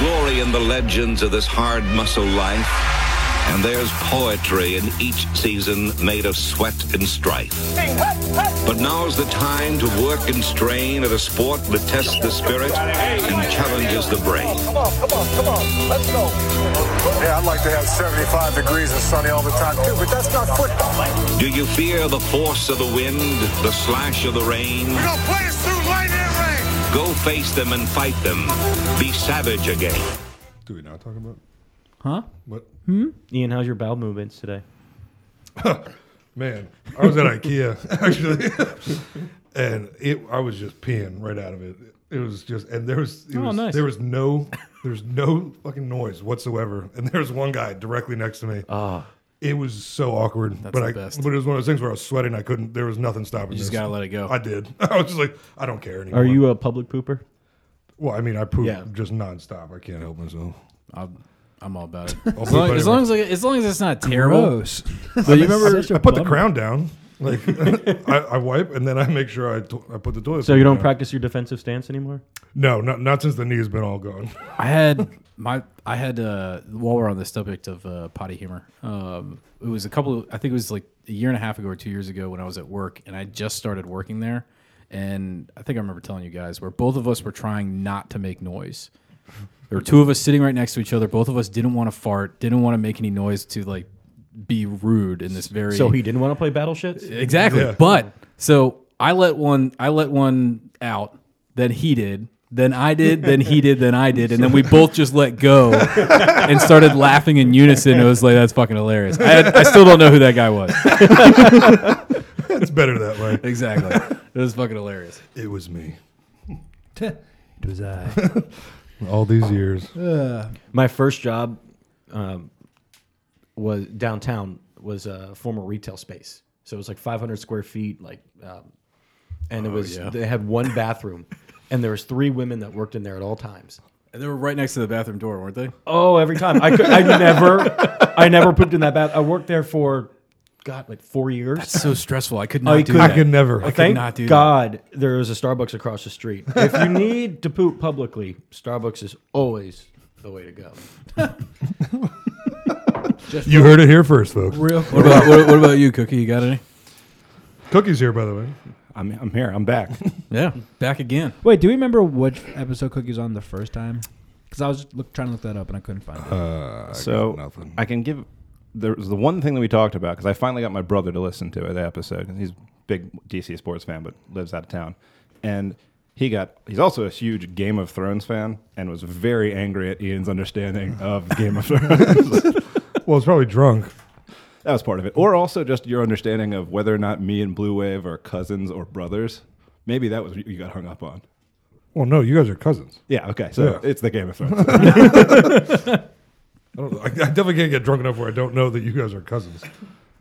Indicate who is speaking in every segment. Speaker 1: glory in the legends of this hard muscle life, and there's poetry in each season made of sweat and strife. But now's the time to work and strain at a sport that tests the spirit and challenges the brain.
Speaker 2: Come on, come on, come on. Let's go.
Speaker 3: Yeah, I'd like to have 75 degrees and sunny all the time too, but that's not football.
Speaker 1: Do you fear the force of the wind, the slash of the rain?
Speaker 4: We're gonna play us through lightning and rain.
Speaker 1: Go face them and fight them. Be savage again.
Speaker 5: Do we not talk about
Speaker 6: Huh?
Speaker 5: what?
Speaker 6: Ian, how's your bowel movements today?
Speaker 5: Man, I was at IKEA actually, and it I was just peeing right out of it. It was just, and there was, it
Speaker 6: Oh,
Speaker 5: was
Speaker 6: nice.
Speaker 5: there was no, there's no fucking noise whatsoever. And there was one guy directly next to me.
Speaker 6: Ah.
Speaker 5: It was so awkward, but
Speaker 7: the
Speaker 5: I,
Speaker 7: best.
Speaker 5: but it was one of those things where I was sweating. I couldn't. There was nothing stopping. You
Speaker 7: just gotta let it go.
Speaker 5: I did. I was just like, I don't care anymore.
Speaker 6: Are you a public pooper?
Speaker 5: Well, I mean, I poop
Speaker 7: Yeah.
Speaker 5: just nonstop. I can't help myself.
Speaker 7: I'm, I'm all about it.
Speaker 5: I'll
Speaker 7: As long,
Speaker 5: poop
Speaker 7: as, long
Speaker 5: anywhere.
Speaker 7: as, like, as long as it's not terrible.
Speaker 6: So you remember?
Speaker 5: I put the crown down. Like I, I wipe and then I make sure I, to- I put the toilet.
Speaker 6: So you
Speaker 5: paper
Speaker 6: don't
Speaker 5: down.
Speaker 6: practice your defensive stance anymore?
Speaker 5: No, not not since the knee's been all gone.
Speaker 7: I had my I had uh, while we're on the subject of uh, potty humor, um, it was a couple. Of, I think it was like a year and a half ago or two years ago when I was at work and I just started working there, and I think I remember telling you guys where both of us were trying not to make noise. There were two of us sitting right next to each other. Both of us didn't want to fart, didn't want to make any noise to like be rude in this very
Speaker 6: So he didn't want to play battleships?
Speaker 7: Exactly.
Speaker 5: Yeah.
Speaker 7: But so I let one I let one out, then he did, then I did, then he did, then I did, and then we both just let go and started laughing in unison. It was like that's fucking hilarious. I, had, I still don't know who that guy was.
Speaker 5: It's better that way.
Speaker 7: Exactly. It was fucking hilarious.
Speaker 5: It was me.
Speaker 6: It was I.
Speaker 5: All these years.
Speaker 6: My first job um, was downtown was a former retail space, so it was like 500 square feet, like, um, and it
Speaker 5: Oh,
Speaker 6: was
Speaker 7: yeah.
Speaker 6: they had one bathroom, and there was three women that worked in there at all times.
Speaker 7: And they were right next to the bathroom door, weren't they?
Speaker 6: Oh, every time I could, I never I never pooped in that bath. I worked there for God like four years.
Speaker 7: So stressful. I could not do
Speaker 6: could-
Speaker 5: I
Speaker 7: that.
Speaker 5: could never.
Speaker 7: I could
Speaker 6: Thank
Speaker 7: not do that.
Speaker 6: God there is a Starbucks across the street. If you need to poop publicly, Starbucks is always the way to go.
Speaker 5: You heard it here first, folks.
Speaker 7: What about what, what about you, Cookie? You got any?
Speaker 5: Cookies here, by the way.
Speaker 8: I'm, I'm here. I'm back.
Speaker 7: Yeah, back again.
Speaker 9: Wait, do we remember which episode Cookie's on the first time? Because I was look, trying to look that up and I couldn't find it.
Speaker 5: Uh,
Speaker 8: so
Speaker 5: nothing.
Speaker 8: I can give. There was the one thing that we talked about because I finally got my brother to listen to it, the episode. And he's a big DC sports fan, but lives out of town. And he got. He's also a huge Game of Thrones fan and was very angry at Ian's understanding of Game of Thrones.
Speaker 5: Well, it's probably drunk.
Speaker 8: That was part of it. Or also just your understanding of whether or not me and Blue Wave are cousins or brothers. Maybe that was what you got hung up on.
Speaker 5: Well, no, you guys are cousins.
Speaker 8: Yeah, okay. So
Speaker 5: Yeah.
Speaker 8: it's the Game of Thrones.
Speaker 5: I, don't, I, I definitely can't get drunk enough where I don't know that you guys are cousins.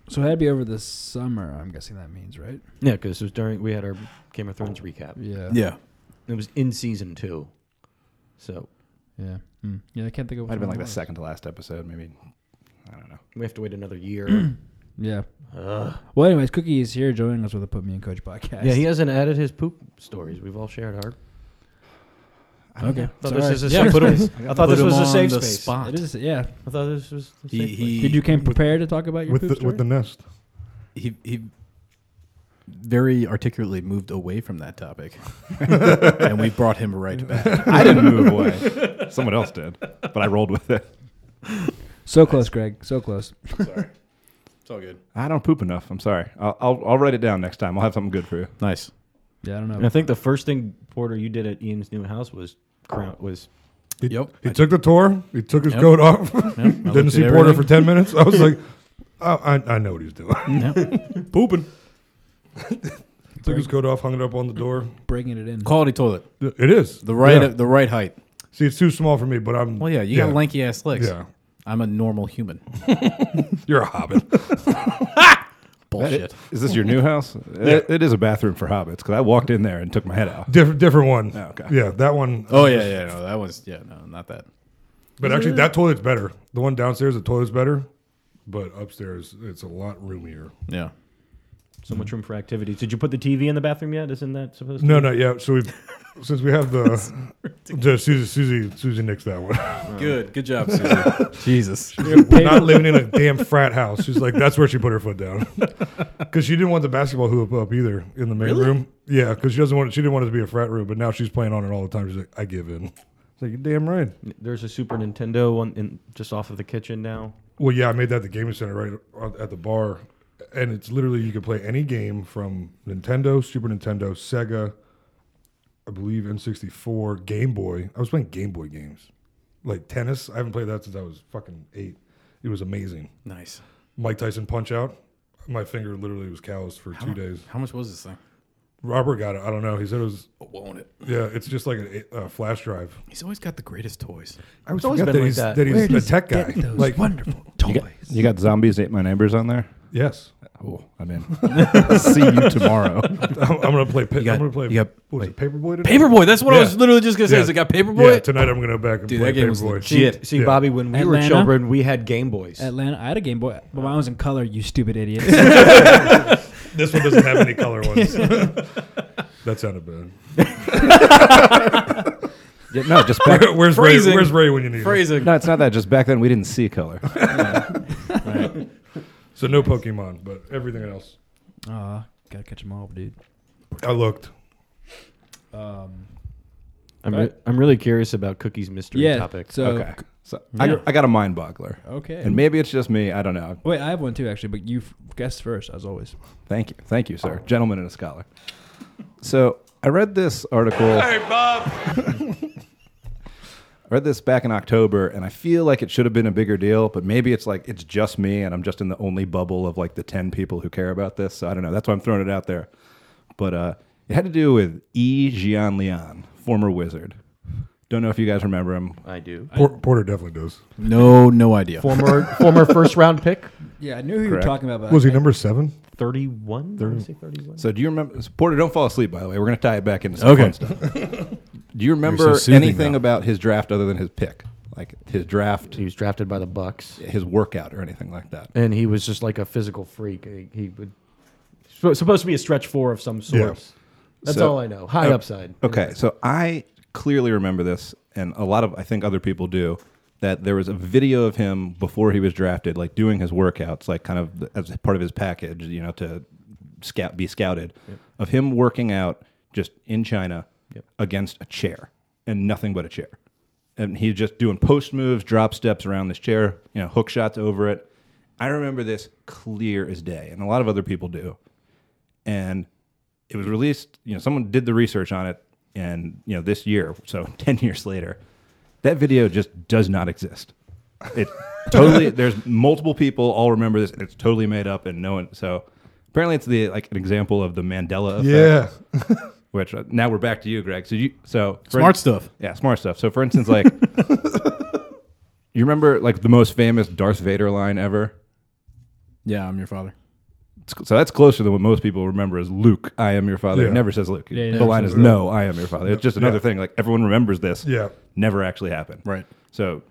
Speaker 9: So that'd be over the summer. I'm guessing that means right.
Speaker 6: Yeah, because it was during we had our Game of Thrones recap.
Speaker 9: Yeah.
Speaker 7: Yeah.
Speaker 6: It was in season two, so
Speaker 9: Yeah. Hmm. Yeah. I can't think of.
Speaker 8: Might have been
Speaker 9: what
Speaker 8: like the
Speaker 9: it was.
Speaker 8: second to last episode, maybe. I don't know.
Speaker 6: we have to wait another year.
Speaker 9: Yeah. Well, anyways, Cookie is here joining us with the Put Me in Coach podcast.
Speaker 6: yeah, he hasn't added his poop stories. We've all shared our.
Speaker 9: Okay.
Speaker 6: I thought
Speaker 9: Sorry.
Speaker 6: this, is
Speaker 7: Yeah,
Speaker 6: a
Speaker 7: put
Speaker 6: safe
Speaker 7: 'em-
Speaker 6: space. I thought
Speaker 7: Put
Speaker 6: this
Speaker 7: him
Speaker 6: was a
Speaker 7: on
Speaker 6: safe
Speaker 7: the
Speaker 6: space.
Speaker 7: Spot.
Speaker 9: It is. Yeah.
Speaker 6: I thought this was. A safe
Speaker 7: He,
Speaker 6: place.
Speaker 7: he,
Speaker 9: Did you came prepared to talk about your
Speaker 5: With
Speaker 9: poop
Speaker 5: the,
Speaker 9: story?
Speaker 5: with the nest.
Speaker 7: he he very articulately moved away from that topic, and we brought him right back.
Speaker 8: I didn't move away. Someone else did, but I rolled with it.
Speaker 9: so close, Greg. So close.
Speaker 7: It's all good.
Speaker 8: I don't poop enough. I'm sorry. I'll, I'll, I'll write it down next time. I'll have something good for you.
Speaker 7: Nice.
Speaker 9: Yeah. I don't know.
Speaker 6: And I think the first thing Porter you did at Ian's new house was crown was
Speaker 5: He,
Speaker 7: Yep.
Speaker 5: he took the tour. He took his
Speaker 7: Yep.
Speaker 5: coat off.
Speaker 7: looked at
Speaker 5: Didn't see Porter for 10
Speaker 7: everything.
Speaker 5: minutes. I was like, I, I, I know what he's doing. Pooping. took his coat off, hung it up on the door.
Speaker 9: breaking it in.
Speaker 7: Quality toilet,
Speaker 5: It is.
Speaker 7: the right
Speaker 5: Yeah.
Speaker 7: the right height.
Speaker 5: See, it's too small for me, but I'm.
Speaker 7: Well, yeah, you got lanky ass legs.
Speaker 5: Yeah.
Speaker 7: I'm a normal human.
Speaker 5: You're a hobbit.
Speaker 7: Bullshit.
Speaker 8: Is this your new house? It, it is a bathroom for hobbits because I walked in there and took my head out.
Speaker 5: different, different one.
Speaker 8: okay.
Speaker 5: Yeah, that one.
Speaker 7: Oh yeah, yeah. No, that was yeah. No, not that.
Speaker 5: But actually, that toilet's better. The one downstairs, the toilet's better, but upstairs, it's a lot roomier.
Speaker 7: Yeah.
Speaker 6: So much room for activities. Did you put the TV in the bathroom yet? Isn't that supposed? to
Speaker 5: No, not yet. So we, since we have the, the Susie, Susie, Susie nicks that one.
Speaker 7: Good. Good job, Susie. Jesus.
Speaker 5: not living in a damn frat house. She's like, that's where she put her foot down, because she didn't want the basketball hoop up either in the main room. Yeah, because she doesn't want. She didn't want it to be a frat room, but now she's playing on it all the time. She's like, I give in. It's like you're damn right.
Speaker 6: There's a Super Nintendo on in just off of the kitchen now.
Speaker 5: Well, yeah, I made that at the gaming center right on- at the bar, and it's literally you can play any game from Nintendo, Super Nintendo, Sega, I believe N64, Game Boy. I was playing Game Boy games, like tennis. I haven't played that since I was fucking eight. It was amazing.
Speaker 7: Nice.
Speaker 5: Mike Tyson Punch Out. My finger literally was calloused for two days.
Speaker 7: How much was this thing?
Speaker 5: Robert got it. I don't know. He said it was.
Speaker 7: I want it.
Speaker 5: Yeah, it's just like a, a flash drive.
Speaker 7: He's always got the greatest toys.
Speaker 5: I always
Speaker 6: always
Speaker 5: forget
Speaker 6: been
Speaker 5: that,
Speaker 6: like
Speaker 5: he's,
Speaker 6: that.
Speaker 5: that. he's a tech guy. Like
Speaker 9: wonderful toys.
Speaker 8: You got zombies ate my neighbors on there.
Speaker 5: yes,
Speaker 8: Oh, I'm in. See you tomorrow.
Speaker 5: I'm, I'm gonna play. Pa-
Speaker 7: got-
Speaker 5: I'm gonna play.
Speaker 7: you got-
Speaker 5: what was it, Paperboy today?
Speaker 7: Paperboy. That's what I
Speaker 5: Yeah.
Speaker 7: was literally just gonna say. Is it got
Speaker 5: Yeah,
Speaker 7: Paperboy?
Speaker 5: tonight I'm gonna go back and
Speaker 7: Dude,
Speaker 5: play
Speaker 7: that game was
Speaker 5: Paperboy.
Speaker 7: legit.
Speaker 6: See,
Speaker 7: Shit.
Speaker 6: see
Speaker 5: Yeah.
Speaker 6: Bobby, when we were
Speaker 9: Atlanta?
Speaker 6: children, we had Game Boys.
Speaker 9: Atlanta. I had a Game Boy, but
Speaker 8: Uh-huh.
Speaker 9: mine was in color. You stupid idiot.
Speaker 5: This one doesn't have any color ones. that sounded bad.
Speaker 8: Yeah, no, just back.
Speaker 5: Where's
Speaker 7: Phrasing.
Speaker 5: Ray? Where's Ray when you need him?
Speaker 7: Phrasing.
Speaker 8: No, it's not that. Just back then we didn't see color.
Speaker 5: So no Pokemon, but everything else.
Speaker 9: Aw, gotta catch them all, dude.
Speaker 5: I looked.
Speaker 9: Um,
Speaker 6: I'm, re- I'm really curious about Cookie's mystery
Speaker 9: yeah.
Speaker 6: topic.
Speaker 9: So
Speaker 8: Okay, so I, I got a mind boggler,
Speaker 9: okay.
Speaker 8: and maybe it's just me. I don't know.
Speaker 9: Wait, I have one too, actually. But you f- guessed first, as always.
Speaker 8: Thank you, thank you, sir, gentleman and a scholar. So I read this article. Hey, Bob. I read this back in October, and I feel like it should have been a bigger deal, but maybe it's like it's just me, and I'm just in the only bubble of like the ten people who care about this. So I don't know. That's why I'm throwing it out there. But uh, it had to do with E. Jianlian, former wizard. Don't know if you guys remember him.
Speaker 6: I do.
Speaker 5: Por- Porter definitely does.
Speaker 7: No, no idea.
Speaker 6: Former former first round pick,
Speaker 9: Yeah, I knew who
Speaker 8: Correct.
Speaker 9: you were talking about. But
Speaker 5: Was he number seven?
Speaker 6: 31. I wanna say 31.
Speaker 8: So do you remember Porter? Don't fall asleep, by the way. We're going to tie it back into some
Speaker 7: Okay.
Speaker 8: fun stuff. do you remember
Speaker 7: You're so soothing,
Speaker 8: anything
Speaker 7: though.
Speaker 8: about his draft other than his pick, like his draft,
Speaker 6: He was drafted by the Bucks,
Speaker 8: his workout, or anything like that?
Speaker 6: and he was just like a physical freak. He, he would sp- supposed to be a stretch four of some sort. That's
Speaker 8: So-
Speaker 6: all I know. High upside.
Speaker 8: Okay, so I clearly remember this, and a lot of I think other people do. That there was a video of him before he was drafted, like doing his workouts, like kind of as part of his package, you know, to scout be scouted, of him working out just in China against a chair and nothing but a chair, and he's just doing post moves, drop steps around this chair, you know, hook shots over it. I remember this clear as day, and a lot of other people do and it was released. You know, someone did the research on it, and you know, this year, so ten years later, that video just does not exist. It totally. There's multiple people all remember this, and it's totally made up, and no one. So apparently, it's the like an example of the Mandela effect.
Speaker 5: Yeah.
Speaker 8: Which uh, now we're back to you, Greg. So you so for
Speaker 7: Smart
Speaker 8: in-
Speaker 7: stuff.
Speaker 8: Yeah, smart stuff. So for instance, like you remember like the most famous Darth Vader line ever.
Speaker 7: Yeah, I'm your father.
Speaker 8: It's- So that's closer than what most people remember as Luke. I am your father. It
Speaker 5: Yeah.
Speaker 8: never says Luke.
Speaker 9: he
Speaker 8: the
Speaker 9: never
Speaker 8: line is No, I am your father. It's just another
Speaker 5: Yeah.
Speaker 8: thing. Like everyone remembers this.
Speaker 5: Yeah.
Speaker 8: Never actually happened.
Speaker 7: Right.
Speaker 8: So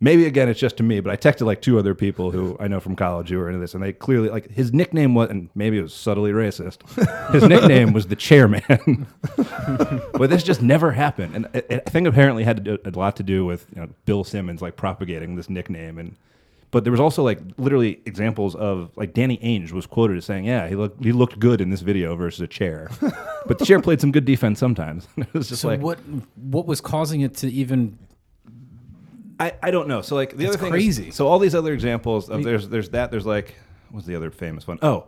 Speaker 8: maybe again it's just to me, but I texted like two other people who I know from college who were into this, and they clearly like his nickname was, and maybe it was subtly racist. His nickname was the Chairman. but this just never happened, and it, it- I think apparently had to do, a lot to do with you know, Bill Simmons like propagating this nickname and. But there was also like literally examples of like Danny Ainge was quoted as saying, "Yeah, he looked he looked good in this video versus a chair, but the chair played some good defense sometimes." it was just
Speaker 7: So
Speaker 8: like
Speaker 7: what what was causing it to even
Speaker 8: I, I don't know. So like the
Speaker 7: That's
Speaker 8: other thing
Speaker 7: crazy.
Speaker 8: Is, so all these other examples of there's there's that there's like what's the other famous one? Oh,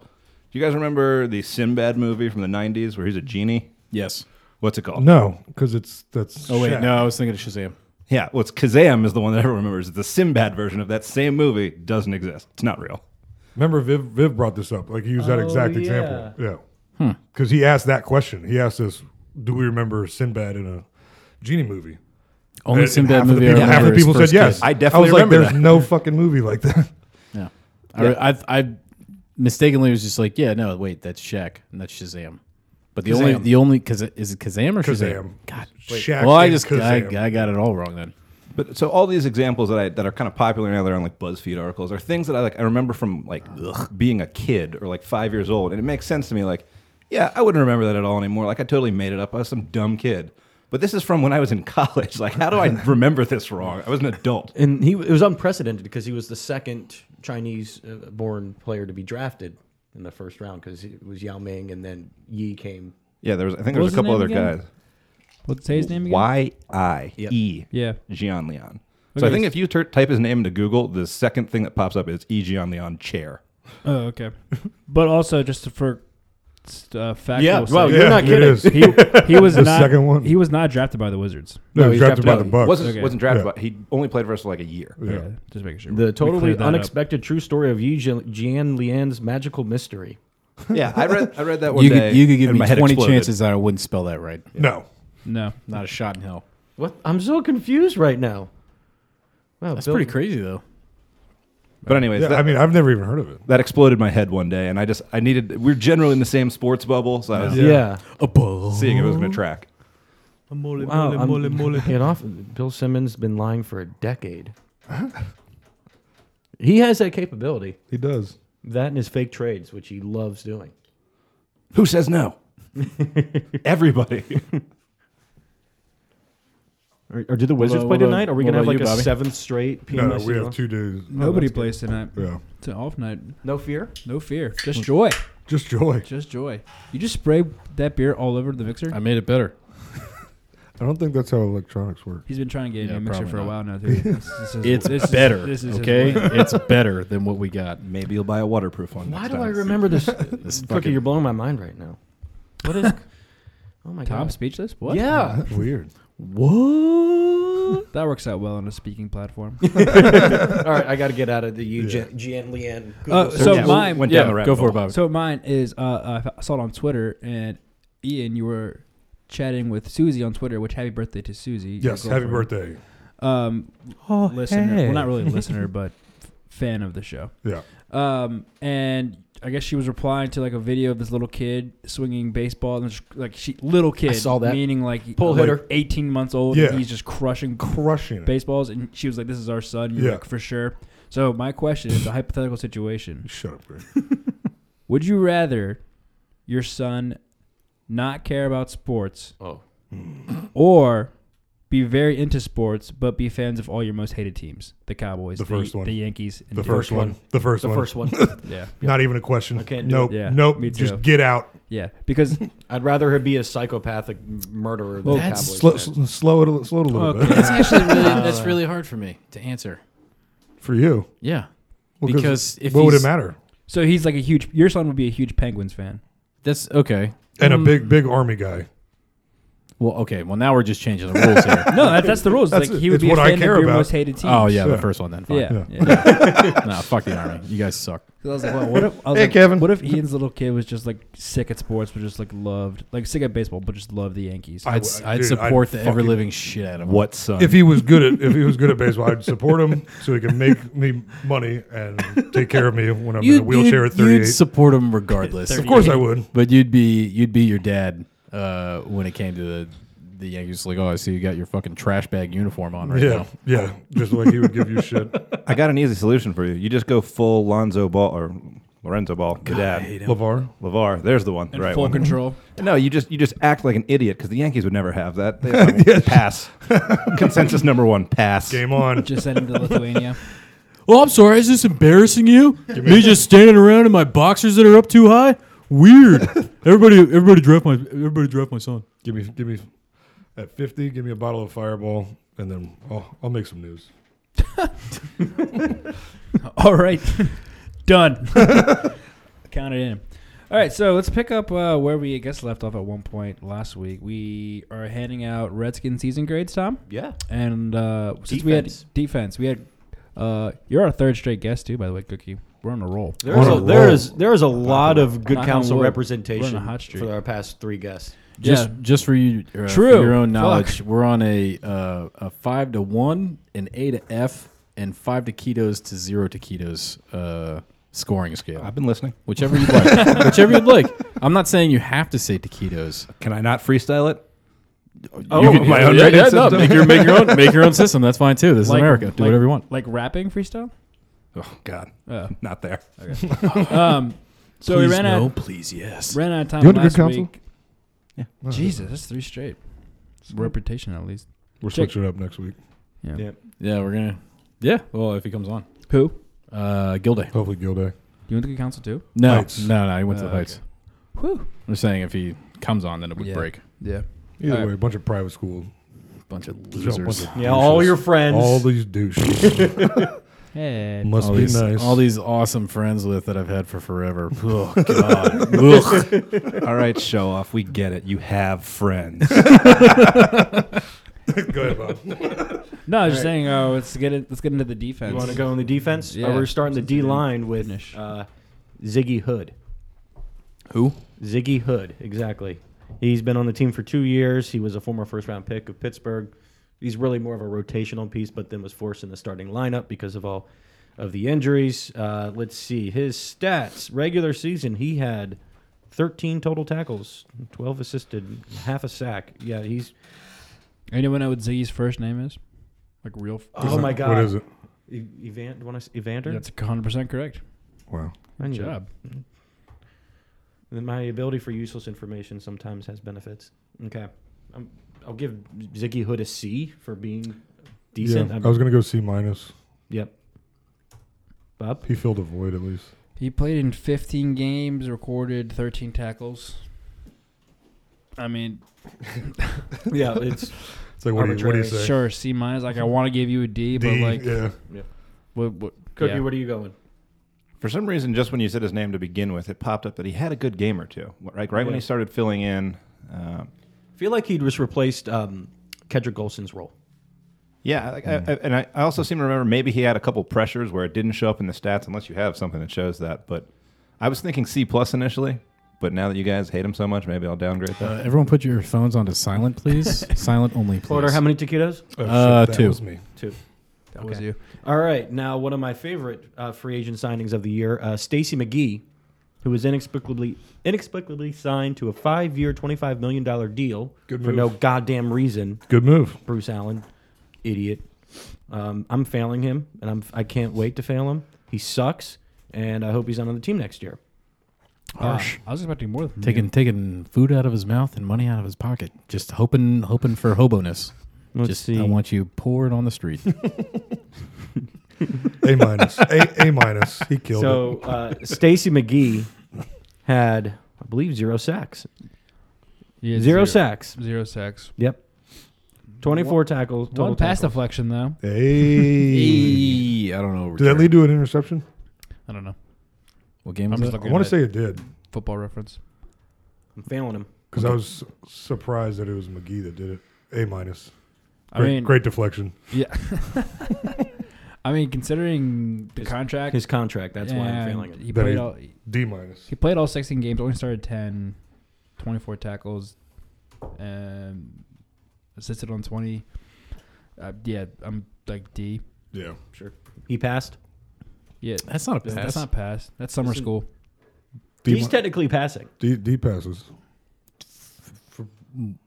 Speaker 8: do you guys remember the Sinbad movie from the '90s where he's a genie?
Speaker 7: Yes.
Speaker 8: What's it called?
Speaker 5: No, because it's that's.
Speaker 7: Oh wait,
Speaker 5: Shaq.
Speaker 7: no, I was thinking of Shazam.
Speaker 8: Yeah, well, it's Kazam is the one that everyone remembers. The Sinbad version of that same movie doesn't exist. It's not real.
Speaker 5: Remember, Viv, Viv brought this up. Like he used that
Speaker 6: Oh,
Speaker 5: exact
Speaker 6: yeah.
Speaker 5: example. Yeah.
Speaker 7: Hmm.
Speaker 5: Because he asked that question. He asked us, "Do we remember Sinbad in a genie movie?"
Speaker 7: Only
Speaker 5: And
Speaker 7: Sinbad
Speaker 5: half of the
Speaker 7: movie.
Speaker 5: people-
Speaker 7: I
Speaker 5: half
Speaker 7: remember
Speaker 5: the
Speaker 7: is
Speaker 5: people said
Speaker 7: First
Speaker 5: yes.
Speaker 7: Kid.
Speaker 8: I definitely
Speaker 5: was like,
Speaker 8: remember
Speaker 5: "There's
Speaker 8: that."
Speaker 5: no fucking movie like that."
Speaker 7: Yeah. I, I, I mistakenly was just like, yeah, no, wait, that's Shaq and that's Shazam. But the only
Speaker 9: Kazam.
Speaker 7: the only because is it Kazam or Shazam?
Speaker 5: Kazam.
Speaker 7: God.
Speaker 5: Shaq
Speaker 7: well, I
Speaker 5: and
Speaker 7: just
Speaker 5: Kazam.
Speaker 7: I, I got it all wrong then.
Speaker 8: But But so all these examples that I that are kind of popular now, they're on like BuzzFeed articles, are things that I like. I remember from like ugh, being a kid or like five years old, and it makes sense to me. Like, yeah, I wouldn't remember that at all anymore. Like, I totally made it up. I was some dumb kid. But this is from when I was in college. Like, how do I remember this wrong? I was an adult.
Speaker 6: And he it was unprecedented because he was the second Chinese-born player to be drafted in the first round because it was Yao Ming and then Yi came.
Speaker 8: Yeah, there was. I think there was a
Speaker 9: was his
Speaker 8: couple other
Speaker 9: name again?
Speaker 8: guys.
Speaker 9: What's say his name again?
Speaker 8: Y I
Speaker 6: Yep.
Speaker 8: E.
Speaker 9: Yeah.
Speaker 8: Gian Leon. So I
Speaker 9: Okay,
Speaker 8: think
Speaker 9: s-
Speaker 8: if you tur type his name into Google, the second thing that pops up is E. Gian Leon chair.
Speaker 9: Oh, okay. But also just for uh, factual.
Speaker 6: well,
Speaker 9: sake,
Speaker 6: you're not
Speaker 5: it
Speaker 6: kidding.
Speaker 5: is.
Speaker 9: he he was
Speaker 5: The
Speaker 9: not
Speaker 5: second one?
Speaker 9: He was not drafted by the Wizards.
Speaker 5: No, he
Speaker 6: No,
Speaker 5: was
Speaker 6: he's
Speaker 5: drafted by
Speaker 6: drafted
Speaker 5: the
Speaker 6: out.
Speaker 5: Bucks.
Speaker 8: Wasn't
Speaker 9: Okay.
Speaker 8: wasn't drafted,
Speaker 5: Yeah.
Speaker 8: but he only played for us for like a year.
Speaker 5: Yeah.
Speaker 9: Yeah, just making sure.
Speaker 6: The totally
Speaker 9: cleared that up.
Speaker 6: unexpected true story of Yi Jian Jian Lian's magical mystery.
Speaker 8: Yeah, I read I read that one
Speaker 7: You
Speaker 8: day.
Speaker 7: could, you could give
Speaker 8: and
Speaker 7: me
Speaker 8: my head
Speaker 7: 20
Speaker 8: exploded.
Speaker 7: chances that I wouldn't spell that right.
Speaker 5: No.
Speaker 9: no,
Speaker 7: Not a shot in hell.
Speaker 6: What? I'm so confused right now. Wow,
Speaker 7: That's
Speaker 6: Bill-
Speaker 7: pretty crazy, though.
Speaker 8: But anyways,
Speaker 5: Yeah,
Speaker 8: that,
Speaker 5: I mean, I've never even heard of it.
Speaker 8: that exploded my head one day, and I just I needed. We're generally in the same sports bubble, so I was
Speaker 6: Yeah.
Speaker 7: A bull.
Speaker 8: seeing if it was going to track.
Speaker 6: Wow, I'm looking it off. Bill Simmons been lying for a decade. he has that capability.
Speaker 5: He does.
Speaker 6: That and his fake trades, which he loves doing.
Speaker 8: Who says no? Everybody.
Speaker 6: Or, or do the Wizards play
Speaker 7: about- what about-
Speaker 6: tonight? Are we
Speaker 7: what
Speaker 6: gonna have
Speaker 7: about
Speaker 6: like
Speaker 7: you,
Speaker 6: a
Speaker 7: Bobby?
Speaker 6: seventh straight?
Speaker 5: No,
Speaker 6: PMS
Speaker 5: no, we have
Speaker 6: season?
Speaker 5: two days.
Speaker 9: nobody plays tonight.
Speaker 5: Yeah.
Speaker 9: It's an off night.
Speaker 6: No fear.
Speaker 9: No fear. Just joy.
Speaker 5: Just joy.
Speaker 9: Just joy. You just spray that beer all over the mixer.
Speaker 7: I made it better.
Speaker 5: I don't think that's how electronics work.
Speaker 9: He's been trying to get
Speaker 7: Yeah,
Speaker 9: a new mixer
Speaker 7: probably
Speaker 9: for a
Speaker 7: not.
Speaker 9: while now, dude. This is his-
Speaker 7: It's
Speaker 9: this is-
Speaker 7: better.
Speaker 9: this is his
Speaker 7: okay?
Speaker 9: way.
Speaker 7: it's better than what we got.
Speaker 8: Maybe you'll buy a waterproof one.
Speaker 6: Why
Speaker 8: next
Speaker 6: do I
Speaker 8: time.
Speaker 6: remember this?
Speaker 7: This
Speaker 6: Cookie,
Speaker 7: fucking-
Speaker 6: you're blowing my mind right now. What is? oh my
Speaker 9: Tom
Speaker 6: god.
Speaker 9: speechless. What?
Speaker 6: Yeah.
Speaker 5: Weird.
Speaker 6: Whoa.
Speaker 9: That works out well on a speaking platform.
Speaker 6: All right, I got to get out of the you, Jan Gian Lian. Google
Speaker 9: Uh,
Speaker 6: search.
Speaker 9: so
Speaker 8: Yeah,
Speaker 9: mine.
Speaker 8: went down the
Speaker 7: Yeah,
Speaker 8: rabbit
Speaker 7: go for it,
Speaker 8: hole.
Speaker 7: Bobby.
Speaker 9: So mine is uh, uh, I saw it on Twitter, and Ian, you were chatting with Susie on Twitter. Which happy birthday to Susie? your
Speaker 5: Yes. Happy
Speaker 9: girlfriend.
Speaker 5: birthday.
Speaker 9: Um,
Speaker 7: Oh,
Speaker 9: listener. Well, not really listener, but f- fan of the show.
Speaker 5: Yeah.
Speaker 9: Um, and I guess she was replying to like a video of this little kid swinging baseball, and just, like she little kid,
Speaker 6: saw that.
Speaker 9: meaning like uh,
Speaker 6: Pull
Speaker 9: like
Speaker 6: hitter.
Speaker 9: eighteen months old.
Speaker 5: Yeah.
Speaker 9: and he's just crushing
Speaker 5: Crushing it.
Speaker 9: baseballs, and she was like, "This is our son." You're
Speaker 5: Yeah.
Speaker 9: like, for sure. So my question is a hypothetical situation.
Speaker 5: Shut up, Rick.
Speaker 9: Would you rather your son not care about sports
Speaker 6: Oh.
Speaker 5: Hmm.
Speaker 9: or be very into sports but be fans of all your most hated teams? The Cowboys,
Speaker 5: The first one.
Speaker 9: the Yankees, and
Speaker 5: The first one. The first
Speaker 6: The
Speaker 5: one.
Speaker 6: first one.
Speaker 9: Yeah.
Speaker 5: Not even a question.
Speaker 6: I can't do
Speaker 5: nope.
Speaker 9: it. Yeah,
Speaker 5: Nope.
Speaker 9: me too.
Speaker 5: Just get out.
Speaker 9: Yeah, because
Speaker 6: I'd rather her be a psychopathic m- murderer than a Cowboys
Speaker 5: Slow,
Speaker 6: fan.
Speaker 5: sl- slow it. A, li- slow it a little
Speaker 9: Okay.
Speaker 5: bit
Speaker 7: That's actually really, that's really hard for me to answer.
Speaker 5: for you.
Speaker 7: Yeah.
Speaker 5: Well,
Speaker 7: because if
Speaker 5: what would it
Speaker 7: he's-
Speaker 5: matter?
Speaker 9: so he's like a huge your son would be a huge Penguins fan.
Speaker 7: That's okay.
Speaker 5: And a big, big army guy.
Speaker 7: Well, okay. Well, now we're just changing the rules here.
Speaker 9: No, that, that's the rules. It's
Speaker 5: That's
Speaker 9: like
Speaker 5: it.
Speaker 9: he would
Speaker 5: It's
Speaker 9: be a
Speaker 5: what I
Speaker 9: fan of
Speaker 5: care
Speaker 9: your
Speaker 5: about.
Speaker 9: most hated team.
Speaker 7: Oh yeah, the
Speaker 5: Sure.
Speaker 7: first one then. Fine.
Speaker 9: Yeah. yeah.
Speaker 7: nah, fuck the army. You guys suck.
Speaker 9: 'Cause I was like, well, what if, I was
Speaker 5: Hey,
Speaker 9: like,
Speaker 5: Kevin.
Speaker 9: What if Ian's little kid was just like sick at sports, but just like loved, like sick at baseball, but just loved the Yankees?
Speaker 5: I
Speaker 7: I'd,
Speaker 5: would-
Speaker 7: I'd
Speaker 5: dude,
Speaker 7: support
Speaker 5: I'd
Speaker 7: the ever
Speaker 5: fucking-
Speaker 7: living shit out of him.
Speaker 8: What son?
Speaker 5: If he was good at if he was good at baseball, I'd support him so he can make me money and take care of me when I'm in a wheelchair at
Speaker 7: you'd
Speaker 5: 38.
Speaker 7: support him regardless.
Speaker 5: of course, I would.
Speaker 7: But you'd be you'd be your dad uh, when it came to the the Yankees. Like, oh, I see you got your fucking trash bag uniform on right
Speaker 5: Yeah,
Speaker 7: now.
Speaker 5: yeah. Just like he would give you shit.
Speaker 8: I got an easy solution for you. You just go full Lonzo Ball or Lorenzo Ball, your dad.
Speaker 5: Lavar.
Speaker 8: Lavar, there's the one, the right
Speaker 9: Full
Speaker 8: one.
Speaker 9: control.
Speaker 8: No, you just you just act like an idiot because the Yankees would never have that. They fucking pass. Consensus number one, pass.
Speaker 5: Game on.
Speaker 9: Just send him to Lithuania.
Speaker 7: Well, oh, I'm sorry. Is this embarrassing you? Me just standing around in my boxers that are up too high. Weird. everybody, everybody draft my everybody draft my son.
Speaker 5: Give me, give me at 50. Give me a bottle of Fireball, and then I'll, I'll make some news.
Speaker 9: All right. Done. Count it in. All right, so let's pick up uh, where we, I guess, left off at one point last week. We are handing out Redskin season grades, Tom.
Speaker 6: Yeah.
Speaker 9: And uh, since we had
Speaker 6: Defense.
Speaker 9: defense, we had. Uh, you're our third straight guest, too, by the way, Cookie. We're on a roll.
Speaker 6: There's
Speaker 5: On
Speaker 6: a,
Speaker 5: a
Speaker 6: there
Speaker 5: roll.
Speaker 6: is there is a lot of good
Speaker 9: Knock on
Speaker 6: council
Speaker 9: wood.
Speaker 6: representation
Speaker 9: We're on a hot streak.
Speaker 6: for our past three guests.
Speaker 7: Just,
Speaker 9: Yeah.
Speaker 7: just for you, uh,
Speaker 9: True.
Speaker 7: For your own
Speaker 9: Fuck.
Speaker 7: knowledge, we're on a uh, a five to one, an A to F, and five to ketos to zero to ketos uh, scoring scale.
Speaker 8: I've been listening.
Speaker 7: Whichever you'd like. Whichever you'd like. I'm not saying you have to say taquitos.
Speaker 8: Can I not freestyle it?
Speaker 7: Oh,
Speaker 8: can- my own
Speaker 7: yeah,
Speaker 8: rating
Speaker 7: yeah, no,
Speaker 8: system.
Speaker 7: make your make your own make your own system. That's fine too. This is America. Do whatever you want.
Speaker 9: Like rapping freestyle.
Speaker 8: Oh God, Uh.
Speaker 9: Oh.
Speaker 8: not there.
Speaker 9: Um, so we ran out
Speaker 7: please yes.
Speaker 9: ran out of time
Speaker 5: You want a good
Speaker 9: last
Speaker 5: counsel?
Speaker 9: week. Jesus, that's three straight. Reputation at least.
Speaker 5: We're
Speaker 9: Check.
Speaker 5: switching it up next week.
Speaker 7: Yeah, we're gonna. Yeah, well, if he comes on,
Speaker 9: Who?
Speaker 7: uh, Gilday.
Speaker 5: Hopefully, Gilday.
Speaker 9: You want to good counsel too?
Speaker 7: No,
Speaker 5: Heights.
Speaker 7: no, no. He went to
Speaker 9: Oh,
Speaker 7: the Heights.
Speaker 9: Whew.
Speaker 7: I'm just saying if he comes on, then it would
Speaker 9: Yeah.
Speaker 7: break.
Speaker 9: Yeah.
Speaker 5: Either
Speaker 9: Alright.
Speaker 5: way, a bunch of private school.
Speaker 7: Bunch of
Speaker 5: bunch of
Speaker 7: losers.
Speaker 6: Yeah, all
Speaker 5: douches.
Speaker 6: your friends.
Speaker 5: All these douches.
Speaker 9: Hey.
Speaker 5: Must
Speaker 7: All
Speaker 5: be
Speaker 7: these,
Speaker 5: nice.
Speaker 7: all these awesome friends with that I've had for forever. Oh God. Ugh.
Speaker 8: All right, show off. We get it. You have friends.
Speaker 5: Go ahead, Bob.
Speaker 9: No, I was just saying. Oh, let's get it. Let's get into the defense.
Speaker 6: You want to go on the defense?
Speaker 9: Yeah.
Speaker 6: Uh, we're starting the
Speaker 9: Since
Speaker 6: D
Speaker 9: we didn't
Speaker 6: line with
Speaker 9: finish.
Speaker 6: uh, Ziggy Hood.
Speaker 7: Who?
Speaker 6: Ziggy Hood, exactly. He's been on the team for two years. He was a former first round pick of Pittsburgh. He's really more of a rotational piece, but then was forced in the starting lineup because of all of the injuries. Uh, let's see his stats. Regular season, he had 13 total tackles, 12 assisted, half a sack. Yeah, he's.
Speaker 9: Anyone know what Ziggy's first name is? Like real. F-
Speaker 6: Oh my God.
Speaker 5: What is it?
Speaker 6: E- Evan, do you want to Evander?
Speaker 9: That's 100 percent correct.
Speaker 5: Wow.
Speaker 6: I
Speaker 9: Good
Speaker 6: knew it.
Speaker 9: job.
Speaker 6: Then My ability for useless information sometimes has benefits. Okay. i I'll give Ziggy Hood a C for being decent.
Speaker 5: Yeah,
Speaker 6: I'm-
Speaker 5: I was gonna go C minus.
Speaker 6: yep. Bob?
Speaker 5: He filled a void at least.
Speaker 9: He played in 15 games, recorded 13 tackles. I mean,
Speaker 6: yeah, it's
Speaker 5: It's like what do you, what do you
Speaker 6: Arbitrary.
Speaker 5: say?
Speaker 9: sure, C minus. Like, I want to give you a D, but
Speaker 5: D,
Speaker 9: like,
Speaker 5: yeah.
Speaker 9: what, what,
Speaker 6: Cookie,
Speaker 9: yeah.
Speaker 6: what are you going?
Speaker 8: For some reason, just when you said his name to begin with, it popped up that he had a good game or two. What- Right, right when
Speaker 6: Yeah.
Speaker 8: he started filling in. Um,
Speaker 6: I feel like he just replaced um, Kedrick Golson's role.
Speaker 8: yeah, I, I, I, and I, I also seem to remember maybe he had a couple pressures where it didn't show up in the stats, unless you have something that shows that. But I was thinking C plus initially, but now that you guys hate him so much, maybe I'll downgrade that.
Speaker 7: Uh, everyone, put your phones onto silent, please. silent only, please.
Speaker 6: Porter, how many taquitos?
Speaker 5: Oh,
Speaker 7: Uh,
Speaker 5: that
Speaker 7: two.
Speaker 5: was me.
Speaker 6: Two. That
Speaker 9: was you.
Speaker 6: All right. Now, one of my favorite uh, free agent signings of the year, uh, Stacy McGee, who was inexplicably inexplicably signed to a five-year, $25 million deal
Speaker 5: Good
Speaker 6: for
Speaker 5: move.
Speaker 6: no goddamn reason.
Speaker 5: Good move.
Speaker 6: Bruce Allen, idiot. Um, I'm failing him, and I'm I can't wait to fail him. He sucks, and I hope he's not on the team next year. Uh,
Speaker 7: harsh?
Speaker 9: I was expecting more than
Speaker 7: Taking taking food out of his mouth and money out of his pocket, just hoping hoping for hoboness.
Speaker 6: Let's
Speaker 7: just
Speaker 6: see.
Speaker 7: I want you poured on the street.
Speaker 5: A minus. a A minus. He killed
Speaker 6: so uh, Stacy McGee had, I believe, zero sacks.
Speaker 9: Yeah,
Speaker 6: Zero sacks.
Speaker 9: Zero sacks.
Speaker 6: Yep. Twenty-four tackles. Total
Speaker 9: One pass
Speaker 6: tackles.
Speaker 9: deflection, though.
Speaker 5: it. Hey.
Speaker 7: Eee, I don't know.
Speaker 5: Did that lead to an interception?
Speaker 9: I don't know.
Speaker 7: What game
Speaker 9: I'm
Speaker 7: was
Speaker 9: just
Speaker 7: that?
Speaker 5: I
Speaker 9: looking
Speaker 5: want
Speaker 9: at
Speaker 5: to say it did
Speaker 9: football reference.
Speaker 6: I'm failing him.
Speaker 5: because I was su- surprised that it was McGee that did it. A minus.
Speaker 9: I
Speaker 5: Great,
Speaker 9: mean,
Speaker 5: great deflection.
Speaker 9: Yeah. I mean, considering the
Speaker 6: His-
Speaker 9: contract,
Speaker 6: His contract. That's why I'm
Speaker 9: and
Speaker 6: failing him.
Speaker 9: He
Speaker 5: That
Speaker 9: played
Speaker 5: is-
Speaker 9: all.
Speaker 5: D minus.
Speaker 9: He played all 16 games, only started 10, 24 tackles, um, assisted on 20. Uh, yeah, I'm like D.
Speaker 5: Yeah.
Speaker 6: Sure. He passed.
Speaker 9: Yeah,
Speaker 7: That's not a pass.
Speaker 9: that's not pass. That's summer
Speaker 6: Isn't-
Speaker 9: school.
Speaker 5: D,
Speaker 6: he's
Speaker 5: mi-
Speaker 6: technically passing.
Speaker 5: D, D passes.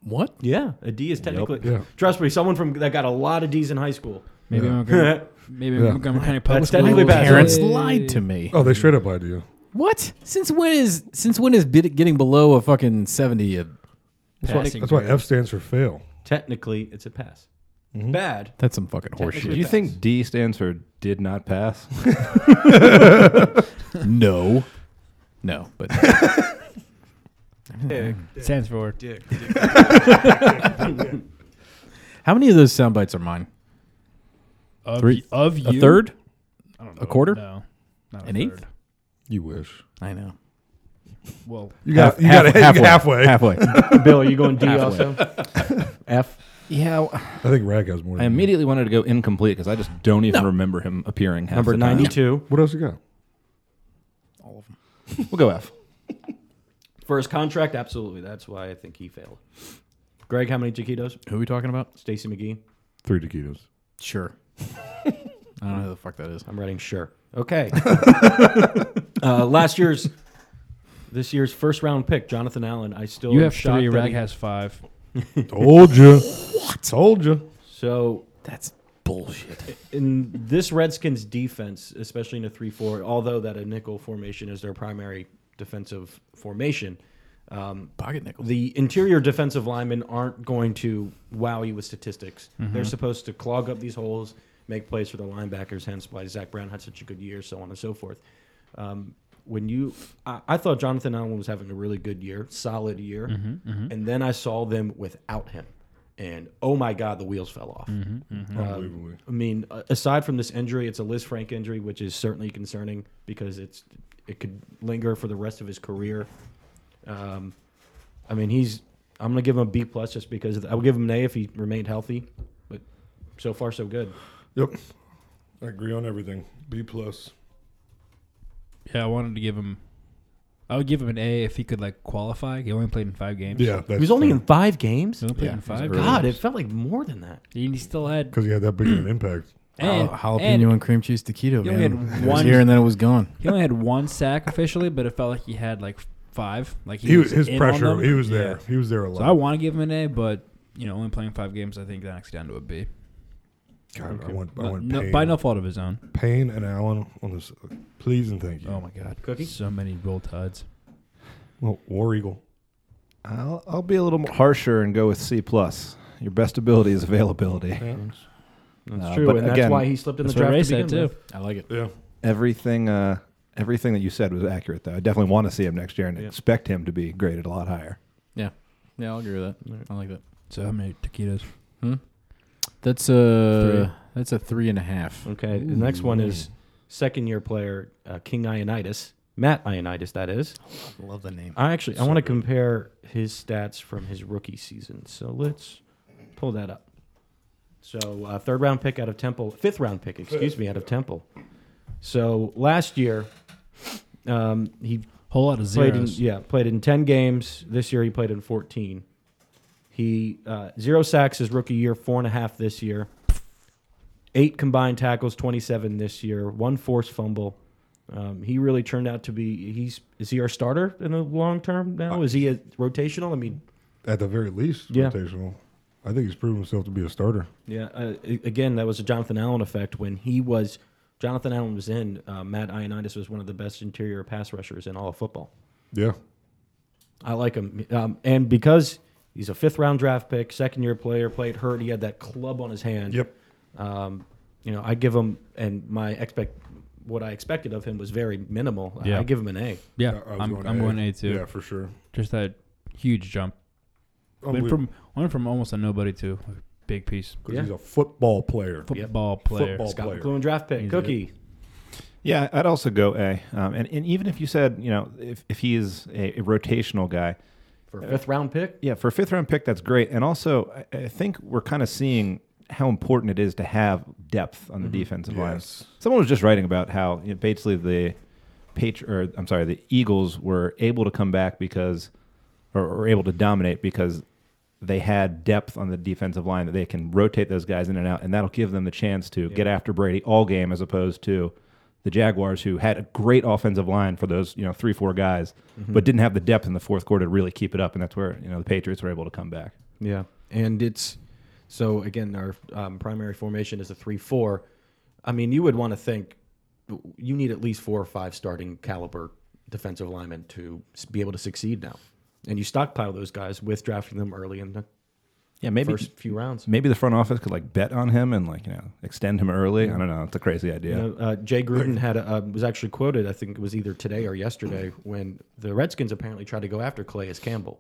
Speaker 7: what?
Speaker 6: Yeah, a D is technically.
Speaker 5: Yeah.
Speaker 6: Trust me, someone from that got a lot of D's in high school.
Speaker 9: Maybe
Speaker 5: Yeah.
Speaker 9: Montgomery, maybe
Speaker 5: Yeah.
Speaker 9: Montgomery County Public
Speaker 6: That's technically
Speaker 9: Schools.
Speaker 6: pass.
Speaker 7: Parents lied to me.
Speaker 5: Oh, they straight up lied to you.
Speaker 7: What? Since when is since when is bit- getting below a fucking seventy? A,
Speaker 9: Passing
Speaker 5: That's why
Speaker 9: grade.
Speaker 5: F stands for fail.
Speaker 6: Technically, it's a pass. Bad.
Speaker 7: that's some fucking
Speaker 8: Do
Speaker 7: horseshit.
Speaker 8: you think D stands for did not pass?
Speaker 7: no, no. But
Speaker 9: stands for.
Speaker 7: how many of those sound bites are mine?
Speaker 9: Of,
Speaker 7: Three-
Speaker 9: of
Speaker 7: A
Speaker 9: you.
Speaker 7: third?
Speaker 9: I don't
Speaker 7: A quarter?
Speaker 9: No. Not
Speaker 7: An
Speaker 9: a
Speaker 7: eighth?
Speaker 9: third.
Speaker 5: You wish.
Speaker 7: I know.
Speaker 9: Well,
Speaker 5: You got. you got halfway. halfway.
Speaker 7: halfway.
Speaker 6: Bill, are you going D also?
Speaker 7: F.
Speaker 8: Yeah,
Speaker 5: I think Rag has more. Than
Speaker 8: I
Speaker 5: you.
Speaker 8: immediately wanted to go incomplete because I just don't even remember him appearing. Half
Speaker 6: Number
Speaker 8: the time.
Speaker 6: 92.
Speaker 5: What else you got?
Speaker 8: We'll go F.
Speaker 6: For his contract, absolutely. That's why I think he failed. Greg, how many taquitos?
Speaker 7: Who are we talking about?
Speaker 6: Stacy McGee.
Speaker 5: Three taquitos.
Speaker 7: Sure. I don't know who the fuck that is.
Speaker 6: I'm writing sure. Okay. uh, last year's, this year's first round pick, Jonathan Allen. I still
Speaker 9: you
Speaker 6: am
Speaker 9: have
Speaker 6: shocked
Speaker 9: three.
Speaker 6: that
Speaker 9: Rag
Speaker 6: he-
Speaker 9: has five.
Speaker 5: Told you. Told you.
Speaker 6: So
Speaker 7: That's bullshit.
Speaker 6: in this Redskins defense, especially in a three-four, although that a nickel formation is their primary defensive formation,
Speaker 7: Pocket nickel.
Speaker 6: the interior defensive linemen aren't going to wow you with statistics. They're supposed to clog up these holes, make plays for the linebackers. Hence why Zach Brown had such a good year, so on and so forth. Um, when you, I, I thought Jonathan Allen was having a really good year, solid year, and then I saw them without him, and oh my God, the wheels fell off. Um,
Speaker 5: Unbelievably.
Speaker 6: I mean, a- aside from this injury, it's a Liz Frank injury, which is certainly concerning because it's it could linger for the rest of his career. Um, I mean, he's I'm gonna give him a B plus just because I would give him an A if he remained healthy, but so far so good.
Speaker 5: Yep. I agree on everything. B plus.
Speaker 9: Yeah, I wanted to give him. I would give him an A if he could like qualify. He only played in five games.
Speaker 5: Yeah, that's
Speaker 6: He was only in five games.
Speaker 9: he only played
Speaker 7: Yeah,
Speaker 9: in
Speaker 7: it was
Speaker 9: five.
Speaker 7: early.
Speaker 9: games.
Speaker 6: God, it felt like more than that.
Speaker 9: and he still had
Speaker 5: because he had that big of an impact.
Speaker 9: and,
Speaker 7: Jal-
Speaker 9: and
Speaker 7: jalapeno and cream cheese taquito,
Speaker 9: He
Speaker 7: man.
Speaker 9: only had
Speaker 7: It was
Speaker 9: one-
Speaker 7: here and then it was gone.
Speaker 9: He only had one sack officially, but it felt like he had like five. Like he,
Speaker 5: He was his
Speaker 9: was in on
Speaker 5: pressure.
Speaker 9: them.
Speaker 5: He was
Speaker 9: Yeah.
Speaker 5: there. He was there a lot.
Speaker 9: So I want to give him an A, but you know, only playing five games, I think that knocks it down to a B.
Speaker 5: God, I want, I
Speaker 9: No-
Speaker 5: want
Speaker 9: no-
Speaker 5: pain.
Speaker 9: by no fault of his own.
Speaker 5: Payne and Allen on this. Please and thank you.
Speaker 9: Oh my God,
Speaker 6: Cookie?
Speaker 9: So many roll tides.
Speaker 5: Well, War Eagle.
Speaker 8: I'll, I'll be a little more harsher and go with C plus. Your best ability is availability.
Speaker 6: That's
Speaker 8: Uh,
Speaker 6: true,
Speaker 8: but
Speaker 6: and that's
Speaker 8: again,
Speaker 6: why he slipped in the
Speaker 9: That's what
Speaker 6: draft
Speaker 9: Ray
Speaker 6: to begin
Speaker 9: said too.
Speaker 6: with.
Speaker 7: I like it.
Speaker 5: Yeah.
Speaker 8: Everything, uh, everything that you said was accurate, though. I definitely want to see him next year and expect him to be graded a lot higher.
Speaker 7: Yeah. Yeah, I'll agree with that. I like that.
Speaker 9: So how many taquitos?
Speaker 7: That's a
Speaker 9: Three.
Speaker 7: that's a three and a half.
Speaker 6: Okay, the next one is second year player uh, King Ionitis, Matt Ionitis, that is.
Speaker 7: Love the name.
Speaker 6: I actually I want to compare his stats from his rookie season. So let's pull that up. So uh, third round pick out of Temple, fifth round pick, excuse me, out of Temple. So last year, um, he
Speaker 9: Whole lot of
Speaker 6: played in,
Speaker 9: zeros.
Speaker 6: yeah played in ten games. This year he played in fourteen. He uh, zero sacks his rookie year, four and a half this year. Eight combined tackles, twenty seven this year. One forced fumble. Um, he really turned out to be. He's is he our starter in the long term now? Is he a rotational? I mean,
Speaker 5: At the very least,
Speaker 6: Yeah.
Speaker 5: rotational. I think he's proven himself to be a starter.
Speaker 6: yeah. Uh, a- again, that was a Jonathan Allen effect when he was. Jonathan Allen was in. Uh, Matt Ioannidis was one of the best interior pass rushers in all of football.
Speaker 5: Yeah.
Speaker 6: I like him. Um, and because he's a fifth round draft pick, second year player, played hurt, he had that club on his hand.
Speaker 5: Yep.
Speaker 6: Um, you know, I give him, and my expect what I expected of him was very minimal. I-
Speaker 9: Yeah.
Speaker 6: I give him an A.
Speaker 9: yeah,
Speaker 5: I- I was
Speaker 9: I'm, I'm going A too.
Speaker 5: Yeah, for sure.
Speaker 9: Just that huge jump. Went
Speaker 5: Unbelievable.
Speaker 9: from went from almost a nobody to a big piece.
Speaker 5: 'Cause
Speaker 6: Yeah.
Speaker 5: he's a football player.
Speaker 9: Football player.
Speaker 5: Football
Speaker 6: Scott
Speaker 5: player.
Speaker 6: McLuhan draft pick. Cookie.
Speaker 8: Yeah, I'd also go A. Um, and, and even if you said, you know, if, if he is a, a rotational guy,
Speaker 6: For a fifth round pick,
Speaker 8: yeah, for a fifth round pick, that's great. And also, I, I think we're kind of seeing how important it is to have depth on the defensive line.
Speaker 5: Yes.
Speaker 8: Someone was just writing about how you know, basically the Patri- or I'm sorry, the Eagles were able to come back because, or, or able to dominate because they had depth on the defensive line that they can rotate those guys in and out, and that'll give them the chance to get after Brady all game as opposed to the Jaguars who had a great offensive line for those you know three four guys,
Speaker 6: Mm-hmm.
Speaker 8: but didn't have the depth in the fourth quarter to really keep it up, and that's where you know the Patriots were able to come back.
Speaker 6: Yeah, and it's so again our um, primary formation is a three-four. I mean, you would want to think you need at least four or five starting caliber defensive linemen to s- be able to succeed now, and you stockpile those guys with drafting them early in the
Speaker 8: Yeah, maybe
Speaker 6: first few rounds.
Speaker 8: maybe the front office could like bet on him and like you know extend him early. I don't know. It's a crazy idea.
Speaker 6: You know, uh, Jay Gruden had a, uh, was actually quoted. I think it was either today or yesterday when the Redskins apparently tried to go after Clayus Campbell,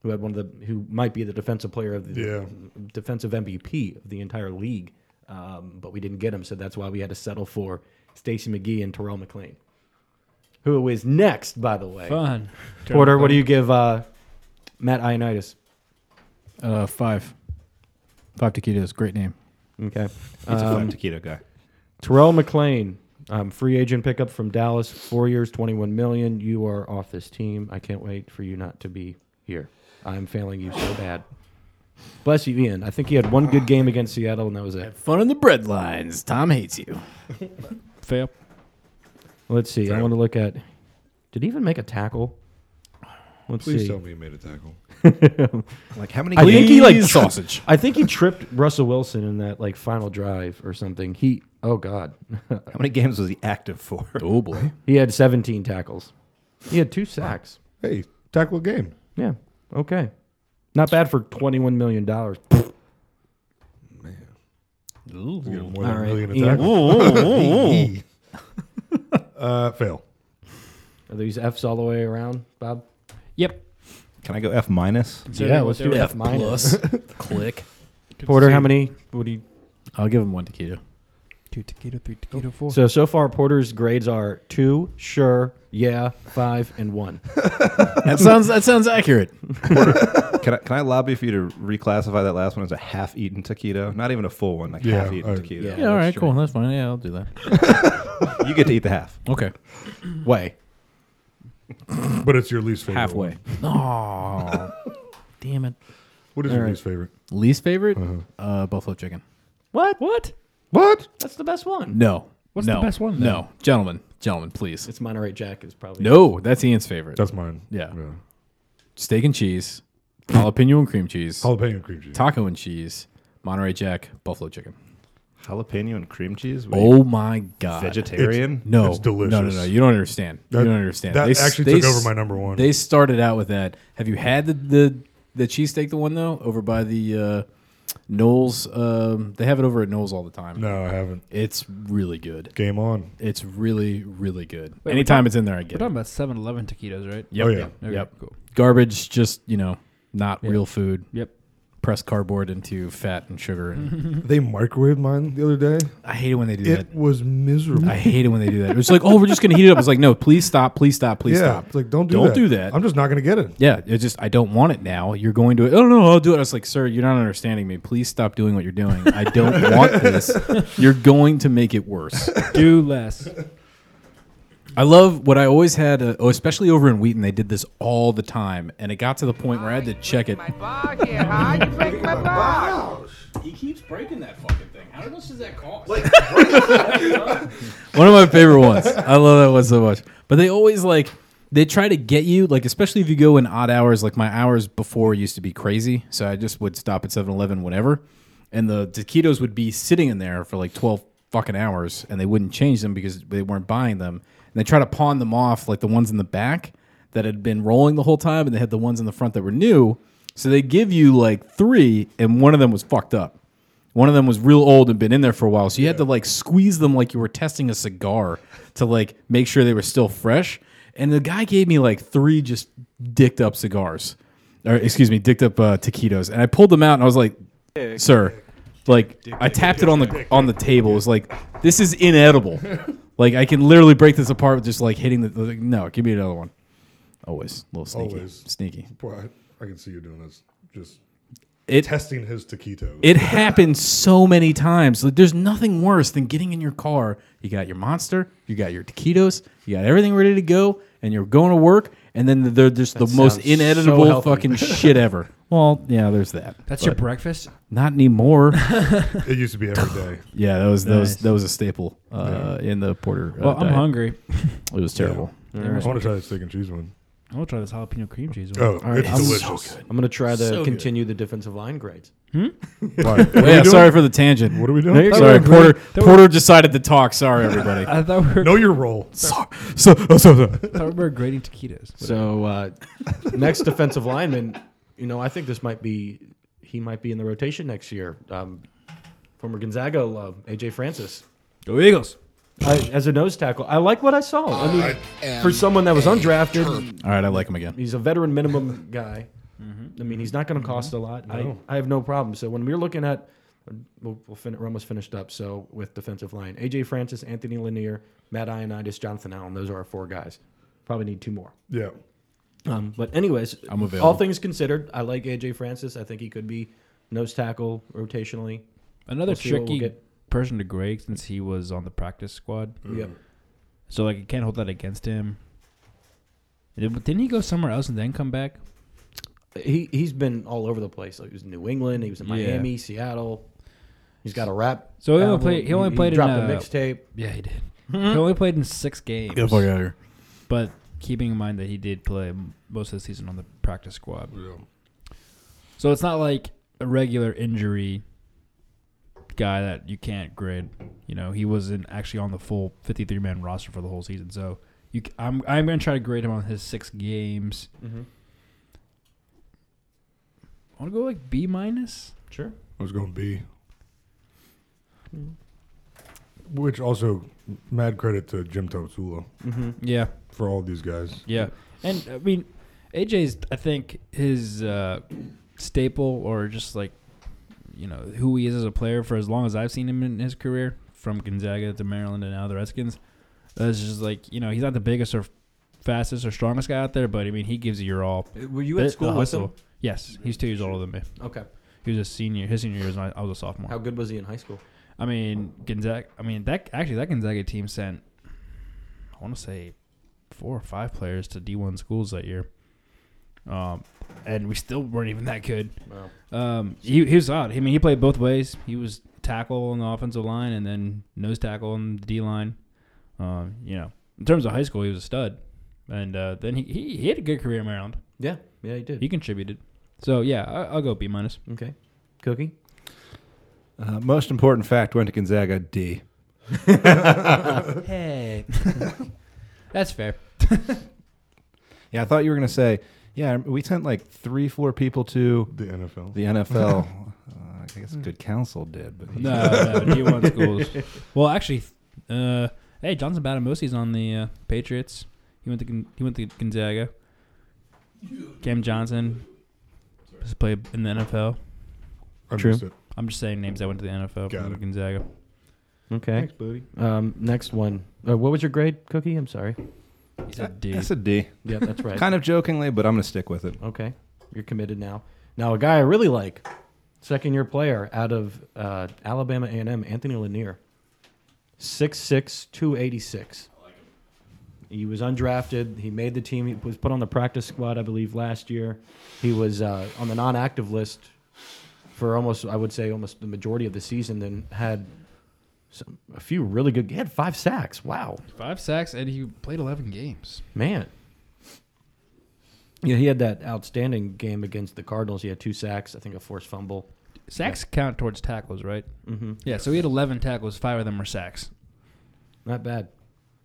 Speaker 6: who had one of the who might be the defensive player of the
Speaker 5: Yeah.
Speaker 6: defensive MVP of the entire league, um, but we didn't get him, so that's why we had to settle for Stacy McGee and Terrell McLean, who is next, by the way.
Speaker 9: Fun.
Speaker 6: Porter, what do you give uh, Matt Ioannidis?
Speaker 7: Uh, five. Five taquitos. Great name.
Speaker 6: Okay,
Speaker 8: He's a
Speaker 6: Um,
Speaker 8: fun taquito guy.
Speaker 6: Terrell McLean, um, free agent pickup from Dallas, four years, twenty-one million. You are off this team. I can't wait for you not to be here. I'm failing you so bad. Bless you, Ian. I think he had one good game against Seattle, and that was it.
Speaker 7: Fun in the bread lines. Tom hates you.
Speaker 9: Fail.
Speaker 6: Let's see. I want to look at. Did he even make a tackle? Let's
Speaker 5: Please
Speaker 6: see.
Speaker 5: tell me you made a tackle.
Speaker 8: Like how many?
Speaker 6: I think he like
Speaker 10: sausage.
Speaker 6: I think he tripped Russell Wilson in that like final drive or something. He oh god,
Speaker 8: How many games was he active for?
Speaker 10: Oh boy.
Speaker 6: he had 17 tackles. He had two sacks.
Speaker 5: Hey, tackle a game.
Speaker 6: Yeah. Okay. Not bad for 21 million dollars.
Speaker 5: You get more than
Speaker 6: All
Speaker 5: a
Speaker 6: right.
Speaker 5: million a
Speaker 6: Ian.
Speaker 5: tackle. Uh, fail.
Speaker 6: Are these F's all the way around, Bob?
Speaker 9: Yep.
Speaker 8: Can I go F minus?
Speaker 9: Yeah, let's do
Speaker 6: F minus.
Speaker 10: Click.
Speaker 6: Porter, how many? What do you?
Speaker 10: I'll give him one taquito.
Speaker 9: Two taquito, three taquito, four.
Speaker 6: So so far, Porter's grades are two, sure, yeah, five, and one.
Speaker 10: That sounds that sounds accurate.
Speaker 8: Can I, can I lobby for you to reclassify that last one as a half-eaten taquito? Not even a full one, like
Speaker 5: Yeah,
Speaker 8: half-eaten
Speaker 5: I-
Speaker 8: taquito.
Speaker 10: Yeah, all right, cool. That's fine. Yeah, I'll do that.
Speaker 8: You get to eat the half.
Speaker 10: Okay. Way.
Speaker 5: But it's your least favorite.
Speaker 10: Halfway.
Speaker 5: one.
Speaker 10: Oh. Damn it.
Speaker 5: What is your least favorite?
Speaker 10: Least favorite?
Speaker 5: Mm-hmm.
Speaker 10: Uh, buffalo chicken.
Speaker 6: What? What?
Speaker 5: What?
Speaker 6: That's the best one.
Speaker 10: No.
Speaker 9: What's
Speaker 10: No.
Speaker 9: the best one, then?
Speaker 10: No. Gentlemen. Gentlemen, please.
Speaker 6: It's Monterey Jack is probably
Speaker 10: No, that's Ian's favorite.
Speaker 5: That's mine.
Speaker 10: Yeah.
Speaker 5: yeah.
Speaker 10: Steak and cheese, jalapeno and cream cheese,
Speaker 5: Jalapeno cream cheese.
Speaker 10: taco and cheese, Monterey Jack, buffalo chicken.
Speaker 8: Jalapeno and cream cheese. What are you,
Speaker 10: Oh my god.
Speaker 8: vegetarian.
Speaker 10: No,
Speaker 5: It's
Speaker 10: No, no,
Speaker 5: delicious.
Speaker 10: no. You don't understand.
Speaker 5: That-
Speaker 10: you don't understand.
Speaker 5: that
Speaker 10: They s-
Speaker 5: actually
Speaker 10: they
Speaker 5: took
Speaker 10: s-
Speaker 5: over my number one.
Speaker 10: They started out with that. Have you had the the, the cheesesteak, the one though, over by the uh, Knowles? Um, they have it over at Knowles all the time.
Speaker 5: No, I haven't.
Speaker 10: It's really good.
Speaker 5: Game on.
Speaker 10: It's really, really good.
Speaker 9: Wait,
Speaker 10: Anytime
Speaker 9: we're
Speaker 10: it's in there, I
Speaker 9: We're
Speaker 10: get
Speaker 9: talking
Speaker 10: it.
Speaker 9: about 7 Eleven taquitos, right?
Speaker 10: Yep.
Speaker 5: Oh, yeah.
Speaker 10: Yep.
Speaker 9: Okay,
Speaker 10: yep.
Speaker 9: cool.
Speaker 10: Garbage, just, you know, not real food.
Speaker 9: Yep.
Speaker 10: Pressed cardboard into fat and sugar. And
Speaker 5: They microwaved mine the other day.
Speaker 10: I hate it when they do that.
Speaker 5: It was miserable.
Speaker 10: I hate it when they do that. It's like, oh, we're just going to heat it up. It's like, no, please stop. Please stop. Please
Speaker 5: yeah,
Speaker 10: stop.
Speaker 5: it's like don't do
Speaker 10: Don't
Speaker 5: that.
Speaker 10: do that.
Speaker 5: I'm just not gonna get it.
Speaker 10: Yeah, it's just I don't want it now. You're going to it. Oh no, I'll do it. I was like, sir, you're not understanding me. Please stop doing what you're doing. I don't want this. You're going to make it worse.
Speaker 9: Do less.
Speaker 10: I love what I always had, uh, oh, especially over in Wheaton. They did this all the time, and it got to the point where I had to check it.
Speaker 3: bar here, huh? You break my bar.
Speaker 10: He keeps breaking that fucking thing. How much does that cost? one of my favorite ones. I love that one so much. But they always like they try to get you like especially if you go in odd hours. Like my hours before used to be crazy, so I just would stop at 7-Eleven whenever, and the taquitos would be sitting in there for like twelve fucking hours, and they wouldn't change them because they weren't buying them. And they try to pawn them off like the ones in the back that had been rolling the whole time, and they had the ones in the front that were new. So they give you like three, and one of them was fucked up. One of them was real old and been in there for a while, so you had to like squeeze them like you were testing a cigar to like make sure they were still fresh. And the guy gave me like three just dicked up cigars, or excuse me, dicked up uh, taquitos, and I pulled them out and I was like, "Sir, like I tapped it on the on the table. It was like this is inedible. like I can literally break this apart with just like hitting the like, no. Give me another one. Always a little sneaky,
Speaker 5: Always.
Speaker 10: sneaky.
Speaker 5: Boy, I, I can see you doing this. Just
Speaker 10: It
Speaker 5: testing his taquitos.
Speaker 10: It happened so many times. Like, there's nothing worse than getting in your car. You got your monster, you got your taquitos, you got everything ready to go, and you're going to work, and then they're just the most
Speaker 6: sounds
Speaker 10: inedible
Speaker 6: so healthy.
Speaker 10: fucking shit ever. Well, yeah, there's that. But
Speaker 9: That's your breakfast?
Speaker 10: not anymore.
Speaker 5: It used to be every day.
Speaker 10: yeah, that was that was
Speaker 9: Nice.
Speaker 10: that was a staple uh, in the porter. uh,
Speaker 9: Well, I'm
Speaker 10: diet.
Speaker 9: hungry.
Speaker 10: It was terrible.
Speaker 5: I want to try the steak and cheese one.
Speaker 9: I'm going to try this jalapeno cream cheese one.
Speaker 5: Oh, it's
Speaker 6: I'm
Speaker 5: delicious.
Speaker 6: I'm gonna try to
Speaker 10: So good.
Speaker 6: continue the defensive line grades.
Speaker 5: Why? What are we
Speaker 10: yeah,
Speaker 5: doing?
Speaker 10: sorry for the tangent.
Speaker 5: What are we doing?
Speaker 9: you're
Speaker 10: Sorry,
Speaker 9: good.
Speaker 10: Porter.
Speaker 9: That was-
Speaker 10: Porter decided to talk. Sorry, everybody.
Speaker 9: I thought we were,
Speaker 5: Know your role.
Speaker 10: so, so, so, so.
Speaker 9: I thought we were grading taquitos.
Speaker 6: So uh, next defensive lineman, you know, I think this might be he might be in the rotation next year. Um, former Gonzaga love AJ Francis
Speaker 9: Go Eagles.
Speaker 6: I, as a nose tackle. I like what I saw. I mean, for someone that was undrafted,
Speaker 10: All right, I like him again.
Speaker 6: he's a veteran minimum guy. I mean, he's not going to cost a lot. I, I have no problem. So when we're looking at, we'll, we'll fin- we're almost finished up. So with defensive line, AJ Francis, Anthony Lanier, Matt Ioannidis, Jonathan Allen. Those are our four guys. Probably need two more.
Speaker 5: Yeah.
Speaker 6: Um, but anyways,
Speaker 10: I'm available.
Speaker 6: all things considered, I like AJ Francis. I think he could be nose tackle rotationally.
Speaker 9: Another
Speaker 6: We'll see what we'll
Speaker 9: tricky
Speaker 6: get.
Speaker 9: person to grade since he was on the practice squad.
Speaker 6: Yep.
Speaker 9: So, like, you can't hold that against him. Did- but Didn't he go somewhere else and then come back?
Speaker 6: He he's been all over the place. Like he was in New England, he was in
Speaker 9: Yeah.
Speaker 6: Miami, Seattle. He's got a rap.
Speaker 9: So he only
Speaker 6: album.
Speaker 9: played- he only played in,
Speaker 6: dropped a
Speaker 9: uh,
Speaker 6: mixtape.
Speaker 9: Yeah, he did. he only played in six games.
Speaker 10: Get the fuck out of here.
Speaker 9: But keeping in mind that he did play m- most of the season on the practice squad. So it's not like a regular injury guy that you can't grade. You know, he wasn't actually on the full 53 man roster for the whole season. So you, c- I'm I'm gonna try to grade him on his six games. I want to go like B minus.
Speaker 6: Sure.
Speaker 5: I was going B. Which also, mad credit to Jim Totsula
Speaker 9: Yeah,
Speaker 5: for all these guys.
Speaker 9: yeah. And I mean, AJ's I think his uh, staple or just like you know who he is as a player for as long as I've seen him in his career from Gonzaga to Maryland and now the Redskins. That's just like you know he's not the biggest or fastest or strongest guy out there, but I mean he gives you your all.
Speaker 6: Uh,
Speaker 9: Eh,
Speaker 6: Were you at
Speaker 9: The- the
Speaker 6: school with him?
Speaker 9: hustle. Yes, he's two years older than me.
Speaker 6: Okay.
Speaker 9: He was a senior. His senior year was when I I was a sophomore.
Speaker 6: How good was he in high school?
Speaker 9: I mean, Gonzaga. I mean, that actually that Gonzaga team sent, I want to say, four or five players to D one schools that year, um, and we still weren't even that good.
Speaker 6: Wow.
Speaker 9: Um, he he was odd. I mean, he played both ways. He was tackle on the offensive line and then nose tackle on the D line. Um, you know, in terms of high school, he was a stud, and uh, then he, he he had a good career in Maryland.
Speaker 6: Yeah. Yeah, he did.
Speaker 9: He contributed. So yeah, I, I'll go B minus.
Speaker 6: okay. Cookie?
Speaker 8: Uh, most important fact went to Gonzaga D.
Speaker 9: Hey, that's fair.
Speaker 8: Yeah, I thought you were gonna say, yeah, we sent like three, four people to
Speaker 5: The NFL.
Speaker 8: the NFL. uh, I guess good counsel did, but
Speaker 9: No, no, D one schools. Well, actually, uh, hey, Johnson Batamosi's on the uh, Patriots. He went to Gon- he went to Gonzaga. Cam Johnson just played in the NFL.
Speaker 5: I
Speaker 6: True.
Speaker 5: missed it.
Speaker 9: I'm just saying names that went to the NFL
Speaker 5: Got
Speaker 9: from
Speaker 5: it.
Speaker 9: Gonzaga.
Speaker 6: Okay.
Speaker 5: buddy.
Speaker 6: Um, next one. Uh, what was your grade, Cookie? I'm sorry.
Speaker 9: He's a D.
Speaker 8: that's a D.
Speaker 6: Yeah, that's right.
Speaker 8: Kind of jokingly, but I'm gonna stick with it.
Speaker 6: Okay. You're committed now. Now, a guy I really like, second year player out of uh, Alabama A&M, Anthony Lanier. 6'6", 286. He was undrafted. He made the team. He was put on the practice squad, I believe, last year. He was uh, on the non-active list for almost, I would say, almost the majority of the season. Then had some, a few really good. He had five sacks. Wow,
Speaker 7: Five sacks, and he played 11 games.
Speaker 6: Man. Yeah, he had that outstanding game against the Cardinals. He had two sacks, I think a forced fumble.
Speaker 7: Sacks count towards tackles, right?
Speaker 6: Mm-hmm.
Speaker 7: Yeah, so he had 11 tackles. Five of them were sacks.
Speaker 6: Not bad.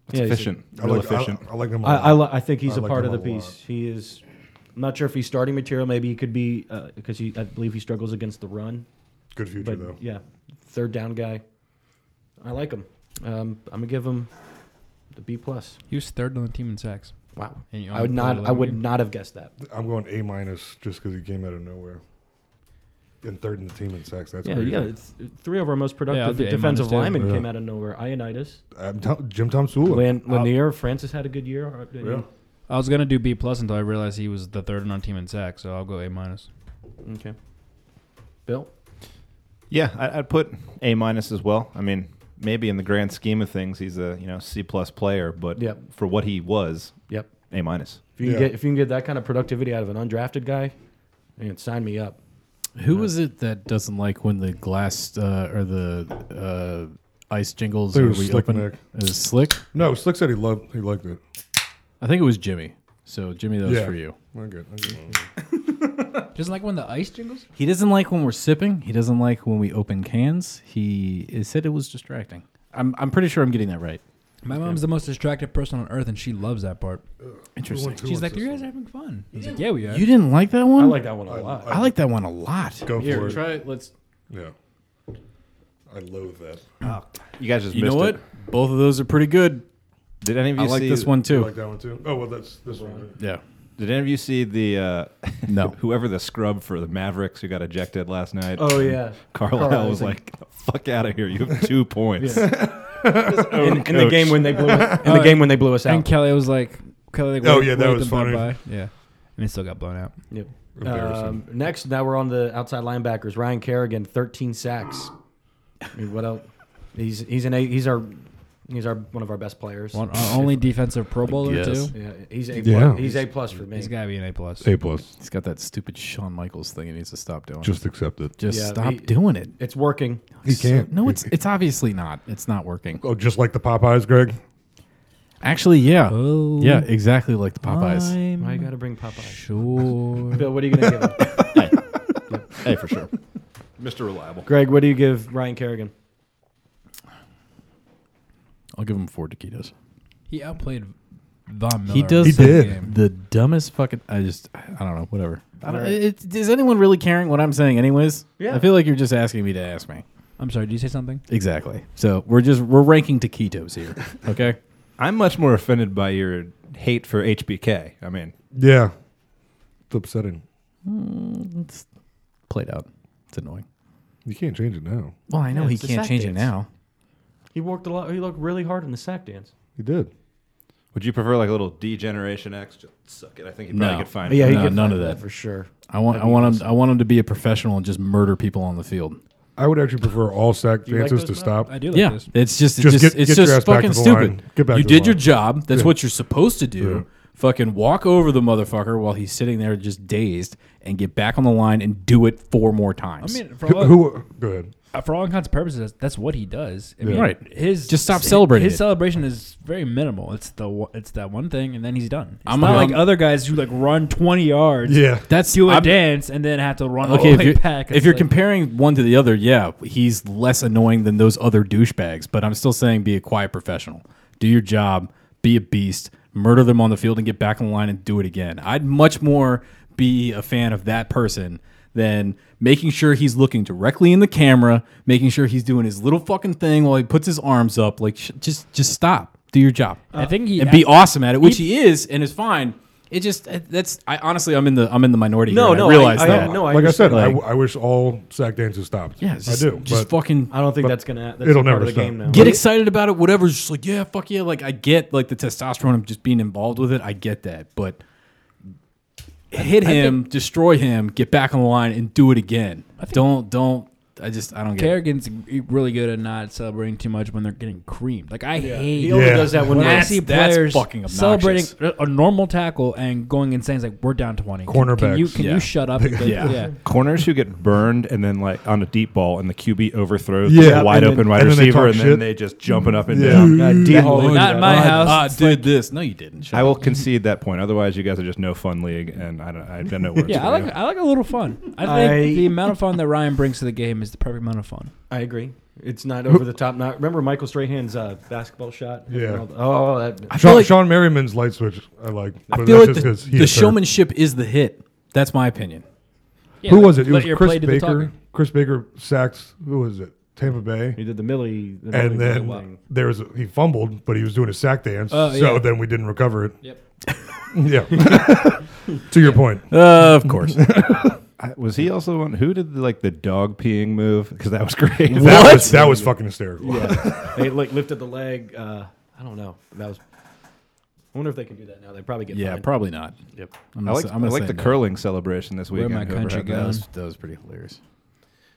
Speaker 8: That's
Speaker 6: Yeah, he's a-
Speaker 8: efficient,
Speaker 5: I
Speaker 8: real
Speaker 5: like,
Speaker 8: efficient.
Speaker 5: I, I like them.
Speaker 6: I, I, li- I think he's
Speaker 5: I
Speaker 6: a
Speaker 5: like
Speaker 6: part of
Speaker 5: him
Speaker 6: the
Speaker 5: a lot.
Speaker 6: piece. He is. I'm not sure if he's starting material. Maybe he could be because he I believe he struggles against the run.
Speaker 5: Good future
Speaker 6: But
Speaker 5: though.
Speaker 6: yeah, third down guy. I like him. Um, I'm gonna give him the B plus.
Speaker 7: He was third on the team in sacks.
Speaker 6: Wow.
Speaker 7: And you
Speaker 6: I would
Speaker 7: only
Speaker 6: not.
Speaker 7: played
Speaker 6: I
Speaker 7: 11
Speaker 6: would
Speaker 7: games?
Speaker 6: not have guessed that.
Speaker 5: I'm going A minus just because he came out of nowhere. And third in the team in sacks. That's
Speaker 6: yeah,
Speaker 5: crazy.
Speaker 6: yeah. It's three of our most
Speaker 7: I'll
Speaker 6: productive
Speaker 7: do A minus
Speaker 6: defensive
Speaker 7: too.
Speaker 6: linemen
Speaker 5: Yeah.
Speaker 6: came out of nowhere. Ionitis.
Speaker 5: I'm tell- Jim Tom Sula.
Speaker 6: Lan- Lanier, Francis had a good year. uh, or-
Speaker 5: Yeah.
Speaker 7: I was gonna do B plus until I realized he was the third on team in sacks, so I'll go A minus.
Speaker 6: Okay. Bill?
Speaker 8: Yeah, I, I'd put A minus as well. I mean, maybe in the grand scheme of things, he's a you know C plus player, but
Speaker 6: Yep.
Speaker 8: for what he was,
Speaker 6: Yep.
Speaker 8: A minus.
Speaker 6: If you can
Speaker 5: Yeah.
Speaker 6: get if you can get that kind of productivity out of an undrafted guy, man, sign me up.
Speaker 11: Who is it that doesn't like when the glass uh, or the uh, ice jingles?
Speaker 5: It
Speaker 11: or
Speaker 5: was
Speaker 11: we
Speaker 5: Slick
Speaker 11: open?
Speaker 5: Nick.
Speaker 11: It was slick.
Speaker 5: No, Slick said he loved. He liked it.
Speaker 11: I think it was Jimmy. So Jimmy, that was
Speaker 5: Yeah.
Speaker 11: for you.
Speaker 5: I get. I get.
Speaker 7: Just like when the ice jingles.
Speaker 11: He doesn't like when we're sipping. He doesn't like when we open cans. He it said it was distracting. I'm I'm pretty sure I'm getting that right.
Speaker 7: My mom's the most distracted person on earth, and she loves that part.
Speaker 11: Interesting.
Speaker 5: Who wants
Speaker 7: She's like,
Speaker 5: this
Speaker 7: "You
Speaker 5: one?
Speaker 7: guys are having fun." I was like, "Yeah, we are."
Speaker 11: You didn't like that one.
Speaker 6: I like that one a lot.
Speaker 11: I like that one a lot.
Speaker 5: Go for it.
Speaker 11: it. Let's.
Speaker 5: Yeah. I loathe that.
Speaker 8: You guys just
Speaker 11: You
Speaker 8: missed
Speaker 11: know what?
Speaker 8: it.
Speaker 11: Both of those are pretty good.
Speaker 8: Did any of you
Speaker 11: I like
Speaker 8: see
Speaker 11: this one
Speaker 5: You
Speaker 11: too.
Speaker 5: like that one too? Oh well, that's this one.
Speaker 11: yeah.
Speaker 8: Did any of you see the uh,
Speaker 11: No.
Speaker 8: whoever the scrub for the Mavericks who got ejected last night?
Speaker 6: Oh yeah.
Speaker 8: Carlisle
Speaker 6: Carlisle
Speaker 8: was
Speaker 6: was
Speaker 8: like, "Get the "Fuck out of here! You have two points."
Speaker 6: In, in the game when they blew it, in the
Speaker 7: Oh,
Speaker 6: game when they blew us
Speaker 7: and
Speaker 6: out.
Speaker 7: Kelly was like, "Kelly, like,
Speaker 5: Oh,
Speaker 7: waved-
Speaker 5: yeah, that
Speaker 7: waved
Speaker 5: was
Speaker 7: him
Speaker 5: funny.
Speaker 7: bye-bye. Yeah, and he still got blown out.
Speaker 6: Yep.
Speaker 5: Embarrassing.
Speaker 6: Um, next, now we're on the outside linebackers. Ryan Kerrigan, thirteen sacks. I mean, what else? He's he's an A, he's our he's our one of our best players.
Speaker 7: One, our only defensive Pro Bowler
Speaker 11: guess.
Speaker 7: too.
Speaker 6: Yeah, he's a
Speaker 5: Yeah.
Speaker 6: plus, he's a plus for me.
Speaker 7: He's got to be an A plus.
Speaker 5: A plus.
Speaker 11: He's got that stupid Shawn Michaels thing. He needs to stop doing.
Speaker 5: Just accept it.
Speaker 11: Just
Speaker 6: Yeah,
Speaker 11: stop
Speaker 6: he-
Speaker 11: doing it.
Speaker 6: it's working.
Speaker 5: He can't.
Speaker 11: No, it's it's obviously not. It's not working.
Speaker 5: Oh, just like the Popeyes, Greg.
Speaker 10: Actually, yeah.
Speaker 9: Oh.
Speaker 10: Yeah, exactly like the Popeyes.
Speaker 6: Why you gotta bring Popeye?
Speaker 9: Sure.
Speaker 6: Bill, what are you gonna give? him?
Speaker 8: hey. hey, for sure. Mr. Reliable.
Speaker 6: Greg, what do you give Ryan Kerrigan?
Speaker 10: I'll give him four taquitos.
Speaker 9: he outplayed Von Miller.
Speaker 10: He does
Speaker 5: He
Speaker 10: the,
Speaker 5: did.
Speaker 10: game. the dumbest fucking. I just, I don't know, whatever. I don't,
Speaker 6: Alright.
Speaker 10: it, is anyone really caring what I'm saying, anyways?
Speaker 6: Yeah.
Speaker 10: I feel like you're just asking me to ask me.
Speaker 9: I'm sorry. Did you say something?
Speaker 10: Exactly. So we're just, we're ranking taquitos here. Okay.
Speaker 8: I'm much more offended by your hate for HBK. I mean,
Speaker 5: Yeah. It's upsetting.
Speaker 10: it's played out. It's annoying.
Speaker 5: You can't change it now.
Speaker 10: Well, I know
Speaker 6: Yeah,
Speaker 10: he
Speaker 6: it's the
Speaker 10: can't
Speaker 6: sack
Speaker 10: change it
Speaker 6: dance.
Speaker 10: now.
Speaker 6: He worked a lot. He looked really hard in the sack dance.
Speaker 5: You did.
Speaker 8: would you prefer like a little D Generation X? Just suck it. I think you
Speaker 10: No.
Speaker 8: probably could find
Speaker 10: Yeah,
Speaker 8: it.
Speaker 10: he
Speaker 6: No,
Speaker 10: could
Speaker 6: none
Speaker 10: find
Speaker 6: of
Speaker 10: that
Speaker 6: that
Speaker 10: for
Speaker 6: for sure.
Speaker 10: I want, I want him, I want him to be a professional and just murder people on the field.
Speaker 5: I would actually prefer all sack
Speaker 6: You like
Speaker 5: dances
Speaker 6: those,
Speaker 5: to
Speaker 6: Matt?
Speaker 5: stop.
Speaker 9: I do like
Speaker 10: yeah,
Speaker 9: this.
Speaker 10: it's just, it's
Speaker 5: Just
Speaker 10: just,
Speaker 5: get-
Speaker 10: it's
Speaker 5: get your
Speaker 10: just
Speaker 5: ass back
Speaker 10: fucking
Speaker 5: to the
Speaker 10: stupid.
Speaker 5: line. Get back
Speaker 10: you
Speaker 5: to the
Speaker 10: did your
Speaker 5: line.
Speaker 10: job. That's what you're supposed to do.
Speaker 5: Yeah.
Speaker 10: Fucking walk over the motherfucker while he's sitting there just dazed, and get back on the line and do it four more
Speaker 9: I
Speaker 10: times.
Speaker 9: mean, for
Speaker 5: Who,
Speaker 9: all,
Speaker 5: who- Go ahead.
Speaker 9: uh, for all intents and purposes, that's, that's what he does. I mean,
Speaker 10: Right.
Speaker 9: His
Speaker 10: Just stop
Speaker 9: his-
Speaker 10: celebrating
Speaker 9: His
Speaker 10: it.
Speaker 9: celebration is very minimal. It's the one- it's that one thing, and then he's done. It's
Speaker 10: I'm-
Speaker 9: not
Speaker 10: I'm-
Speaker 9: like other guys who like run 20 yards,
Speaker 5: Yeah.
Speaker 10: that's
Speaker 9: do a
Speaker 10: I'm-
Speaker 9: dance, and then have to run
Speaker 10: Okay,
Speaker 9: all
Speaker 10: if
Speaker 9: the way
Speaker 10: you're,
Speaker 9: back.
Speaker 10: if
Speaker 9: It's
Speaker 10: you're
Speaker 9: like-
Speaker 10: comparing one to the other, yeah, he's less annoying than those other douchebags. But I'm still saying be a quiet professional, do your job, be a beast, murder them on the field, and get back on the line and do it again. I'd much more be a fan of that person than making sure he's looking directly in the camera, making sure he's doing his little fucking thing while he puts his arms up. Like sh- just just stop, do your job.
Speaker 9: I think he
Speaker 10: and be awesome at it, which he, is, and is fine. It just uh, that's I honestly I'm in the I'm in the minority.
Speaker 6: No,
Speaker 10: here, and
Speaker 6: no,
Speaker 10: I
Speaker 6: I-
Speaker 10: realize
Speaker 6: I-
Speaker 10: that.
Speaker 6: no, I
Speaker 5: like I said, I,
Speaker 10: like-
Speaker 5: w- I wish all sack dances stopped.
Speaker 10: Yeah, it's just,
Speaker 5: I do.
Speaker 10: Just
Speaker 5: but
Speaker 10: fucking
Speaker 6: I don't think
Speaker 5: But
Speaker 6: that's gonna. That's
Speaker 5: it'll
Speaker 6: part
Speaker 5: never
Speaker 6: of the
Speaker 5: stop.
Speaker 6: game now.
Speaker 10: get excited about it. Whatever's just like, yeah, fuck yeah. Like I get like the testosterone of just being involved with it. I get that, but hit him, destroy him, get back on the line, and do it again. Don't don't. I just I don't get. It.
Speaker 9: Kerrigan's really good at not celebrating too much when they're getting creamed. Like I hate
Speaker 6: He only
Speaker 5: Yeah.
Speaker 6: does that when
Speaker 9: when I
Speaker 10: That's-
Speaker 9: see
Speaker 10: that's
Speaker 9: players
Speaker 10: fucking obnoxious.
Speaker 9: celebrating a a normal tackle and going insane, it's like we're down twenty. Can- Can
Speaker 5: Cornerbacks.
Speaker 9: you can
Speaker 10: Yeah.
Speaker 9: you shut up? And go,
Speaker 10: Yeah.
Speaker 9: yeah.
Speaker 8: Corners who get burned and then like on a deep ball and the QB overthrows
Speaker 5: Yeah,
Speaker 8: the wide
Speaker 5: and then-
Speaker 8: open wide
Speaker 5: and then they
Speaker 8: receiver
Speaker 5: talk
Speaker 8: and then
Speaker 5: shit.
Speaker 8: they just jumping up and
Speaker 5: Yeah.
Speaker 8: down.
Speaker 9: Not in my house.
Speaker 10: "Oh, I did this. No, you didn't. Shut
Speaker 8: I
Speaker 10: up.
Speaker 8: will concede that point. Otherwise, you guys are just no fun league, and I don't. I don't know where.
Speaker 9: Yeah, I like I like a little fun. I think
Speaker 6: I-
Speaker 9: the amount of fun that Ryan brings to the game is the perfect amount of fun.
Speaker 6: I agree. It's not over the top. Not remember Michael Strahan's uh, basketball shot.
Speaker 5: Yeah.
Speaker 6: Oh, that,
Speaker 10: I feel
Speaker 5: Sean,
Speaker 10: like,
Speaker 5: Sean Merriman's light switch, I like.
Speaker 10: I
Speaker 5: but
Speaker 10: feel like
Speaker 5: that's just
Speaker 10: the,
Speaker 5: 'cause he
Speaker 10: the
Speaker 5: is third.
Speaker 10: showmanship is the hit. That's my opinion.
Speaker 5: Who was it? It
Speaker 9: Let
Speaker 5: was
Speaker 9: your
Speaker 5: Chris
Speaker 9: play do the
Speaker 5: Baker.
Speaker 9: talking.
Speaker 5: Chris Baker sacks. Who was it? Tampa Bay.
Speaker 6: he did the Millie. The Millie
Speaker 5: and then
Speaker 6: thing.
Speaker 5: there was he fumbled, but he was doing a sack dance.
Speaker 9: Oh,
Speaker 5: So
Speaker 9: yeah.
Speaker 5: then we didn't recover it.
Speaker 9: Yep.
Speaker 5: yeah. to your point.
Speaker 10: Uh, of course.
Speaker 8: I, was he also on? Who did the, like the dog peeing move? Because that was great.
Speaker 5: That was, that was fucking hysterical.
Speaker 6: Yeah. they like lifted the leg. Uh, I don't know. That was. I wonder if they can do that now. They probably get
Speaker 10: yeah,
Speaker 6: fined.
Speaker 10: probably not.
Speaker 6: Yep.
Speaker 10: I'm
Speaker 8: I
Speaker 10: gonna
Speaker 8: like.
Speaker 10: say-
Speaker 8: I
Speaker 10: I'm gonna
Speaker 8: like
Speaker 10: say
Speaker 8: the
Speaker 10: no.
Speaker 8: curling celebration this
Speaker 9: Where
Speaker 8: weekend.
Speaker 9: my
Speaker 8: Whoever
Speaker 9: country
Speaker 8: had
Speaker 10: That
Speaker 8: that.
Speaker 10: was, that was pretty hilarious.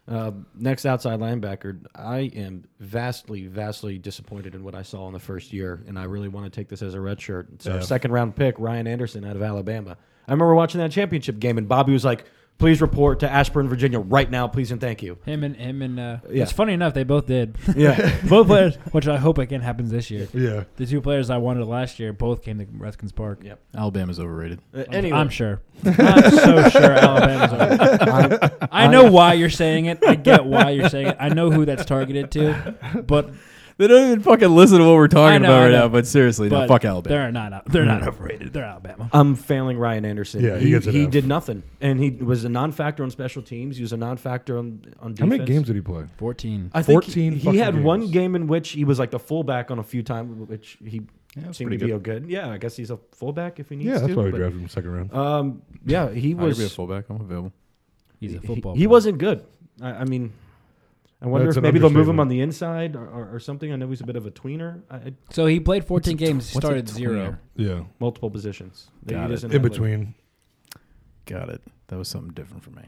Speaker 6: Uh, next outside linebacker. I am vastly, vastly disappointed in what I saw in the first year, and I really want to take this as a red shirt. It's our second round pick, Ryan Anderson out of Alabama. I remember watching that championship game, and Bobby was like, "Please report to Ashburn, Virginia, right now, please and thank you."
Speaker 9: Him and him and uh,
Speaker 6: Yeah.
Speaker 9: it's funny enough they both did.
Speaker 6: Yeah.
Speaker 9: both players, which I hope again happens this year.
Speaker 5: Yeah.
Speaker 9: The two players I wanted last year both came to Redskins Park.
Speaker 6: Yep.
Speaker 10: Alabama's overrated.
Speaker 6: Uh,
Speaker 9: I'm,
Speaker 6: anyway,
Speaker 9: I'm sure. I'm so sure Alabama's. Over. I, I know why you're saying it. I get why you're saying it. I know who that's targeted to, but
Speaker 10: They don't even fucking listen to what we're talking
Speaker 9: I know,
Speaker 10: about
Speaker 9: I
Speaker 10: right
Speaker 9: know.
Speaker 10: now. But seriously, no,
Speaker 9: but
Speaker 10: fuck Alabama.
Speaker 9: They're not. out- They're
Speaker 5: Mm.
Speaker 9: not overrated. They're Alabama.
Speaker 6: I'm failing Ryan Anderson.
Speaker 5: Yeah, he
Speaker 6: he,
Speaker 5: gets an
Speaker 6: he
Speaker 5: F.
Speaker 6: did nothing, and he was a non-factor on special teams. He was a non-factor on on defense.
Speaker 5: How many games did he play?
Speaker 9: Fourteen.
Speaker 6: I think
Speaker 5: 14
Speaker 6: he, he
Speaker 5: fucking
Speaker 6: had one
Speaker 5: games.
Speaker 6: game in which he was like the fullback on a few times, which he
Speaker 8: that's
Speaker 6: seemed to be
Speaker 8: pretty
Speaker 6: a good. Yeah, I guess he's a fullback if he needs
Speaker 5: Yeah, that's
Speaker 6: to.
Speaker 5: why we
Speaker 6: but,
Speaker 5: drafted him second round.
Speaker 6: Um, yeah, he
Speaker 10: I could be a
Speaker 6: was.
Speaker 10: fullback. I'm available.
Speaker 9: He's a
Speaker 6: he-
Speaker 9: football.
Speaker 6: He, wasn't good. I, I mean, I wonder
Speaker 5: That's
Speaker 6: if
Speaker 5: an
Speaker 6: maybe they'll move him
Speaker 5: understatement.
Speaker 6: on the inside or, or, or something. I know he's a bit of a tweener. I, I,
Speaker 9: So he played 14 games. He
Speaker 10: what's a
Speaker 9: started
Speaker 10: tweener?
Speaker 9: zero.
Speaker 5: yeah.
Speaker 6: multiple positions. He
Speaker 10: Got it.
Speaker 6: doesn't
Speaker 5: In
Speaker 6: have, like-
Speaker 5: between.
Speaker 10: Got it. That was something different for me.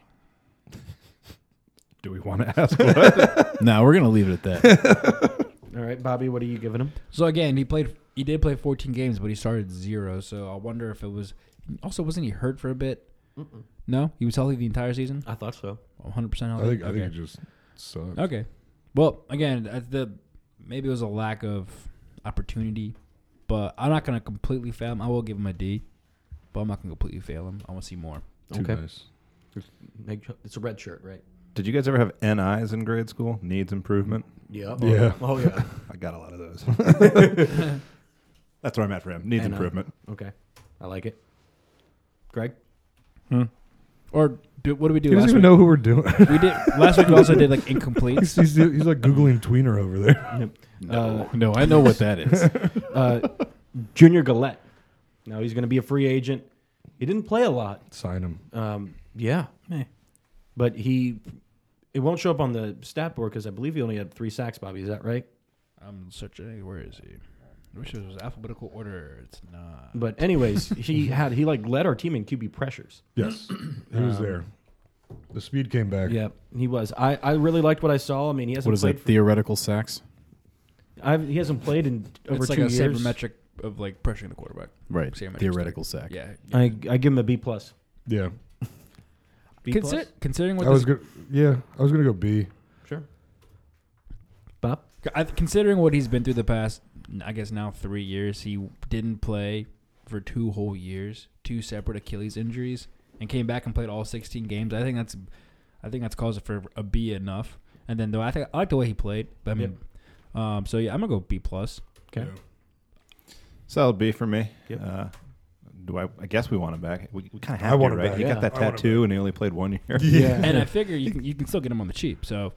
Speaker 8: Do we want to ask? What?
Speaker 10: no, we're gonna leave it at that.
Speaker 6: all right, Bobby, what are you giving him?
Speaker 9: So again, he played. He did play 14 games, but he started zero. So I wonder if it was. Also, wasn't he hurt for a bit? No, he was healthy the entire season.
Speaker 6: I thought so.
Speaker 9: 100 percent
Speaker 5: I
Speaker 9: healthy.
Speaker 5: think I
Speaker 9: okay.
Speaker 5: think it just sucks.
Speaker 9: uh, okay. Well, again, uh, the maybe it was a lack of opportunity but I'm not gonna completely fail him. I will give him a D, but I'm not gonna completely fail him. I want to see more.
Speaker 5: Too
Speaker 6: Okay.
Speaker 5: nice.
Speaker 6: Make- It's a red shirt, right?
Speaker 8: Did you guys ever have NIs in grade school? Needs improvement.
Speaker 6: Yeah.
Speaker 5: Yeah.
Speaker 6: Oh yeah.
Speaker 8: I got a lot of those. That's where I'm at for him. Needs
Speaker 6: NI.
Speaker 8: improvement.
Speaker 6: Okay. I like it. Greg.
Speaker 9: Or do, what do we do?
Speaker 5: He doesn't
Speaker 9: last
Speaker 5: even
Speaker 9: week?
Speaker 5: know who we're doing.
Speaker 9: We did last week. We also did like incomplete.
Speaker 5: he's, he's, he's like googling tweener over there.
Speaker 6: No.
Speaker 7: No, I know what that is.
Speaker 6: Uh, Junior Gillette. Now he's going to be a free agent. He didn't play a lot.
Speaker 5: Sign him.
Speaker 6: Um, yeah. But he, it won't show up on the stat board because I believe he only had three sacks, Bobby. Is that right?
Speaker 9: I'm searching. Where is he? I wish it was alphabetical order. It's not.
Speaker 6: But anyways, he had he like led our team in QB pressures.
Speaker 5: Yes, he was there. The speed came back.
Speaker 6: Yeah, he was. I, I really liked what I saw. I mean, he hasn't
Speaker 7: What is
Speaker 6: played.
Speaker 7: that? Theoretical sacks?
Speaker 6: I've, he hasn't played in over
Speaker 9: it's
Speaker 6: two
Speaker 9: like a
Speaker 6: years.
Speaker 9: sabermetric of like pressuring the quarterback.
Speaker 7: Right.
Speaker 9: Sabermetric
Speaker 7: Theoretical
Speaker 9: stick.
Speaker 7: sack.
Speaker 9: Yeah.
Speaker 6: I I give him a B plus.
Speaker 5: yeah.
Speaker 6: B
Speaker 9: Consider, considering what
Speaker 5: I was
Speaker 9: this,
Speaker 5: good. Yeah, I was gonna go B.
Speaker 6: plus. Sure. Bob.
Speaker 9: I- considering what he's been through the past, I guess now three years, he didn't play for two whole years, two separate Achilles injuries, and came back and played all 16 games. I think that's, I think that's cause for a B enough. And then though I think I like the way he played, but I mean, um, so yeah, I'm gonna go B plus.
Speaker 6: Okay.
Speaker 8: Solid B for me.
Speaker 6: Yep.
Speaker 8: Uh, do I? I guess we want him back. We, we kind of have
Speaker 5: I
Speaker 8: to,
Speaker 5: want him
Speaker 8: right?
Speaker 5: back.
Speaker 8: He
Speaker 6: Yeah.
Speaker 8: got that
Speaker 5: I want him
Speaker 8: tattoo, and he only played one year.
Speaker 9: And I figure you can you can still get him on the cheap. So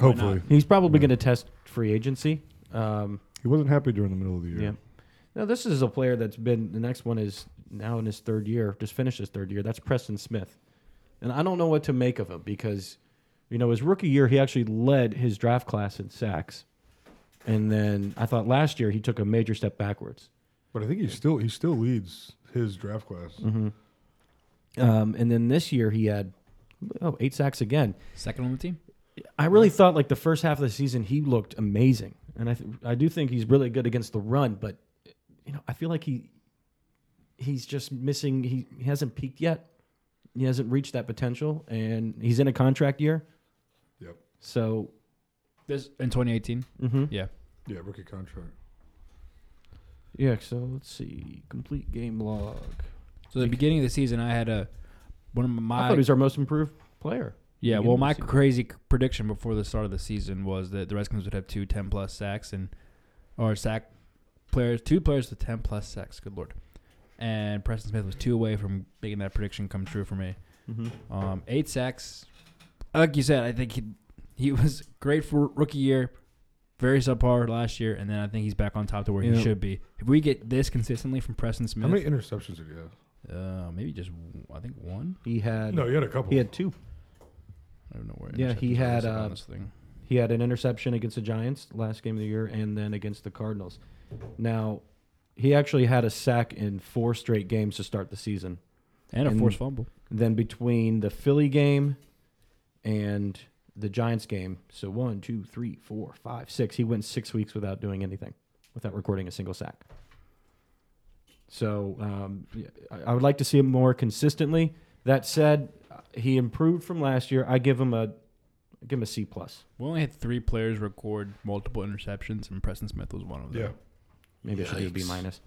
Speaker 5: Hopefully,
Speaker 6: He's probably going to test free agency. Um,
Speaker 5: he wasn't happy during the middle of the year.
Speaker 6: Yeah. Now this is a player that's been the next one is now in his third year, just finished his third year. That's Preston Smith, and I don't know what to make of him because, you know, his rookie year he actually led his draft class in sacks, and then I thought last year he took a major step backwards.
Speaker 5: But I think he still he still leads his draft class.
Speaker 6: Um, and then this year he had oh eight sacks again.
Speaker 9: second on the team.
Speaker 6: I really thought like the first half of the season he looked amazing, and I th- I do think he's really good against the run, but you know I feel like he he's just missing. He, he hasn't peaked yet. He hasn't reached that potential, and he's in a contract year.
Speaker 5: Yep.
Speaker 6: So
Speaker 9: This in 2018.
Speaker 6: Mhm.
Speaker 9: Yeah.
Speaker 5: Yeah, rookie contract.
Speaker 6: yeah. So let's see. Complete game log.
Speaker 9: So the beginning of the season, I had a one of
Speaker 6: I,
Speaker 9: my
Speaker 6: thought he was our most improved player.
Speaker 9: yeah.
Speaker 6: beginning
Speaker 9: Well,
Speaker 6: of the
Speaker 9: my
Speaker 6: season.
Speaker 9: crazy c- prediction before the start of the season was that the Redskins would have two 10 plus sacks and or sack players, two players with 10 plus sacks. Good lord. And Preston Smith was two away from making that prediction come true for me.
Speaker 6: Mm-hmm.
Speaker 9: Um, eight sacks. Like you said, I think he he was great for rookie year, very subpar last year, and then I think he's back on top to where
Speaker 6: Yeah.
Speaker 9: he should be. If we get this consistently from Preston Smith,
Speaker 5: How many interceptions did he have?
Speaker 9: uh, maybe just w- I think one.
Speaker 6: He had
Speaker 5: No, he had a couple.
Speaker 6: he had two.
Speaker 9: I don't know where.
Speaker 6: Yeah, he
Speaker 9: interceptions are
Speaker 6: had,
Speaker 9: listed
Speaker 6: uh,
Speaker 9: on this thing.
Speaker 6: He had an interception against the Giants last game of the year and then against the Cardinals. Now, he actually had a sack in four straight games to start the season.
Speaker 9: and a
Speaker 6: and-
Speaker 9: forced fumble.
Speaker 6: Then between the Philly game and the Giants game, so one, two, three, four, five, six, he went six weeks without doing anything, without recording a single sack. So um, yeah, I I would like to see him more consistently. That said, uh, he improved from last year. I give him a I give him a C plus.
Speaker 9: We only had three players record multiple interceptions, and Preston Smith was one of them.
Speaker 5: Yeah,
Speaker 6: Maybe I should do a B
Speaker 9: Yikes.
Speaker 6: minus.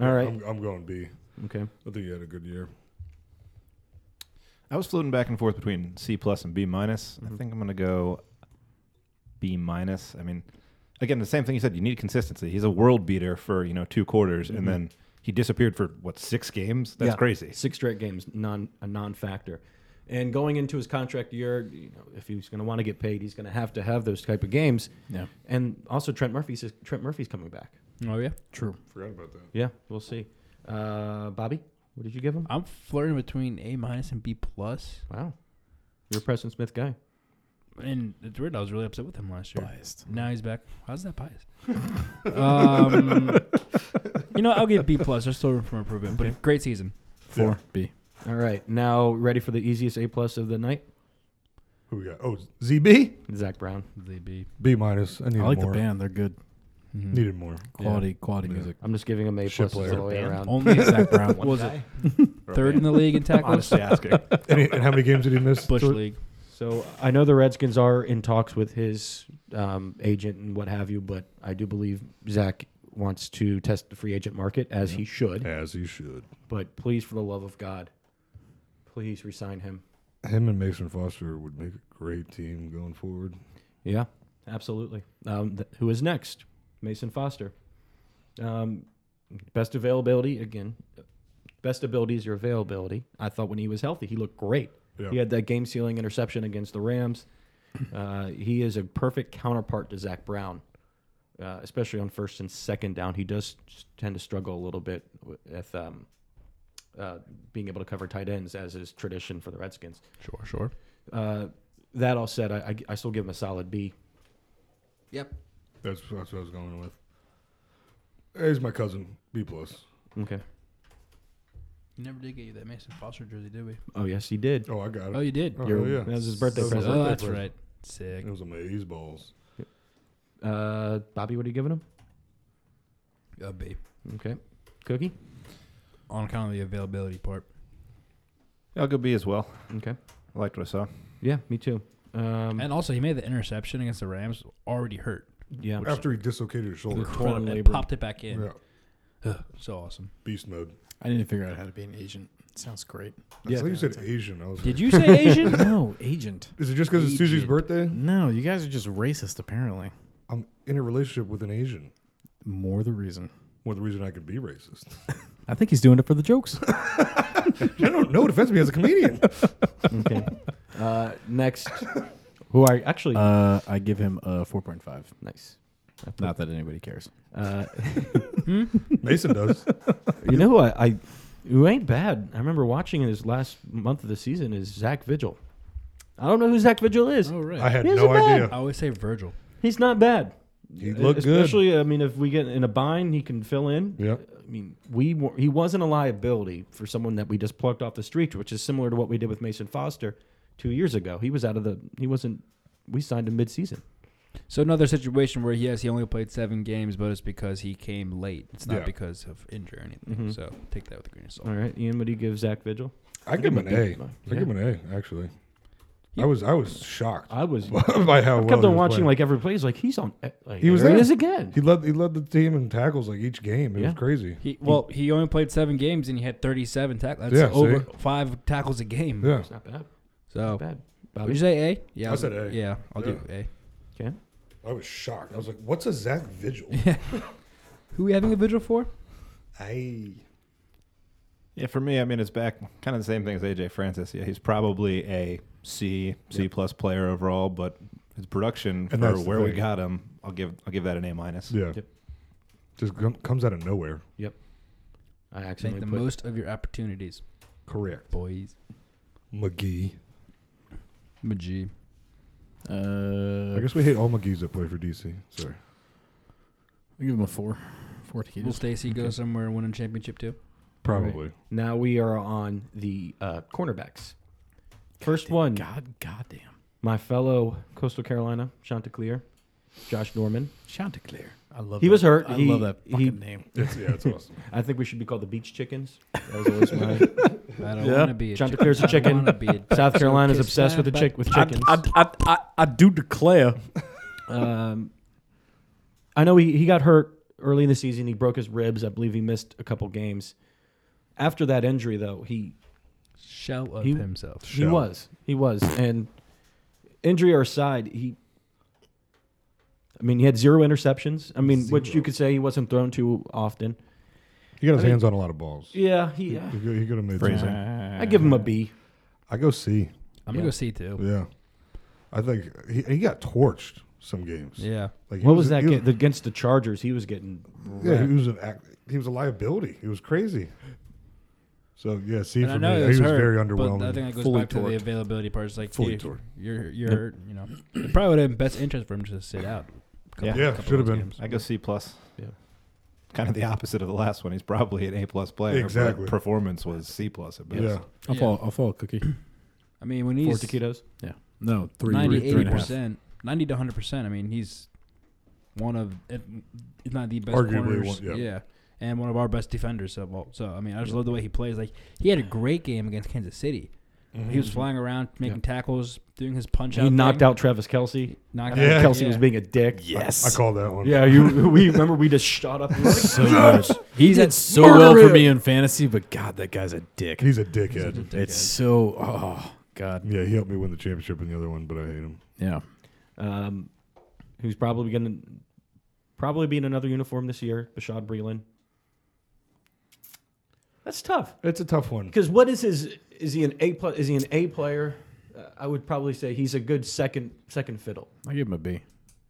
Speaker 6: All right.
Speaker 8: Oh,
Speaker 5: I'm, I'm going B.
Speaker 6: Okay.
Speaker 5: I think he had a good year.
Speaker 8: I was floating back and forth between C plus and B minus.
Speaker 6: Mm-hmm.
Speaker 8: I think I'm going to go B minus. I mean, again, the same thing you said. You need consistency. He's a world beater for you know two quarters, and then he disappeared for what six games? That's
Speaker 6: Mm-hmm. Yeah.
Speaker 8: crazy.
Speaker 6: Six straight games, non a non-factor. And going into his contract year, you know, if he's going to want to get paid, he's going to have to have those type of games.
Speaker 7: Yeah.
Speaker 6: And also Trent Murphy says Trent Murphy's coming back.
Speaker 9: Oh yeah, true.
Speaker 5: Forgot about that.
Speaker 6: Yeah, we'll see. Uh, Bobby, what did you give him?
Speaker 9: I'm flirting between A minus and B plus,
Speaker 6: Wow. You're a Preston Smith guy.
Speaker 9: and it's weird. I was really upset with him last year.
Speaker 7: Biased.
Speaker 9: Now he's back. How's that biased? um, you know, I'll give B plus. There's still room for improvement, but a great season.
Speaker 7: Four B.
Speaker 6: All right. Now ready for the easiest A plus of the night?
Speaker 5: Who we got? Oh, ZB.
Speaker 6: Zach Brown.
Speaker 9: ZB.
Speaker 5: B minus. I
Speaker 7: I
Speaker 5: needed
Speaker 7: like
Speaker 5: more.
Speaker 7: the band. They're good.
Speaker 5: Needed more.
Speaker 7: Quality, quality music.
Speaker 6: I'm just giving him A
Speaker 5: Shit
Speaker 6: plus all the way
Speaker 7: Band.
Speaker 6: around.
Speaker 7: Only Zach Brown.
Speaker 9: What was it third in the league in tackles?
Speaker 8: asking.
Speaker 5: and, he- and how many games did he miss?
Speaker 9: Bush
Speaker 5: So-
Speaker 9: league.
Speaker 6: So I know the Redskins are in talks with his um, agent and what have you, but I do believe Zach wants to test the free agent market as he should.
Speaker 5: As you should.
Speaker 6: But please, for the love of God, please resign him.
Speaker 5: Him and Mason Foster would make a great team going forward.
Speaker 6: Yeah, absolutely. Um, th- who is next? Mason Foster. Um, best availability again. Best ability is your availability. I thought when he was healthy, he looked great.
Speaker 5: Yeah.
Speaker 6: He had that game sealing interception against the Rams. Uh, he is a perfect counterpart to Zach Brown, uh, especially on first and second down. He does tend to struggle a little bit with um, uh, being able to cover tight ends, as is tradition for the Redskins.
Speaker 11: Sure, sure.
Speaker 6: Uh, that all said, I, I, I still give him a solid B.
Speaker 10: Yep.
Speaker 5: That's, that's what I was going with. He's my cousin, B plus.
Speaker 6: Okay.
Speaker 11: Never did get you that Mason Foster jersey, did we?
Speaker 6: Oh yes, he did.
Speaker 5: Oh, I got it.
Speaker 11: Oh, you did.
Speaker 5: Oh,
Speaker 6: Your-
Speaker 5: yeah.
Speaker 6: That was his birthday
Speaker 5: That was my
Speaker 6: present.
Speaker 5: birthday
Speaker 11: Oh, that's
Speaker 5: present.
Speaker 11: right. Sick.
Speaker 5: It was amaze balls.
Speaker 6: Uh, Bobby, what are you giving him?
Speaker 11: A B.
Speaker 6: Okay. Cookie.
Speaker 11: On account of the availability part.
Speaker 8: I'll go B as well.
Speaker 6: Okay.
Speaker 8: I liked what I saw.
Speaker 6: Yeah, me too. Um,
Speaker 11: And also, he made the interception against the Rams already hurt.
Speaker 6: yeah.
Speaker 5: After he dislocated his shoulder.
Speaker 6: Torn
Speaker 11: and
Speaker 6: labrum.
Speaker 11: popped it back in.
Speaker 5: Yeah.
Speaker 11: Ugh, so awesome.
Speaker 5: Beast mode.
Speaker 10: I need to figure out how to be an agent. Sounds great.
Speaker 5: Yeah, I thought you said Asian. I was like,
Speaker 11: Did you say Asian?
Speaker 10: no, agent.
Speaker 5: is it just because it's Susie's
Speaker 10: Asian.
Speaker 5: birthday?
Speaker 10: No, you guys are just racist, apparently.
Speaker 5: I'm in a relationship with an Asian.
Speaker 10: More the reason.
Speaker 5: One of the reason I could be racist.
Speaker 11: I think he's doing it for the jokes.
Speaker 5: I don't know. It offends me as a comedian.
Speaker 6: Okay. uh, next. Who are actually
Speaker 10: Uh, I give him a 4.5.
Speaker 6: nice?
Speaker 10: Not that anybody cares.
Speaker 6: Uh,
Speaker 5: Mason does.
Speaker 6: you know who I, I who ain't bad. I remember watching in his last month of the season is Zach Vigil. I don't know who Zach Vigil is.
Speaker 11: oh, right.
Speaker 5: I had
Speaker 6: He
Speaker 5: no
Speaker 6: isn't bad.
Speaker 5: idea.
Speaker 11: I always say Virgil.
Speaker 6: He's not bad. E,
Speaker 5: He looked
Speaker 6: Especially, I mean, if we get in a bind, he can fill in.
Speaker 5: Yeah.
Speaker 6: I mean, we were, he wasn't a liability for someone that we just plucked off the street, which is similar to what we did with Mason Foster two years ago. He was out of the. He wasn't. We signed him midseason.
Speaker 9: So another situation where yes, he only played seven games, but it's because he came late. It's not
Speaker 5: Yeah. Mm-hmm.
Speaker 9: because of injury or anything. So take that with a grain of salt.
Speaker 6: All right, Ian, what do you give Zach Vigil?
Speaker 5: I give him an A.
Speaker 6: B.
Speaker 5: I give him an A. Actually, I was I was shocked
Speaker 6: I was. I
Speaker 5: by how well
Speaker 6: kept
Speaker 5: he
Speaker 6: on
Speaker 5: was
Speaker 6: watching
Speaker 5: playing.
Speaker 6: like every play. He's like he's on. Like,
Speaker 5: He was
Speaker 6: there. He
Speaker 5: there.
Speaker 6: is again.
Speaker 5: he led he led the team in tackles like each game. It
Speaker 6: Yeah.
Speaker 5: was crazy.
Speaker 9: He, well, he only played seven games and he had 37 tackles. That's
Speaker 5: Yeah,
Speaker 9: over
Speaker 5: see?
Speaker 9: five tackles a
Speaker 11: Mm-hmm.
Speaker 9: game.
Speaker 5: Yeah,
Speaker 6: It's not bad.
Speaker 9: So,
Speaker 6: Not bad.
Speaker 9: would you say A? Yeah,
Speaker 5: I
Speaker 9: I'll-
Speaker 5: said A.
Speaker 9: Yeah, I'll do
Speaker 5: Yeah.
Speaker 9: A.
Speaker 6: Okay.
Speaker 5: I was shocked. I was like, "What's a Zach Vigil?"
Speaker 9: Who we having a vigil for?
Speaker 5: I
Speaker 8: Yeah, for me, I mean, it's back kind of the same thing as AJ Francis. Yeah, he's probably a C C plus player overall, but his production
Speaker 5: And
Speaker 8: for
Speaker 5: that's the
Speaker 8: where we
Speaker 5: thing.
Speaker 8: got him, I'll give I'll give that an A minus.
Speaker 5: yeah.
Speaker 6: Yep.
Speaker 5: Just com- comes out of nowhere.
Speaker 6: Yep. I
Speaker 9: Make
Speaker 6: accidentally
Speaker 9: the
Speaker 6: put.
Speaker 9: most of your opportunities,
Speaker 5: Correct.
Speaker 9: boys.
Speaker 5: McGee.
Speaker 9: McGee.
Speaker 10: Uh,
Speaker 5: I guess we hate all McGees that play for DC. Sorry.
Speaker 10: I give him a 4. 4 to
Speaker 9: Will Stacy go somewhere and win a championship too?
Speaker 5: Probably.
Speaker 6: Now we are on the uh, cornerbacks. First one.
Speaker 10: God, goddamn.
Speaker 6: my fellow Coastal Carolina Chanticleer, Josh Norman.
Speaker 10: Chanticleer. I love
Speaker 6: He
Speaker 10: that.
Speaker 6: was hurt.
Speaker 10: I
Speaker 6: He-
Speaker 10: love that fucking
Speaker 6: he-
Speaker 10: name.
Speaker 5: It's, yeah, it's awesome.
Speaker 6: I think we should be called the Beach Chickens. That was always my
Speaker 9: I don't
Speaker 10: Yeah.
Speaker 9: want to be a
Speaker 6: John
Speaker 9: chick-
Speaker 6: Declare's a
Speaker 9: I don't
Speaker 6: chicken.
Speaker 9: wanna be a-
Speaker 6: South Carolina's
Speaker 9: kiss
Speaker 6: obsessed with the
Speaker 9: that
Speaker 6: chick with
Speaker 10: I,
Speaker 6: chickens.
Speaker 10: I, I, I, I do declare.
Speaker 6: um, I know he, he got hurt early in the season. He broke his ribs. I believe he missed a couple games. After that injury, though, he
Speaker 9: shell of
Speaker 6: He-
Speaker 9: himself.
Speaker 6: he was he was and injury or aside, he. I mean, he had zero interceptions. I mean, which you could say he wasn't thrown too often.
Speaker 5: He got his
Speaker 6: I mean-
Speaker 5: hands on a lot of balls.
Speaker 6: Yeah, he.
Speaker 5: He could, he could have made something.
Speaker 6: I give him a B.
Speaker 5: I go C.
Speaker 9: I'm gonna
Speaker 6: Yeah.
Speaker 9: go C too.
Speaker 5: Yeah. I think he, he got torched some games.
Speaker 9: Yeah.
Speaker 5: Like he
Speaker 6: What was that
Speaker 5: he
Speaker 6: game against the Chargers? He was getting
Speaker 5: yeah, he was an act, he was a liability. He was crazy. So yeah, C
Speaker 9: And
Speaker 5: for
Speaker 9: I know
Speaker 5: me.
Speaker 9: it
Speaker 5: he was
Speaker 9: hurt,
Speaker 5: very
Speaker 9: But I think
Speaker 5: underwhelming.
Speaker 9: that goes
Speaker 5: Fully
Speaker 9: back to the
Speaker 5: torqued.
Speaker 9: availability part. It's like
Speaker 5: Fully
Speaker 9: dude,
Speaker 5: torqued.
Speaker 9: You're you're you know it probably would have been best interest for him to sit out.
Speaker 8: Yeah.
Speaker 5: Yeah, should have been.
Speaker 8: I go C plus.
Speaker 6: Yeah.
Speaker 8: Kind of the opposite of the last one. He's probably an A plus player. but
Speaker 5: Exactly.
Speaker 8: Performance was C plus at best.
Speaker 5: Yeah.
Speaker 10: I'll,
Speaker 9: Yeah.
Speaker 10: follow, I'll follow Cookie.
Speaker 9: I mean, when
Speaker 6: four
Speaker 9: he's
Speaker 6: taquitos.
Speaker 10: Yeah. No, three,
Speaker 9: 90,
Speaker 10: three, three and a half.
Speaker 9: percent, ninety to hundred percent. I mean, he's one of, if if not the best
Speaker 5: Arguably
Speaker 9: corners.
Speaker 5: one- yeah.
Speaker 9: and one of our best defenders. So, well, so I mean, I just love the way he plays. Like he had a great game against Kansas City. He was flying around, making tackles, doing his punch out.
Speaker 6: He knocked
Speaker 9: thing.
Speaker 6: out Travis Kelsey.
Speaker 9: Knocked
Speaker 6: yeah.
Speaker 9: out-
Speaker 6: Kelsey
Speaker 9: yeah.
Speaker 6: was being a dick.
Speaker 5: I called that one.
Speaker 6: Yeah, you. We remember we just shot up.
Speaker 10: So much. He's did so well for me in fantasy, but God, that guy's a dick.
Speaker 5: He's a dickhead.
Speaker 10: It's so oh God.
Speaker 5: Yeah, he helped me win the championship in the other one, but I hate him.
Speaker 10: Yeah.
Speaker 6: um, who's probably going to probably be in another uniform this year, Bashad Breeland. That's tough
Speaker 5: It's a tough one.
Speaker 6: because what is his? Is he an A plus? Is he an A player? Uh, I would probably say he's a good second second fiddle.
Speaker 10: I give him a B.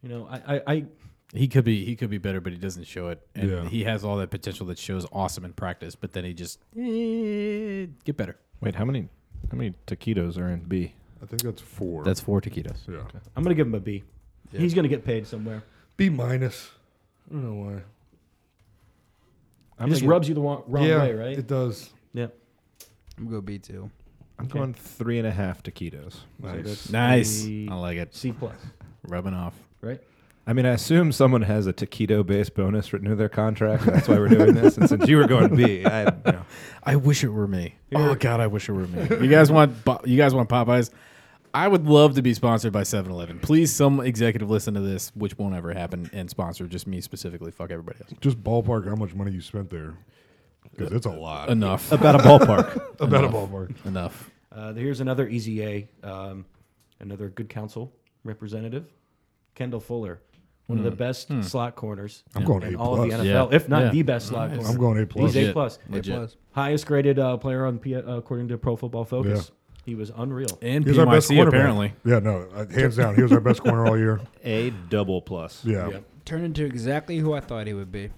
Speaker 6: You know, I I, I
Speaker 10: He could be he could be better, but he doesn't show it. And
Speaker 5: Yeah.
Speaker 10: he has all that potential that shows awesome in practice, but then he just eh, get better.
Speaker 8: Wait, how many how many taquitos are in B?
Speaker 5: I think that's four.
Speaker 10: That's four taquitos.
Speaker 5: yeah.
Speaker 6: I'm going to give him a B. He's going to get paid somewhere.
Speaker 5: B minus. I don't know why.
Speaker 6: It just rubs you the wrong, wrong
Speaker 5: yeah,
Speaker 6: way, right?
Speaker 5: It does.
Speaker 6: yeah.
Speaker 11: I'm gonna go B two.
Speaker 8: I'm going three and a half taquitos.
Speaker 5: Nice.
Speaker 10: Nice.
Speaker 6: B.
Speaker 10: I like it.
Speaker 6: C plus,
Speaker 10: Rubbing off.
Speaker 6: right?
Speaker 8: I mean, I assume someone has a taquito based bonus written into their contract. and That's why we're doing this. And since you were going B, I, you know,
Speaker 10: I wish it were me. Oh God, I wish it were me. You guys want Bo- you guys want Popeyes? I would love to be sponsored by 7-Eleven. Please, some executive listen to this, which won't ever happen, and sponsor just me specifically. Fuck everybody else.
Speaker 5: Just ballpark how much money you spent there. Because it's a lot.
Speaker 10: Enough.
Speaker 8: about a ballpark.
Speaker 5: About a ballpark.
Speaker 10: Enough.
Speaker 6: Uh, here's another easy A, um, another good council representative, Kendall Fuller, one of the best slot corners
Speaker 5: I'm going
Speaker 6: in
Speaker 5: A
Speaker 6: all of the
Speaker 5: plus.
Speaker 6: NFL, if not
Speaker 10: Yeah.
Speaker 6: the best slot corner.
Speaker 5: I'm going A plus.
Speaker 6: He's A
Speaker 10: Legit.
Speaker 6: plus,
Speaker 10: Legit.
Speaker 6: highest graded uh, player on P- uh, according to Pro Football Focus. He was unreal.
Speaker 10: And
Speaker 5: He was our best
Speaker 10: PYC,
Speaker 5: cornerback.
Speaker 10: apparently.
Speaker 5: Yeah, no, uh, hands down, he was our best corner all year.
Speaker 8: A double plus.
Speaker 5: Yeah,
Speaker 11: Turned into exactly who I thought he would be.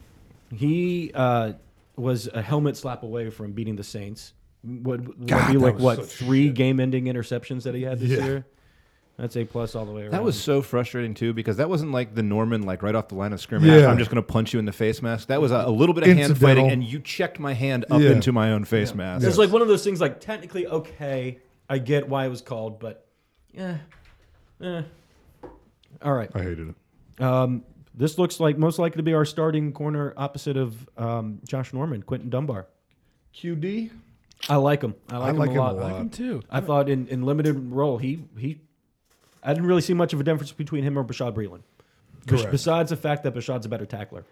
Speaker 6: He uh, was a helmet slap away from beating the Saints. Would,
Speaker 5: God,
Speaker 6: be
Speaker 5: that
Speaker 6: like
Speaker 5: was
Speaker 6: what
Speaker 5: such
Speaker 6: three game-ending interceptions that he had this
Speaker 5: Yeah.
Speaker 6: year? That's A plus all the way around.
Speaker 8: That was so frustrating too because that wasn't like the Norman like right off the line of scrimmage.
Speaker 5: Yeah.
Speaker 8: I'm just going to punch you in the face mask. That was a, a little bit of hand
Speaker 5: Incidental.
Speaker 8: fighting, and you checked my hand up
Speaker 5: Yeah.
Speaker 8: into my own face mask.
Speaker 6: It's like one of those things. Like technically, okay, I get why it was called, but yeah, eh. All right.
Speaker 5: I hated it.
Speaker 6: Um, this looks like most likely to be our starting corner opposite of um, Josh Norman, Quentin Dunbar.
Speaker 8: QD.
Speaker 6: I like him. I like,
Speaker 5: I
Speaker 6: him,
Speaker 5: like
Speaker 6: a lot.
Speaker 5: him
Speaker 10: Two.
Speaker 6: I thought in, in limited role, he he, I didn't really see much of a difference between him or Bashad Breeland. Bes-
Speaker 5: Correct.
Speaker 6: Besides the fact that Bashad's a better tackler,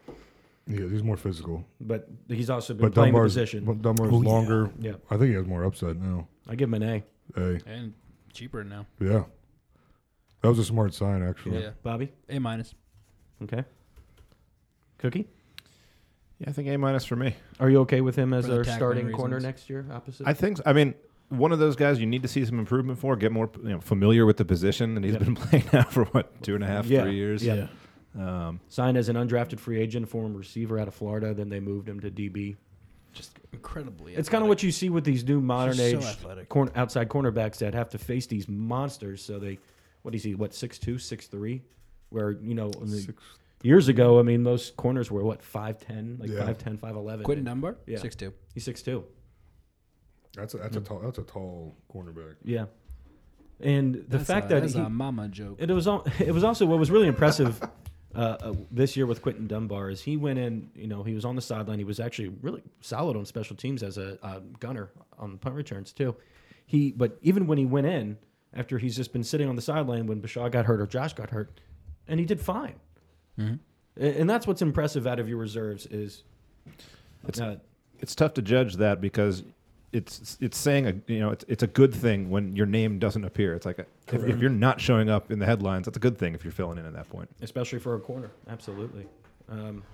Speaker 5: Yeah, he's more physical,
Speaker 6: but he's also been
Speaker 5: but
Speaker 6: playing the
Speaker 5: Dunbar's,
Speaker 6: position.
Speaker 5: but Dunbar's longer.
Speaker 6: Yeah.
Speaker 5: I think he has more upside now.
Speaker 6: I give him an A.
Speaker 5: A,
Speaker 11: And cheaper now.
Speaker 5: yeah, that was a smart sign actually.
Speaker 11: Yeah.
Speaker 6: Bobby,
Speaker 11: A minus.
Speaker 6: okay. Cookie,
Speaker 8: Yeah, I think A minus for me.
Speaker 6: are you okay with him as
Speaker 11: For the
Speaker 6: our
Speaker 11: tackling
Speaker 6: starting corner
Speaker 11: reasons.
Speaker 6: next year? Opposite.
Speaker 8: I think. I mean, one of those guys you need to see some improvement for. Get more you know, familiar with the position, and he's
Speaker 6: Yeah.
Speaker 8: been playing now for what two and a half,
Speaker 6: Yeah.
Speaker 8: three years.
Speaker 6: Yeah.
Speaker 8: Um,
Speaker 6: Signed as an undrafted free agent, former receiver out of Florida. Then they moved him to DB.
Speaker 11: Just incredibly.
Speaker 6: It's kind of what you see with these new modern
Speaker 11: He's so
Speaker 6: age
Speaker 11: athletic.
Speaker 6: corn, outside cornerbacks that have to face these monsters. So they, what is he? What six two, six three? Where you know, in the- years ago, I mean, those corners were what five ten, like
Speaker 5: Yeah.
Speaker 6: five ten, five eleven.
Speaker 11: Quentin Dunbar.
Speaker 6: Yeah.
Speaker 11: Six two.
Speaker 6: He's six two.
Speaker 5: That's a, that's a tall that's a tall cornerback.
Speaker 6: Yeah, and the fact that
Speaker 11: that's
Speaker 6: he,
Speaker 11: a mama joke.
Speaker 6: it was al- it was also what was really impressive uh, uh, this year with Quentin Dunbar is he went in. You know, he was on the sideline. He was actually really solid on special teams as a uh, gunner on punt returns too. He but even when he went in after he's just been sitting on the sideline when Bashaw got hurt or Josh got hurt, and he did fine. A- And that's what's impressive out of your reserves is. uh,
Speaker 8: it's tough to judge that because it's it's saying a you know it's it's a good thing when your name doesn't appear. It's like a, if, if you're not showing up in the headlines, that's a good thing if you're filling in at that point.
Speaker 6: especially for a corner. Absolutely. Um,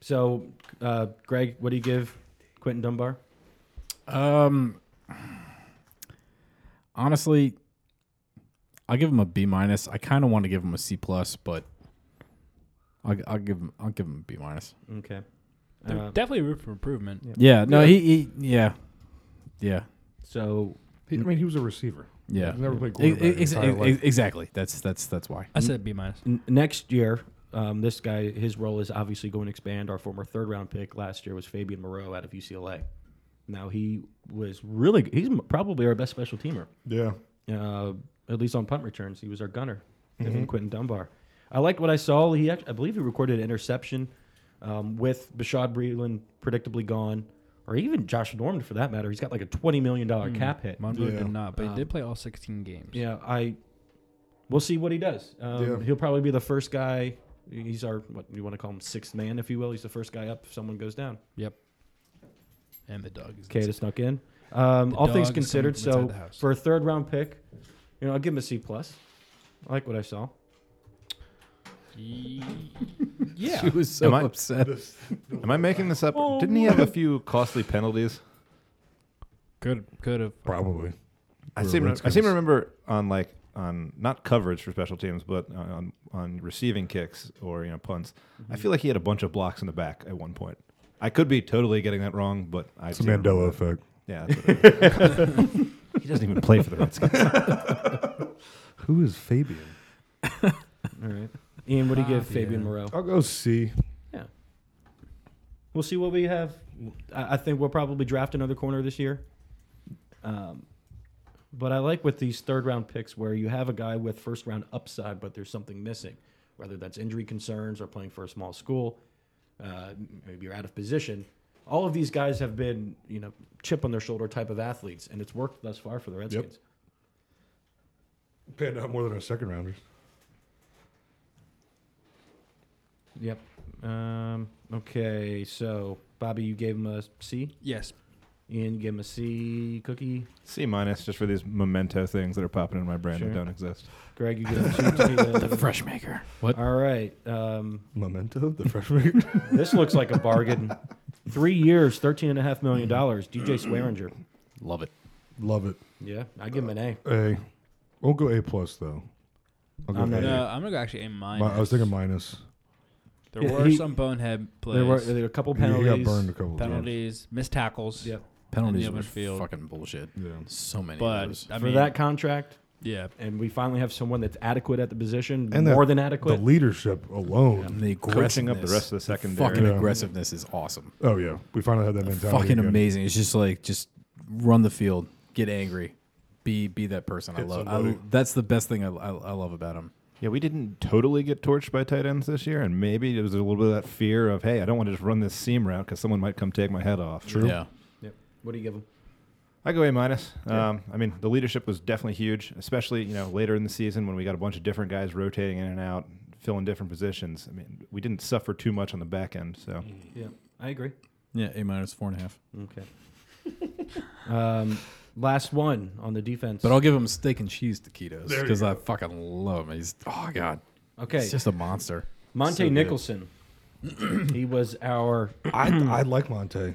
Speaker 6: so, uh, Greg, what do you give Quentin Dunbar?
Speaker 10: Um, honestly, I'll give him a B minus. I kind of want to give him a C plus, but I'll, I'll give him I'll give him a B minus.
Speaker 6: Okay.
Speaker 11: There-
Speaker 6: Uh,
Speaker 11: Definitely room for improvement.
Speaker 10: Yeah. No. He, he. Yeah. Yeah.
Speaker 6: so
Speaker 5: He, I mean, he was a receiver.
Speaker 10: Yeah.
Speaker 5: He's never
Speaker 10: E-
Speaker 5: played quarterback.
Speaker 10: e-
Speaker 5: his
Speaker 10: ex-
Speaker 5: entire
Speaker 10: e-
Speaker 5: life.
Speaker 10: Exactly. That's that's that's why.
Speaker 11: I said B minus.
Speaker 6: n- next year, um, this guy, his role is obviously going to expand. Our former third round pick last year was Fabian Moreau out of UCLA. Now he was really g- he's m- probably our best special teamer,
Speaker 5: yeah,
Speaker 6: uh, at least on punt returns. He was our gunner, him and Quentin Dunbar. I liked what I saw. He act- I believe he recorded an interception um, with Bashad Breeland predictably gone. or even Josh Norman for that matter. He's got like a twenty million dollar
Speaker 9: Mm.
Speaker 6: cap hit.
Speaker 9: Monroe
Speaker 5: Yeah.
Speaker 9: did not, but
Speaker 6: Um,
Speaker 9: he did play all 16 games.
Speaker 6: Yeah, I. We'll see what he does. Um,
Speaker 5: Yeah.
Speaker 6: He'll probably be the first guy. He's our what you want to call him sixth man, if you will. He's the first guy up if someone goes down.
Speaker 9: Yep. And the dog is.
Speaker 6: Kata snuck in. Um,
Speaker 9: The
Speaker 6: all things
Speaker 9: dog is coming
Speaker 6: considered,
Speaker 9: from inside
Speaker 6: so
Speaker 9: the house.
Speaker 6: for a third round pick, you know, I'll give him a C plus. I like what I saw.
Speaker 9: Yeah.
Speaker 10: She was so
Speaker 8: Am I-
Speaker 10: upset.
Speaker 8: Am I making this up?
Speaker 5: Oh,
Speaker 8: Didn't he have a few costly penalties?
Speaker 9: Could could have.
Speaker 5: Probably.
Speaker 8: I
Speaker 5: We're
Speaker 8: seem, to, I
Speaker 5: Redskins.
Speaker 8: seem to remember on like on not coverage for special teams, but on on, on receiving kicks or you know punts. I feel like he had a bunch of blocks in the back at one point. I could be totally getting that wrong, but I
Speaker 5: It's a
Speaker 8: seem to
Speaker 5: Mandela
Speaker 8: remember that.
Speaker 5: effect.
Speaker 8: Yeah, that's what it is. he doesn't even play for the Redskins.
Speaker 5: Who is Fabian?
Speaker 6: All right. Ian, what do you
Speaker 9: Ah,
Speaker 6: give Fabian Moreau?
Speaker 5: I'll go C.
Speaker 6: We'll see what we have. I, I think we'll probably draft another corner this year. Um, but I like with these third round picks where you have a guy with first round upside, but there's something missing, whether that's injury concerns or playing for a small school, uh, maybe you're out of position. All of these guys have been, you know, chip on their shoulder type of athletes, and it's worked thus far for the Redskins.
Speaker 5: Panned out more than a second rounder.
Speaker 6: Yep. Um, okay, so Bobby, you gave him a C.
Speaker 9: Yes.
Speaker 6: Ian, you gave him a C. Cookie.
Speaker 8: C minus just for these memento things that are popping in my brain
Speaker 6: Sure.
Speaker 8: that don't exist.
Speaker 6: Greg, you gave him a C. Tito.
Speaker 10: Fresh maker.
Speaker 6: All right. Um,
Speaker 5: Memento, the freshman.
Speaker 6: this looks like a bargain. Three years, $13.5 million. DJ Swearinger.
Speaker 10: Love it.
Speaker 5: Love it.
Speaker 6: Yeah, I give him an A.
Speaker 5: A. Won't go A plus though. I'll go
Speaker 6: I'm
Speaker 5: A.
Speaker 6: not-
Speaker 9: No, I'm gonna go actually a
Speaker 5: Mi-
Speaker 9: minus.
Speaker 5: I was thinking minus.
Speaker 9: there
Speaker 6: Yeah,
Speaker 9: were
Speaker 6: he-
Speaker 9: some bonehead plays,
Speaker 6: There were, there were a couple
Speaker 5: He- He
Speaker 6: penalties.
Speaker 5: got burned a couple times.
Speaker 9: penalties, missed tackles.
Speaker 6: Yep.
Speaker 10: Penalties
Speaker 9: open
Speaker 10: were
Speaker 9: field.
Speaker 10: fucking bullshit.
Speaker 5: Yeah.
Speaker 10: So many. of
Speaker 9: But
Speaker 10: those.
Speaker 9: I
Speaker 6: For
Speaker 9: mean,
Speaker 6: that contract,
Speaker 9: yeah,
Speaker 6: and we finally have someone that's adequate at the position,
Speaker 5: And
Speaker 6: more
Speaker 5: the-
Speaker 6: than adequate.
Speaker 5: The leadership alone.
Speaker 10: And the
Speaker 8: Coaching up the
Speaker 10: aggressiveness.
Speaker 8: rest of the secondary.
Speaker 10: Fucking
Speaker 5: Yeah.
Speaker 10: aggressiveness is awesome.
Speaker 5: Oh yeah, we finally had that mentality.
Speaker 10: fucking
Speaker 5: again.
Speaker 10: amazing. It's just like just run the field, get angry, be be that person. I
Speaker 5: Hit
Speaker 10: love. I,
Speaker 5: somebody.
Speaker 10: that's the best thing I, I, I love about him.
Speaker 8: Yeah, we didn't totally get torched by tight ends this year, and maybe there was a little bit of that fear of, hey, I don't want to just run this seam route because someone might come take my head off. True.
Speaker 10: Yeah.
Speaker 6: Yep. What do you give him?
Speaker 8: I go A minus. Um, I mean, the leadership was definitely huge, especially you know later in the season when we got a bunch of different guys rotating in and out, filling different positions. I mean, we didn't suffer too much on the back end. So
Speaker 6: Yeah, I agree.
Speaker 10: Yeah. A minus four and a half.
Speaker 6: Okay. um, last one on the defense.
Speaker 10: But I'll give him steak and cheese taquitos
Speaker 5: There you
Speaker 10: because I fucking love him. He's oh god,
Speaker 6: okay,
Speaker 10: he's just a monster.
Speaker 6: Monte
Speaker 10: so good.
Speaker 6: Nicholson. he was our
Speaker 5: I, I like Monte.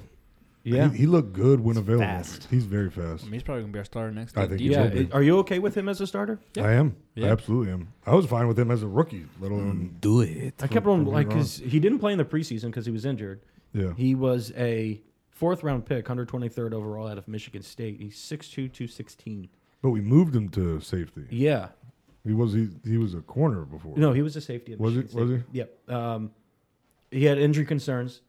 Speaker 6: yeah.
Speaker 5: He, he looked good when available. He's very fast.
Speaker 9: I mean, he's probably gonna be our starter next.
Speaker 5: I
Speaker 9: year.
Speaker 5: think he
Speaker 6: yeah,
Speaker 5: will be.
Speaker 6: it- are you okay with him as a starter?
Speaker 5: I am. I
Speaker 9: Yeah.
Speaker 5: absolutely am. I was fine with him as a rookie, let alone
Speaker 10: Do it.
Speaker 6: I kept on
Speaker 5: Don't get me
Speaker 6: like
Speaker 5: wrong.
Speaker 6: because he didn't play in the preseason because he was injured.
Speaker 5: yeah.
Speaker 6: He was a fourth round pick, 123rd overall out of Michigan State. He's 6'2", 216.
Speaker 5: But we moved him to safety.
Speaker 6: Yeah.
Speaker 5: He was he, he was a corner before.
Speaker 6: No, he was a safety. At
Speaker 5: Was
Speaker 6: Michigan
Speaker 5: he- was
Speaker 6: State. Yep. Um, he had injury concerns,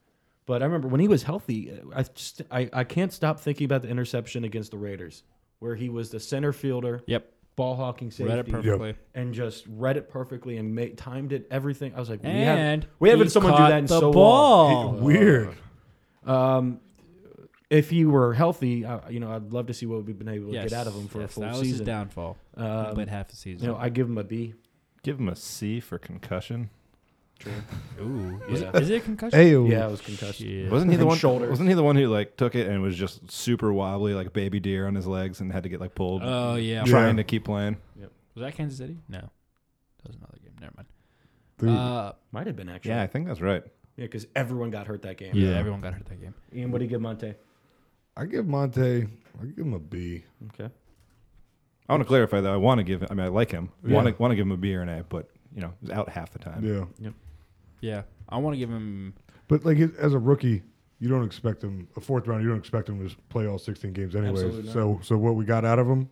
Speaker 6: but I remember when he was healthy, I just I, I can't stop thinking about the interception against the Raiders, where he was the center fielder,
Speaker 9: Yep.
Speaker 6: ball hawking safety,
Speaker 9: Read it perfectly.
Speaker 6: and just read it perfectly and ma- timed it everything. I was like, we
Speaker 9: And
Speaker 6: haven't, we haven't
Speaker 9: he
Speaker 6: someone do
Speaker 9: caught
Speaker 6: that in
Speaker 9: the
Speaker 6: so long.
Speaker 9: ball.
Speaker 5: Weird.
Speaker 6: Um, if he were healthy, uh, you know, I'd love to see what we've been able to
Speaker 9: Yes.
Speaker 6: get out of him for
Speaker 9: Yes,
Speaker 6: a full
Speaker 9: that was his
Speaker 6: season.
Speaker 9: downfall.
Speaker 6: Um,
Speaker 9: he played half the season.
Speaker 6: you know, I give him a B.
Speaker 8: give him a C for concussion.
Speaker 9: Ooh, is,
Speaker 6: Yeah.
Speaker 9: it, is it a
Speaker 6: Uh,
Speaker 9: concussion?
Speaker 5: Ayo.
Speaker 6: Yeah, I was concussed.
Speaker 9: Shit.
Speaker 8: Wasn't he the
Speaker 6: And
Speaker 8: one?
Speaker 6: shoulder.
Speaker 8: Wasn't he the one who like took it and was just super wobbly, like a baby deer on his legs, and had to get like pulled,
Speaker 9: Oh yeah.
Speaker 5: Yeah.
Speaker 8: trying to keep playing?
Speaker 9: Was that Kansas City? No, that was another game. Never mind.
Speaker 5: Dude,
Speaker 9: Uh,
Speaker 6: Might have been actually.
Speaker 8: Yeah, I think that's right.
Speaker 6: Yeah, because everyone got hurt that game.
Speaker 9: yeah, everyone got hurt that game.
Speaker 6: Ian, what do you give Monte?
Speaker 5: I give Monte I give him a B.
Speaker 6: Okay.
Speaker 8: I want to clarify though. I want to give. I mean, I like him.
Speaker 5: Yeah.
Speaker 8: Want to want to give him a B or an A, but you know, he's out half the time.
Speaker 5: Yeah.
Speaker 9: Yeah, I want to give him.
Speaker 5: But like as a rookie, you don't expect him a fourth round, you don't expect him to just play all sixteen games
Speaker 6: Absolutely
Speaker 5: anyways.
Speaker 6: not.
Speaker 5: So so what we got out of him,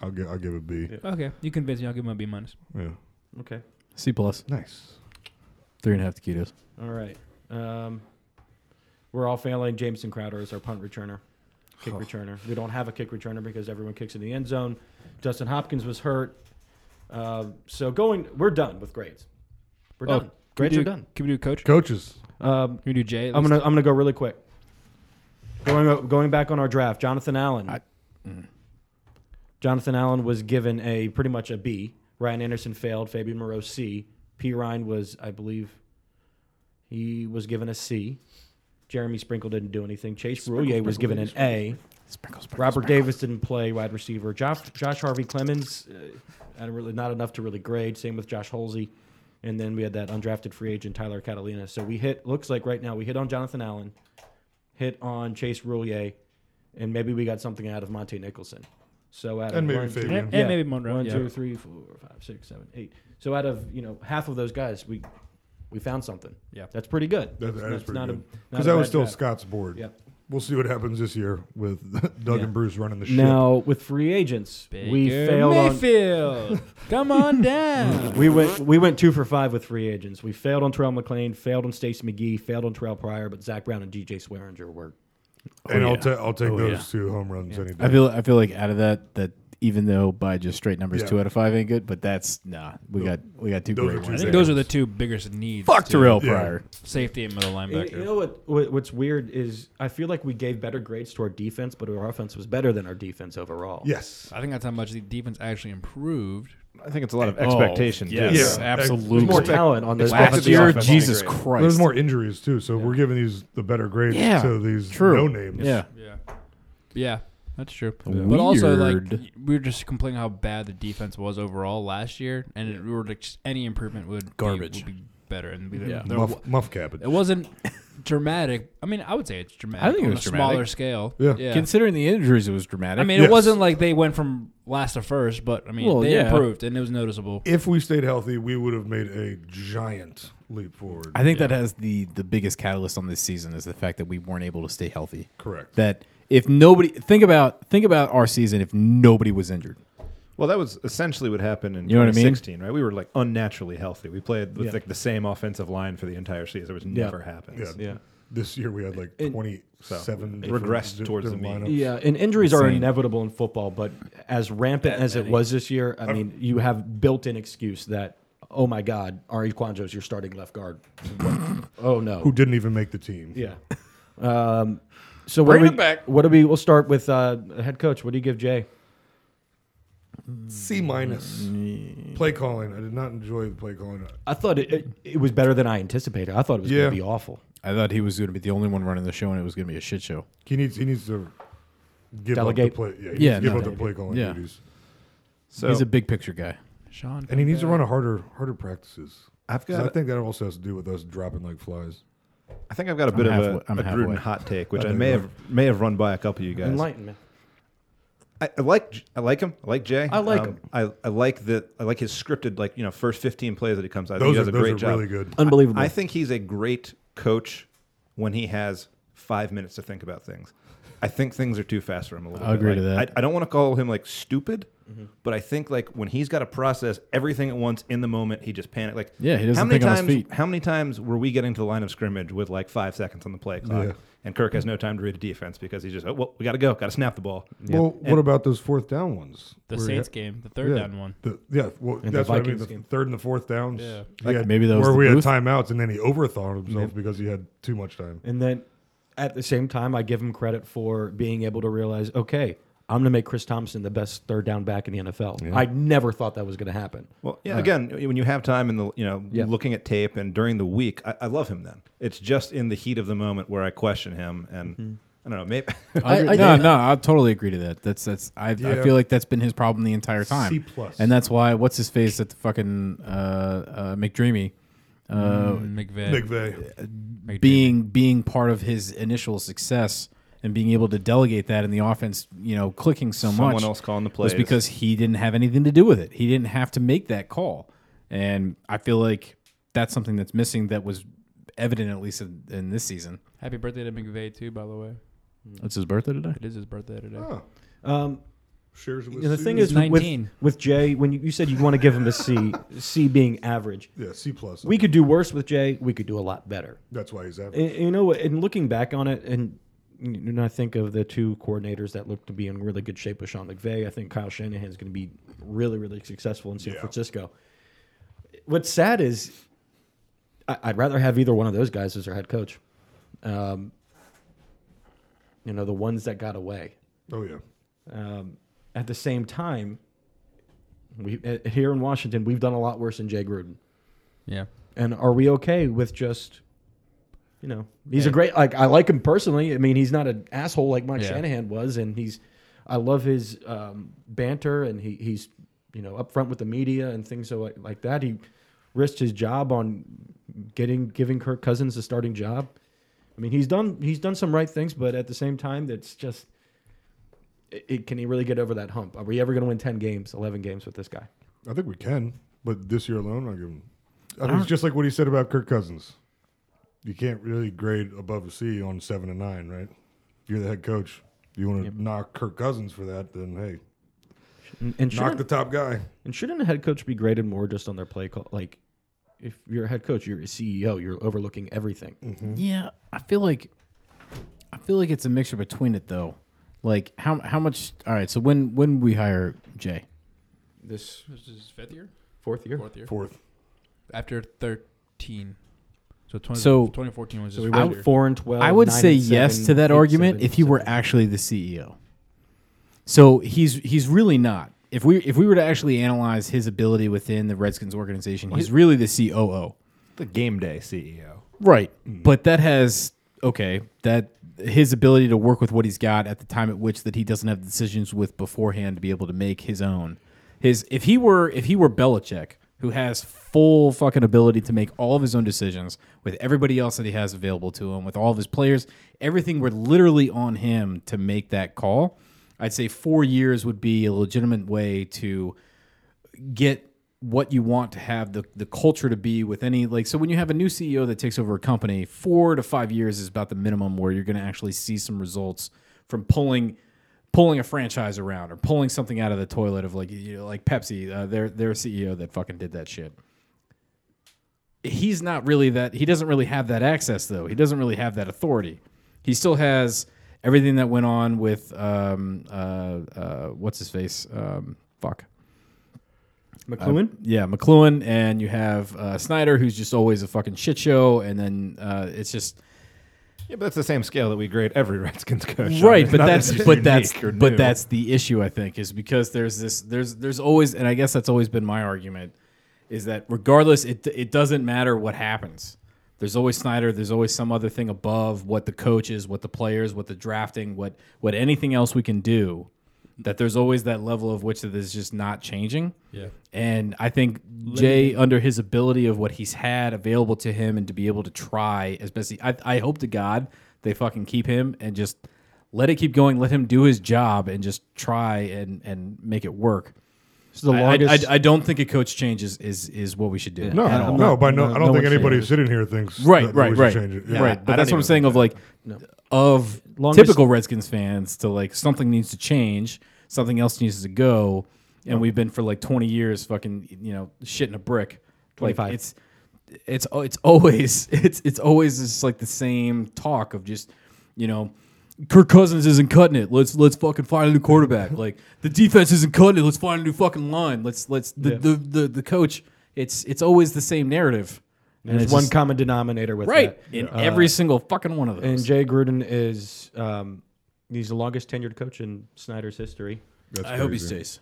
Speaker 5: I'll give I'll give it B.
Speaker 6: Yeah.
Speaker 9: Okay, you convinced me. I'll give him a B minus.
Speaker 5: Yeah.
Speaker 6: Okay.
Speaker 10: C plus
Speaker 5: Nice.
Speaker 10: three and a half taquitos.
Speaker 6: All right. Um, we're all failing Jameson Crowder as our punt returner,
Speaker 9: Oh.
Speaker 6: kick returner. We don't have a kick returner because everyone kicks in the end zone. Justin Hopkins was hurt. Uh, so going, we're done with grades. We're
Speaker 9: Oh,
Speaker 6: done.
Speaker 9: Can we
Speaker 6: Grades
Speaker 9: do,
Speaker 6: are done.
Speaker 9: Can we do coach?
Speaker 5: Coaches.
Speaker 6: Um,
Speaker 9: Can we do Jay? at
Speaker 6: I'm
Speaker 9: least?
Speaker 6: gonna I'm gonna go really quick. Going up- going back on our draft, Jonathan Allen. Mm-hmm. Jonathan Allen was given a pretty much a B. Ryan Anderson failed. Fabian Moreau C. P. Ryan was, I believe, he was given a C. Jeremy Sprinkle didn't do anything. Chase
Speaker 10: Sprinkle,
Speaker 6: Roulier was
Speaker 10: Sprinkle,
Speaker 6: given an
Speaker 10: Sprinkle,
Speaker 6: A.
Speaker 10: Sprinkle, Sprinkle,
Speaker 6: Robert
Speaker 10: Sprinkle.
Speaker 6: Davis didn't play wide receiver. Josh, Josh Harvey Clemens, uh, I don't really, not enough to really grade. Same with Josh Holsey. And then we had that undrafted free agent, Tyler Catalina. So we hit, looks like right now, we hit on Jonathan Allen, hit on Chase Roulier, and maybe we got something out of Monte Nicholson. So out of
Speaker 5: And maybe
Speaker 6: one, two-
Speaker 5: Fabian. And- and
Speaker 6: yeah,
Speaker 9: maybe Monroe,
Speaker 6: One,
Speaker 9: yeah.
Speaker 6: two, three, four, five, six, seven, eight. So out of you know half of those guys, we we found something.
Speaker 9: Yeah.
Speaker 6: that's pretty good.
Speaker 5: That, that is
Speaker 6: That's
Speaker 5: pretty
Speaker 6: not a-
Speaker 5: good.
Speaker 6: not
Speaker 5: Because
Speaker 6: a
Speaker 5: that was
Speaker 6: bad
Speaker 5: still
Speaker 6: draft.
Speaker 5: Scott's board.
Speaker 6: Yep.
Speaker 5: We'll see what happens this year with Doug
Speaker 6: Yeah.
Speaker 5: and Bruce running the ship.
Speaker 6: Now with free agents, we
Speaker 9: Baker
Speaker 6: failed. on-
Speaker 9: Mayfield, come on down.
Speaker 6: we went we went two for five with free agents. We failed on Terrell McLean, failed on Stacey McGee, failed on Terrell Pryor, but Zach Brown and DJ Swearinger were.
Speaker 5: and
Speaker 10: Oh,
Speaker 5: I'll,
Speaker 10: yeah.
Speaker 5: ta- I'll take
Speaker 10: Oh,
Speaker 5: those
Speaker 10: yeah.
Speaker 5: two home runs any day.
Speaker 10: I feel I feel like out of that that even though by just straight numbers
Speaker 5: Yeah.
Speaker 10: two out of five ain't good, but that's nah. We got we got two
Speaker 5: Those
Speaker 10: great
Speaker 5: are two
Speaker 10: ones.
Speaker 9: I think
Speaker 10: there.
Speaker 5: bad
Speaker 9: those are the two biggest needs.
Speaker 10: Fuck
Speaker 9: to-
Speaker 10: Terrell
Speaker 5: Yeah.
Speaker 10: Pryor.
Speaker 9: Safety and middle
Speaker 6: You,
Speaker 9: linebacker.
Speaker 6: you know what, what? What's weird is I feel like we gave better grades to our defense, but our offense was better than our defense overall.
Speaker 5: Yes.
Speaker 9: I think that's how much the defense actually improved.
Speaker 8: I think it's a lot of expectation. too.
Speaker 5: Oh, yes. Yeah.
Speaker 10: absolutely.
Speaker 6: more talent on this
Speaker 10: Last
Speaker 6: offensive
Speaker 10: year,
Speaker 6: offense.
Speaker 10: Jesus
Speaker 8: Great.
Speaker 10: Christ.
Speaker 5: There's more injuries too, so we're giving these the better grades
Speaker 10: Yeah,
Speaker 5: to these
Speaker 10: True.
Speaker 5: no names.
Speaker 10: Yeah.
Speaker 9: Yeah. Yeah, that's true.
Speaker 10: Yeah.
Speaker 9: But also, like,
Speaker 10: Weird.
Speaker 9: we were just complaining how bad the defense was overall last year, and it, we were like, just- any improvement would
Speaker 10: Garbage.
Speaker 9: Be, would be better, and we,
Speaker 10: Yeah.
Speaker 9: there,
Speaker 5: Muff, muff cap it.
Speaker 9: it wasn't dramatic. I mean, I would say it's dramatic.
Speaker 10: I think it
Speaker 9: on
Speaker 10: was
Speaker 9: a smaller
Speaker 10: dramatic.
Speaker 9: scale.
Speaker 5: Yeah.
Speaker 10: Considering the injuries, it was dramatic.
Speaker 9: I mean,
Speaker 5: Yes.
Speaker 9: it wasn't like they went from last to first, but I mean,
Speaker 10: Well,
Speaker 9: they
Speaker 10: yeah.
Speaker 9: improved, and it was noticeable.
Speaker 5: If we stayed healthy, we would have made a giant leap forward.
Speaker 10: I think that has the the biggest catalyst on this season is the fact that we weren't able to stay healthy.
Speaker 5: Correct.
Speaker 10: That if nobody think about think about our season if nobody was injured.
Speaker 8: Well, that was essentially what happened in
Speaker 10: You know what I mean?
Speaker 8: 2016, right? We were like unnaturally healthy. We played with
Speaker 6: Yeah.
Speaker 8: like the same offensive line for the entire season, which never happens.
Speaker 5: yeah. This year we had like
Speaker 6: And-
Speaker 5: 27
Speaker 8: So, regressed
Speaker 5: different-
Speaker 8: towards the
Speaker 5: different
Speaker 8: mean.
Speaker 5: lineups.
Speaker 6: Yeah, and injuries are
Speaker 10: Insane.
Speaker 6: inevitable in football, but as rampant as it was this year, I mean, you have built-in excuse that, oh my God, Ari Quanjo's your starting left guard. oh no,
Speaker 5: Who didn't even make the team?
Speaker 6: yeah. Um, so what do
Speaker 10: Bring
Speaker 6: we,
Speaker 10: it back.
Speaker 6: What do we? We'll start with uh, head coach. What do you give Jay?
Speaker 5: C minus.
Speaker 10: Mm.
Speaker 5: Play calling. I did not enjoy the play calling.
Speaker 6: I thought it, it, it was better than I anticipated. I thought it was
Speaker 5: Yeah.
Speaker 6: going to be awful.
Speaker 10: I thought he was going to be the only one running the show and it was going to be a shit show.
Speaker 5: He needs he needs to give
Speaker 6: Delegate.
Speaker 5: up the play. Yeah, he
Speaker 10: Yeah,
Speaker 5: needs to give
Speaker 10: no,
Speaker 5: up the play calling
Speaker 10: yeah.
Speaker 5: duties.
Speaker 8: So
Speaker 10: He's a big picture guy.
Speaker 9: Sean,
Speaker 5: And he needs to run a harder harder practices.
Speaker 8: I've
Speaker 5: 'Cause
Speaker 8: got.
Speaker 5: I think that also has to do with us dropping like flies.
Speaker 8: I think I've got a bit
Speaker 10: halfway-
Speaker 8: of a,
Speaker 10: I'm
Speaker 8: a
Speaker 10: halfway.
Speaker 8: Gruden hot take, which
Speaker 5: I
Speaker 8: I
Speaker 5: think
Speaker 8: may
Speaker 5: you're
Speaker 8: have may have run by a couple of you guys.
Speaker 6: Enlighten me.
Speaker 8: I, I like I like him. I like Jay. I
Speaker 6: like him.
Speaker 8: I, I like that. I like his scripted, like you know, first fifteen plays that he comes out. I
Speaker 5: Those
Speaker 8: think
Speaker 5: are,
Speaker 8: he does a
Speaker 5: those
Speaker 8: great
Speaker 5: are
Speaker 8: job.
Speaker 5: really good.
Speaker 6: Unbelievable.
Speaker 8: I think he's a great coach when he has five minutes to think about things. I think things are too fast for him a little
Speaker 10: I
Speaker 8: bit.
Speaker 10: agree
Speaker 8: Like,
Speaker 10: to that.
Speaker 8: I, I don't want to call him like stupid, but I think like when he's got to process everything at once in the moment, he just panic. Like
Speaker 10: Yeah, he
Speaker 8: how
Speaker 10: doesn't
Speaker 8: many
Speaker 10: think on
Speaker 8: times?
Speaker 10: his feet.
Speaker 8: How many times were we getting to the line of scrimmage with like five seconds on the play clock?
Speaker 5: Yeah.
Speaker 8: And Kirk has no time to read a defense because he's just oh well we got to go got to snap the ball.
Speaker 5: Well, what
Speaker 8: And-
Speaker 5: about those fourth down ones?
Speaker 9: the
Speaker 5: Where he
Speaker 9: Saints
Speaker 5: had-
Speaker 9: game, the third
Speaker 5: yeah,
Speaker 9: down one.
Speaker 5: The, yeah, well,
Speaker 6: the
Speaker 5: that's what I mean.
Speaker 6: Vikings
Speaker 5: The
Speaker 6: game.
Speaker 5: third and the fourth downs.
Speaker 9: Yeah.
Speaker 5: He
Speaker 10: Like
Speaker 5: had-
Speaker 10: maybe that was
Speaker 5: where
Speaker 10: the
Speaker 5: we
Speaker 10: booth?
Speaker 5: had timeouts, and then he overthought himself because he had too much time.
Speaker 6: And then at the same time, I give him credit for being able to realize, okay, I'm going to make Chris Thompson the best third down back in the NFL. I never thought that was going to happen.
Speaker 8: Well, yeah. Again, when you have time in the you know
Speaker 6: Yeah.
Speaker 8: looking at tape and during the week, I, I love him. Then it's just in the heat of the moment where I question him, and Mm-hmm. I don't know. Maybe
Speaker 10: I,
Speaker 6: I
Speaker 10: no,
Speaker 6: think-
Speaker 10: no, I totally agree to that. That's that's I,
Speaker 5: Yeah.
Speaker 10: I feel like that's been his problem the entire time.
Speaker 5: C plus.
Speaker 10: And that's why what's his face at the fucking uh, uh, McDreamy uh,
Speaker 9: McVay.
Speaker 5: McVay.
Speaker 9: McDreamy.
Speaker 10: being being part of his initial success and being able to delegate that and the offense, you know, clicking so
Speaker 8: Someone
Speaker 10: much.
Speaker 8: else calling the plays.
Speaker 10: was because he didn't have anything to do with it. He didn't have to make that call, and I feel like that's something that's missing that was evident at least in, in this season.
Speaker 9: Happy birthday to McVay too, by the way.
Speaker 10: It's his birthday today.
Speaker 9: It is his birthday today.
Speaker 5: Oh,
Speaker 6: Um,
Speaker 5: shares with
Speaker 6: you know, the thing
Speaker 5: C.
Speaker 6: is, with,
Speaker 9: 19.
Speaker 6: with Jay, when you, you said you want to give him a C, C being average,
Speaker 5: yeah, C plus.
Speaker 6: we could do worse with Jay. We could do a lot better.
Speaker 5: That's why he's out.
Speaker 8: Eh.
Speaker 6: And, and you know, what, and looking back on it, and you know, I think of the two coordinators that look to be in really good shape with Sean McVay. I think Kyle Shanahan is going to be really, really successful in San
Speaker 5: Yeah.
Speaker 6: Francisco. What's sad is I, I'd rather have either one of those guys as their head coach. Um, you know, the ones that got away.
Speaker 5: Oh yeah.
Speaker 6: Um, at the same time, we eh, here in Washington, we've done a lot worse than Jay Gruden.
Speaker 9: Yeah.
Speaker 6: And are we okay with just, you know, he's a
Speaker 9: Yeah.
Speaker 6: great like I like him personally. I mean, he's not an asshole like Mike
Speaker 9: Yeah.
Speaker 6: Shanahan was, and he's I love his um, banter and he he's you know upfront with the media and things so like, like that. He risked his job on getting giving Kirk Cousins a starting job. I mean, he's done he's done some right things, but at the same time, that's just. It, it- can he really get over that hump? Are we ever going to win ten games, eleven games with this guy?
Speaker 5: I think we can, but this year alone, I give him. I
Speaker 6: I
Speaker 5: think
Speaker 6: don't-
Speaker 5: it's just like what he said about Kirk Cousins. You can't really grade above a C on seven and nine, right? If you're the head coach, you want to knock Kirk Cousins for that, then hey,
Speaker 6: And,
Speaker 5: knock
Speaker 6: and shouldn't-
Speaker 5: the top guy.
Speaker 6: And shouldn't a head coach be graded more just on their play call? Like, if you're a head coach, you're a CEO, you're overlooking everything.
Speaker 7: Yeah.
Speaker 10: I feel like I feel like it's a mixture between it though. Like how how much? All right. So when when we hire Jay,
Speaker 6: This
Speaker 11: This is fifth year,
Speaker 6: fourth year.
Speaker 11: fourth year,
Speaker 5: Fourth.
Speaker 11: after thirteen. So, 20,
Speaker 10: So-
Speaker 11: 2014 was
Speaker 6: so
Speaker 11: his
Speaker 6: we
Speaker 11: first
Speaker 6: went
Speaker 11: year.
Speaker 6: four and twelve.
Speaker 10: I would
Speaker 6: nine
Speaker 10: say
Speaker 6: and
Speaker 10: yes
Speaker 6: seven,
Speaker 10: to that
Speaker 6: eight,
Speaker 10: argument
Speaker 6: seven.
Speaker 10: if he were actually the CEO. So he's he's really not. If we if we were to actually analyze his ability within the Redskins organization, he's really the COO.
Speaker 8: The game day CEO.
Speaker 10: Right. But that has okay, that his ability to work with what he's got at the time at which that he doesn't have decisions with beforehand to be able to make his own. His if he were if he were Belichick, who has full fucking ability to make all of his own decisions with everybody else that he has available to him, with all of his players, everything were literally on him to make that call. I'd say four years would be a legitimate way to get what you want to have the, the culture to be with any like so when you have a new ceo that takes over a company four to five years is about the minimum where you're going to actually see some results from pulling pulling a franchise around or pulling something out of the toilet of like you know, like pepsi uh, their their ceo that fucking did that shit he's not really that he doesn't really have that access though he doesn't really have that authority he still has everything that went on with um uh uh what's his face um fuck
Speaker 6: McLuhan.
Speaker 10: yeah, McLuhan, and you have uh, Snyder, who's just always a fucking shit show, and then uh, it's just
Speaker 8: Yeah, but that's the same scale that we grade every Redskins coach. on.
Speaker 10: right.
Speaker 8: It's
Speaker 10: But
Speaker 8: not
Speaker 10: that's
Speaker 8: that
Speaker 10: but
Speaker 8: it's
Speaker 10: that's
Speaker 8: unique or
Speaker 10: but
Speaker 8: new.
Speaker 10: that's the issue I think is because there's this there's there's always and I guess that's always been my argument is that regardless it it doesn't matter what happens. There's always Snyder. There's always some other thing above what the coaches, what the players, what the drafting, what what anything else we can do. That there's always that level of which that is just not changing.
Speaker 11: Yeah.
Speaker 10: And I think Jay, under his ability of what he's had available to him and to be able to try as best he, I, I hope to God they fucking keep him and just let it keep going. Let him do his job and just try and, and make it work.
Speaker 6: This is the
Speaker 10: I- I,
Speaker 6: longest.
Speaker 10: I, I don't think a coach change is, is, is what we should do.
Speaker 5: No,
Speaker 10: at
Speaker 5: no,
Speaker 10: all.
Speaker 5: by no, I don't
Speaker 6: no
Speaker 5: think
Speaker 6: one's
Speaker 5: anybody
Speaker 6: saying
Speaker 5: sitting here thinks
Speaker 10: Right,
Speaker 5: that
Speaker 10: right,
Speaker 5: we should
Speaker 10: right.
Speaker 5: change it. Yeah.
Speaker 10: Right. But
Speaker 8: I
Speaker 10: that's
Speaker 8: don't
Speaker 10: what I'm
Speaker 8: even
Speaker 10: saying of like of
Speaker 6: Longest-
Speaker 10: typical Redskins fans to like something needs to change, something else needs to go, and we've been for like 20 years fucking, you know, shit in a brick. Like
Speaker 6: 25.
Speaker 10: it's it's oh, it's always it's it's always just like the same talk of just, you know, Kirk Cousins isn't cutting it. Let's let's fucking find a new quarterback. like the defense isn't cutting it. Let's find a new fucking line. Let's let's the the, the the coach. It's it's always the same narrative. And
Speaker 6: there's
Speaker 10: it's
Speaker 6: one
Speaker 10: just-
Speaker 6: common denominator with
Speaker 10: right
Speaker 6: that.
Speaker 10: in
Speaker 6: Uh,
Speaker 10: every single fucking one of those.
Speaker 6: and Jay Gruden is um, he's the longest tenured coach in Snyder's history.
Speaker 5: That's
Speaker 10: I hope he
Speaker 5: crazy.
Speaker 10: stays.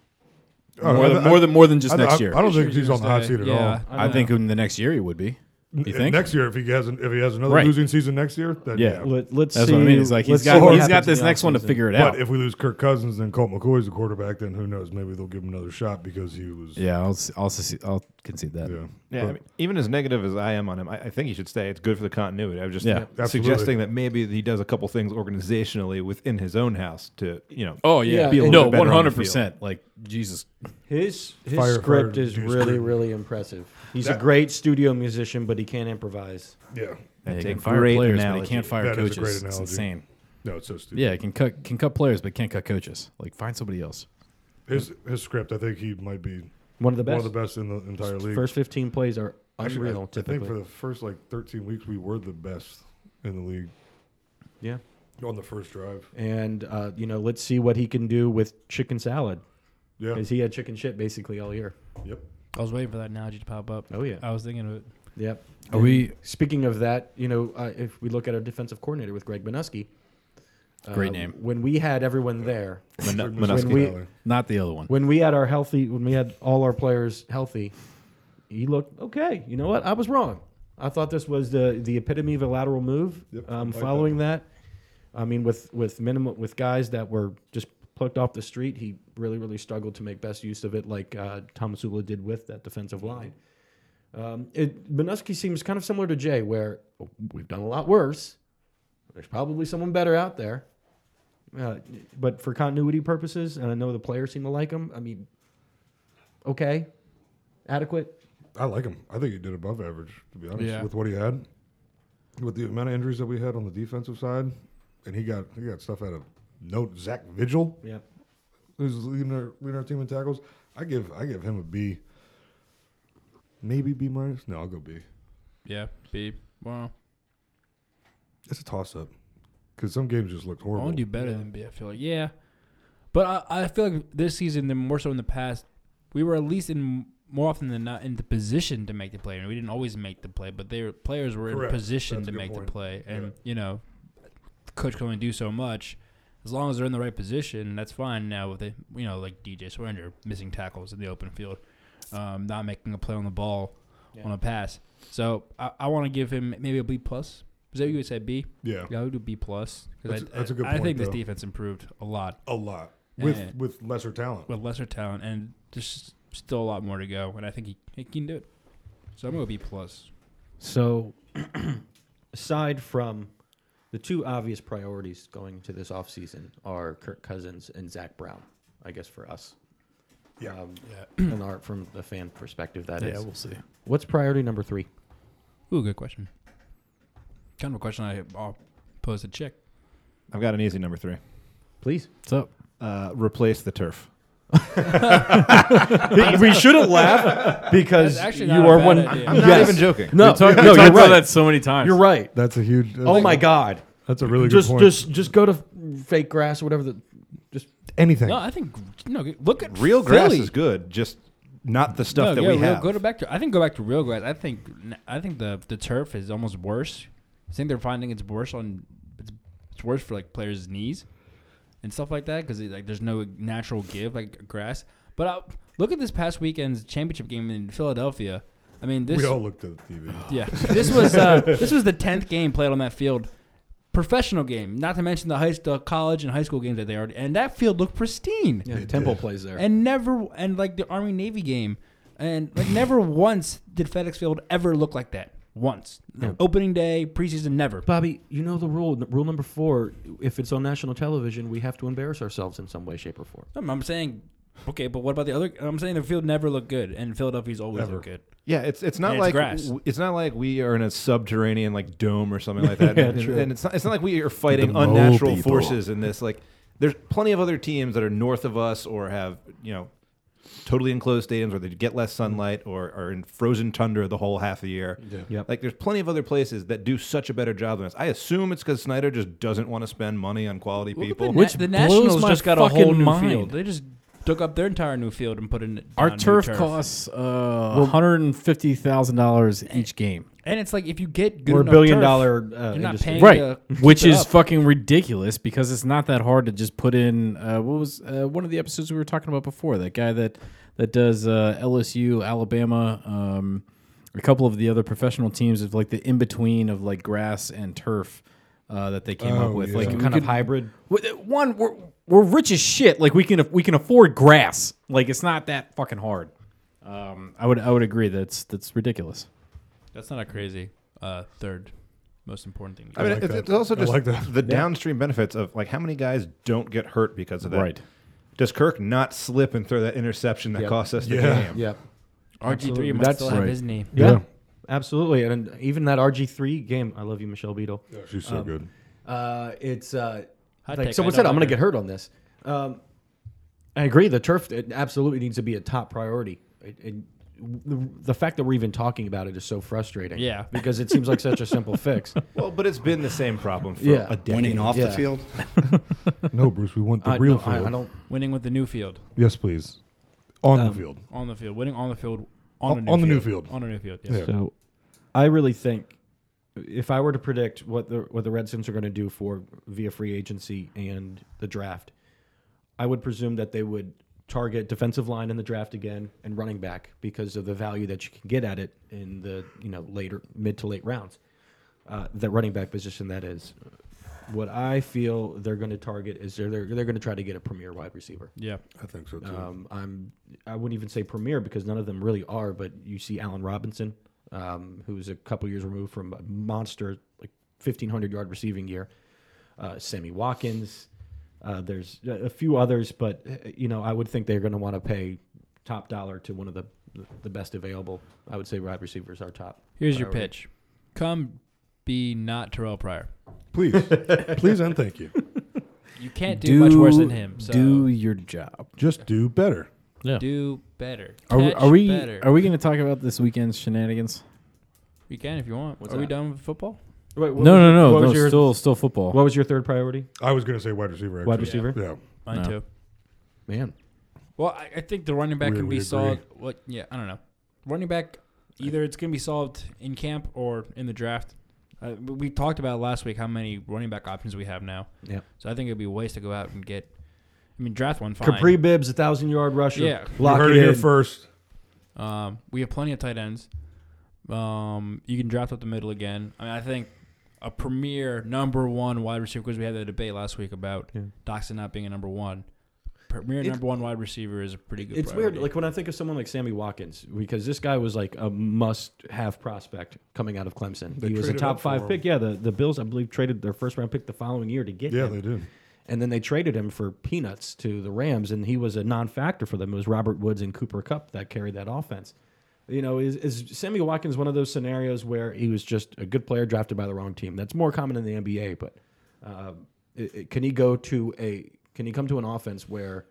Speaker 5: Oh,
Speaker 10: More
Speaker 5: I-
Speaker 10: than
Speaker 5: I-
Speaker 10: more than more than just
Speaker 5: I-
Speaker 10: next
Speaker 5: I-
Speaker 10: year.
Speaker 5: I don't think
Speaker 11: Sure
Speaker 5: he's on the hot seat at all.
Speaker 11: Yeah.
Speaker 10: I think in the next year he would be. You
Speaker 5: N-
Speaker 10: think?
Speaker 5: Next year, if he has, an, if he has another
Speaker 10: Right.
Speaker 5: losing season next year, then
Speaker 10: Yeah.
Speaker 5: yeah.
Speaker 6: Let, let's
Speaker 10: That's
Speaker 6: see.
Speaker 10: what I mean. He's like he's
Speaker 6: let's
Speaker 10: got
Speaker 6: see what
Speaker 10: he's got
Speaker 6: happens in
Speaker 10: this
Speaker 6: the
Speaker 10: next one to
Speaker 6: offseason.
Speaker 10: figure it out.
Speaker 5: But if we lose Kirk Cousins and Colt McCoy is the quarterback, then who knows? Maybe they'll give him another shot because he was.
Speaker 10: yeah, I'll s- I'll, s- I'll concede that.
Speaker 5: yeah.
Speaker 8: Yeah, I mean, even as negative as I am on him, I, I think he should stay. It's good for the continuity. I was just
Speaker 10: Yeah.
Speaker 5: Absolutely.
Speaker 8: suggesting that maybe he does a couple things organizationally within his own house to, you know.
Speaker 10: Oh yeah,
Speaker 6: Yeah, Be a
Speaker 8: little
Speaker 10: no,
Speaker 8: bit better
Speaker 10: one
Speaker 8: on the
Speaker 10: hundred percent. Like Jesus,
Speaker 6: His his
Speaker 5: Firefighter
Speaker 6: script is
Speaker 5: Deuce
Speaker 6: really
Speaker 5: Gruden.
Speaker 6: really impressive. He's a
Speaker 5: That-
Speaker 6: great studio musician, but he can't improvise.
Speaker 5: Yeah.
Speaker 10: Yeah, he
Speaker 8: a
Speaker 10: can fire
Speaker 8: great
Speaker 10: players, but
Speaker 8: analogy.
Speaker 10: he can't fire
Speaker 5: That is a
Speaker 10: coaches.
Speaker 5: great
Speaker 10: it's
Speaker 5: analogy.
Speaker 10: insane.
Speaker 5: No, it's so stupid.
Speaker 10: Yeah, he can cut can cut players, but can't cut coaches. Like find somebody else.
Speaker 5: His his script, I think he might be
Speaker 6: One of the
Speaker 5: one
Speaker 6: best.
Speaker 5: of the best in the entire league.
Speaker 6: First fifteen plays are
Speaker 5: Actually, I-
Speaker 6: unreal.
Speaker 5: I,
Speaker 6: typically,
Speaker 5: think for the first like 13 weeks, we were the best in the league
Speaker 6: yeah.
Speaker 5: on the first drive.
Speaker 6: And uh, you know, let's see what he can do with chicken salad,
Speaker 5: Yeah.
Speaker 6: because he had chicken shit basically all year.
Speaker 5: Yep.
Speaker 11: I was waiting for that analogy to pop up.
Speaker 6: Oh, yeah.
Speaker 11: I was thinking of it.
Speaker 6: Yep.
Speaker 10: Are we
Speaker 6: Speaking of that, you know, uh, if we look at our defensive coordinator with Greg Minuski,
Speaker 10: Great name.
Speaker 6: When we had everyone there,
Speaker 10: Min-
Speaker 6: when
Speaker 10: Minuski
Speaker 6: we-
Speaker 10: Valley. Not the other one.
Speaker 6: When we had our healthy, when we had all our players healthy, he looked okay. You know what? I was wrong. I thought this was the the epitome of a lateral move. um,
Speaker 5: like that.
Speaker 6: following that. I mean, with with minimum with guys that were just plucked off the street, he really really struggled to make best use of it, like uh, Thomas Ula did with that defensive line. Um, it, Minuski seems kind of similar to Jay, where we've done a lot worse. There's probably someone better out there. Uh, but for continuity purposes, and I know the players seem to like him. I mean, okay, adequate.
Speaker 5: I like him. I think he did above average, to be honest,
Speaker 6: Yeah.
Speaker 5: with what he had. With the amount of injuries that we had on the defensive side, and he got he got stuff out of no Zach Vigil.
Speaker 6: Yep.
Speaker 5: Who's leading our leading our team in tackles? I give I give him a B. Maybe B minus. No, I'll go B.
Speaker 9: Yeah, B. Wow.
Speaker 5: It's a toss up because some games just looked
Speaker 9: I
Speaker 5: horrible.
Speaker 9: want to do better than B. I feel like yeah, but I, I feel like this season, then more so in the past, we were at least in more often than not in the position to make the play. I mean, we didn't always make the play, but they were, players were
Speaker 5: Correct.
Speaker 9: in position
Speaker 5: That's a
Speaker 9: to
Speaker 5: good
Speaker 9: make
Speaker 5: point.
Speaker 9: the play, and you know, coach can only do so much. As long as they're in the right position, that's fine. Now with they, you know, like DJ Surrender missing tackles in the open field, um, not making a play on the ball on a pass. So I, I want to give him maybe a B plus. Is that what you would say B?
Speaker 5: Yeah.
Speaker 9: I would do B plus. 'Cause
Speaker 5: That's-
Speaker 9: I,
Speaker 5: that's a good
Speaker 9: I
Speaker 5: point,
Speaker 9: think this
Speaker 5: though.
Speaker 9: defense improved a lot.
Speaker 5: A lot. With- with lesser talent.
Speaker 9: With lesser talent, and there's still a lot more to go. And I think he, he can do it. So I'm gonna go B plus.
Speaker 6: So, aside from the two obvious priorities going into this offseason are Kirk Cousins and Zach Brown, I guess for us.
Speaker 5: Yeah.
Speaker 6: Um, And our, from the fan perspective, that is.
Speaker 9: Yeah, we'll see.
Speaker 6: What's priority number three?
Speaker 9: Ooh, good question. Kind of a question I I'll pose to Chick.
Speaker 8: I've got an easy number three.
Speaker 6: Please.
Speaker 8: What's up? Uh, replace the turf.
Speaker 6: we shouldn't laugh because
Speaker 8: That's
Speaker 6: you
Speaker 8: actually not a
Speaker 6: are
Speaker 8: bad
Speaker 6: one.
Speaker 8: idea. I'm not even joking.
Speaker 6: No,
Speaker 8: We've talked-
Speaker 6: no,
Speaker 8: we've
Speaker 6: you're
Speaker 8: talked about
Speaker 6: right.
Speaker 8: that so many times.
Speaker 6: You're right.
Speaker 5: That's a huge.
Speaker 6: oh my god.
Speaker 5: That's a really good
Speaker 6: just,
Speaker 5: point.
Speaker 6: Just, just go to fake grass or whatever. The, just
Speaker 5: Anything.
Speaker 9: No, I think no. Look at
Speaker 8: Real grass
Speaker 9: Philly.
Speaker 8: is good, just not the stuff
Speaker 9: No,
Speaker 8: that
Speaker 9: yeah,
Speaker 8: we
Speaker 9: real-
Speaker 8: have.
Speaker 9: Go to back to. I think go back to real grass. I think I think the the turf is almost worse. I think they're finding it's worse on it's, it's worse for like players' knees and stuff like that because like there's no natural give like grass. But I, look at this past weekend's championship game in Philadelphia. I mean, this Oh,
Speaker 5: We all looked at the TV.
Speaker 9: Yeah, this was uh, this was the tenth game played on that field. Professional game, not to mention the high the college and high school games that they already and that field looked pristine.
Speaker 6: Yeah, It Temple did. plays there.
Speaker 9: and never and like the Army Navy game, and like never once did FedEx Field ever look like that. Once
Speaker 6: No.
Speaker 9: opening day, preseason, never.
Speaker 6: Bobby, you know the rule. Rule number four: if it's on national television, we have to embarrass ourselves in some way, shape, or form.
Speaker 9: I'm, I'm saying, okay, but what about the other? I'm saying the field never looked good, and Philadelphia's always
Speaker 8: Ever.
Speaker 9: looked good.
Speaker 8: Yeah, it's it's not
Speaker 9: And
Speaker 8: like
Speaker 9: grass.
Speaker 8: w- it's not like we are in a subterranean like dome or something like that.
Speaker 9: Yeah,
Speaker 8: and,
Speaker 9: true.
Speaker 8: and it's not it's not like we are fighting
Speaker 9: The mole
Speaker 8: unnatural
Speaker 9: people.
Speaker 8: forces in this. Like there's plenty of other teams that are north of us or have you know totally enclosed stadiums where they get less sunlight or are in frozen tundra the whole half of the year.
Speaker 6: Yeah. Yep.
Speaker 8: Like there's plenty of other places that do such a better job than us. I assume it's because Snyder just doesn't want to spend money on quality
Speaker 9: Look at
Speaker 8: people.
Speaker 9: the, Which the Nationals just got a whole new field. They just took up their entire new field and put in down
Speaker 10: Our
Speaker 9: new
Speaker 10: turf
Speaker 9: turf
Speaker 10: costs uh,
Speaker 9: Well-
Speaker 10: $150,000 each game.
Speaker 9: And it's like if you get good
Speaker 10: We're a
Speaker 9: enough
Speaker 10: billion
Speaker 9: turf,
Speaker 10: dollar,
Speaker 9: you're not
Speaker 10: industry.
Speaker 9: paying
Speaker 10: right,
Speaker 9: to
Speaker 10: which
Speaker 9: keep it
Speaker 10: is
Speaker 9: up.
Speaker 10: fucking ridiculous because it's not that hard to just put in. Uh, what was uh, one of the episodes we were talking about before? That guy that that does uh, LSU, Alabama, um, a couple of the other professional teams of like the in between of like grass and turf. Uh, that they came up
Speaker 6: Oh,
Speaker 10: with,
Speaker 6: yeah.
Speaker 10: like
Speaker 6: Some
Speaker 10: we
Speaker 6: kind of hybrid.
Speaker 10: w- One, we're, we're rich as shit. Like we can we can afford grass. Like it's not that fucking hard. Um, I would I would agree that's that's ridiculous.
Speaker 9: That's not a crazy uh, third most important thing.
Speaker 8: I mean, it's, it's also just the
Speaker 9: Yeah.
Speaker 8: downstream benefits of like how many guys don't get hurt because of that.
Speaker 9: Right.
Speaker 8: Does Kirk not slip and throw that interception that
Speaker 6: Yep.
Speaker 8: cost us the
Speaker 6: Yeah.
Speaker 8: game?
Speaker 6: Yep.
Speaker 9: RG3 must still have his knee.
Speaker 6: Yeah.
Speaker 9: Yeah.
Speaker 6: Absolutely. And even that RG3 game, I love you, Michelle Beadle.
Speaker 5: Yeah, she's
Speaker 9: um,
Speaker 5: so good.
Speaker 6: Uh, it's uh,
Speaker 9: Hot
Speaker 6: like
Speaker 9: take,
Speaker 6: someone
Speaker 9: I
Speaker 6: said,
Speaker 9: don't
Speaker 6: I'm going
Speaker 9: like
Speaker 6: to get
Speaker 9: her.
Speaker 6: hurt on this. Um, I agree. The turf it absolutely needs to be a top priority. It, it, the, the fact that we're even talking about it is so frustrating.
Speaker 8: Yeah.
Speaker 6: Because it seems like such a simple fix.
Speaker 8: Well, but it's been the same problem for
Speaker 6: Yeah.
Speaker 8: a decade.
Speaker 6: Winning off the Yeah. field?
Speaker 5: No, Bruce, we want the
Speaker 6: I-
Speaker 5: real
Speaker 6: Uh, no, I-
Speaker 5: field.
Speaker 6: I don't-
Speaker 9: Winning with the new field.
Speaker 5: Yes, please. On the
Speaker 9: Um,
Speaker 5: field.
Speaker 9: On the field. Winning on the field.
Speaker 5: On-
Speaker 9: On,
Speaker 5: on the new
Speaker 9: field.
Speaker 5: field.
Speaker 9: On the new field. Yes.
Speaker 6: So I really think if I were to predict what the what the Redskins are going to do for via free agency and the draft, I would presume that they would target defensive line in the draft again and running back because of the value that you can get at it in the you know later mid to late rounds. Uh, that running back position that is. What I feel they're going to target is they're they're, they're going to try to get a premier wide receiver.
Speaker 5: Yeah. I think so, too.
Speaker 9: uh,
Speaker 6: Um, I'm I wouldn't even say premier because none of them really are. But you see Allen Robinson, um, who's a couple years removed from a monster like 1500 yard receiving year. Uh, Sammy Watkins. Uh, there's a a few others, but uh, you know I would think they're going to want to pay top dollar to one of the the best available. I would say wide receivers are top.
Speaker 9: Here's your
Speaker 6: priority.
Speaker 9: pitch. Come be not Terrell Pryor.
Speaker 5: Please. Please and thank you.
Speaker 9: You can't do, much worse than him. So
Speaker 10: Do your job.
Speaker 5: Just do better.
Speaker 10: Yeah.
Speaker 9: do better.
Speaker 10: Are we,
Speaker 9: Catch
Speaker 10: are we
Speaker 9: better.
Speaker 10: are we going to talk about this weekend's shenanigans?
Speaker 9: We can if you want.
Speaker 6: What's
Speaker 9: are we
Speaker 6: that?
Speaker 9: done with football?
Speaker 6: Wait, what
Speaker 10: no, no,
Speaker 6: was your-
Speaker 10: no,
Speaker 6: What
Speaker 10: no.
Speaker 6: was your
Speaker 10: still, still football.
Speaker 6: what was your third priority?
Speaker 5: I was going to say wide receiver. Actually.
Speaker 6: Wide receiver?
Speaker 5: Yeah.
Speaker 9: Mine
Speaker 10: No.
Speaker 9: too.
Speaker 6: Man,
Speaker 9: Well, I, I think the running back
Speaker 5: We-
Speaker 9: can
Speaker 5: we
Speaker 9: be
Speaker 5: agree.
Speaker 9: solved. What? Yeah, I don't know. Running back, either it's gonna be solved in camp or in the draft. Uh, we- we talked about last week how many running back options we have now.
Speaker 6: Yep.
Speaker 9: So I think it'd be a waste to go out and get. I mean, draft one fine.
Speaker 6: Capri Bibbs, a thousand yard rusher.
Speaker 9: Yeah.
Speaker 5: You
Speaker 6: Lock
Speaker 5: heard
Speaker 6: it
Speaker 5: it here
Speaker 6: in.
Speaker 5: first.
Speaker 9: Um, we have plenty of tight ends. Um, you can draft up the middle again. I mean, I think a premier number one wide receiver because we had that debate last week about
Speaker 6: Yeah.
Speaker 9: Doxson not being a number one. Premier
Speaker 6: It's-
Speaker 9: number one wide receiver is a pretty good.
Speaker 6: It's
Speaker 9: priority.
Speaker 6: weird, like when I think of someone like Sammy Watkins, because this guy was like a must-have prospect coming out of Clemson.
Speaker 5: They
Speaker 6: he was a
Speaker 5: traded
Speaker 6: top
Speaker 5: up for
Speaker 6: five
Speaker 5: him.
Speaker 6: pick. Yeah, the, the Bills, I believe, traded their first round pick the following year to get
Speaker 5: Yeah,
Speaker 6: him,
Speaker 5: they did.
Speaker 6: and then they traded him for peanuts to the Rams, and he was a non-factor for them. It was Robert Woods and Cooper Cup that carried that offense. You know, is, is Sammy Watkins one of those scenarios where he was just a good player drafted by the wrong team? That's more common in the NBA, but um, it, it- can he go to a can he come to an offense where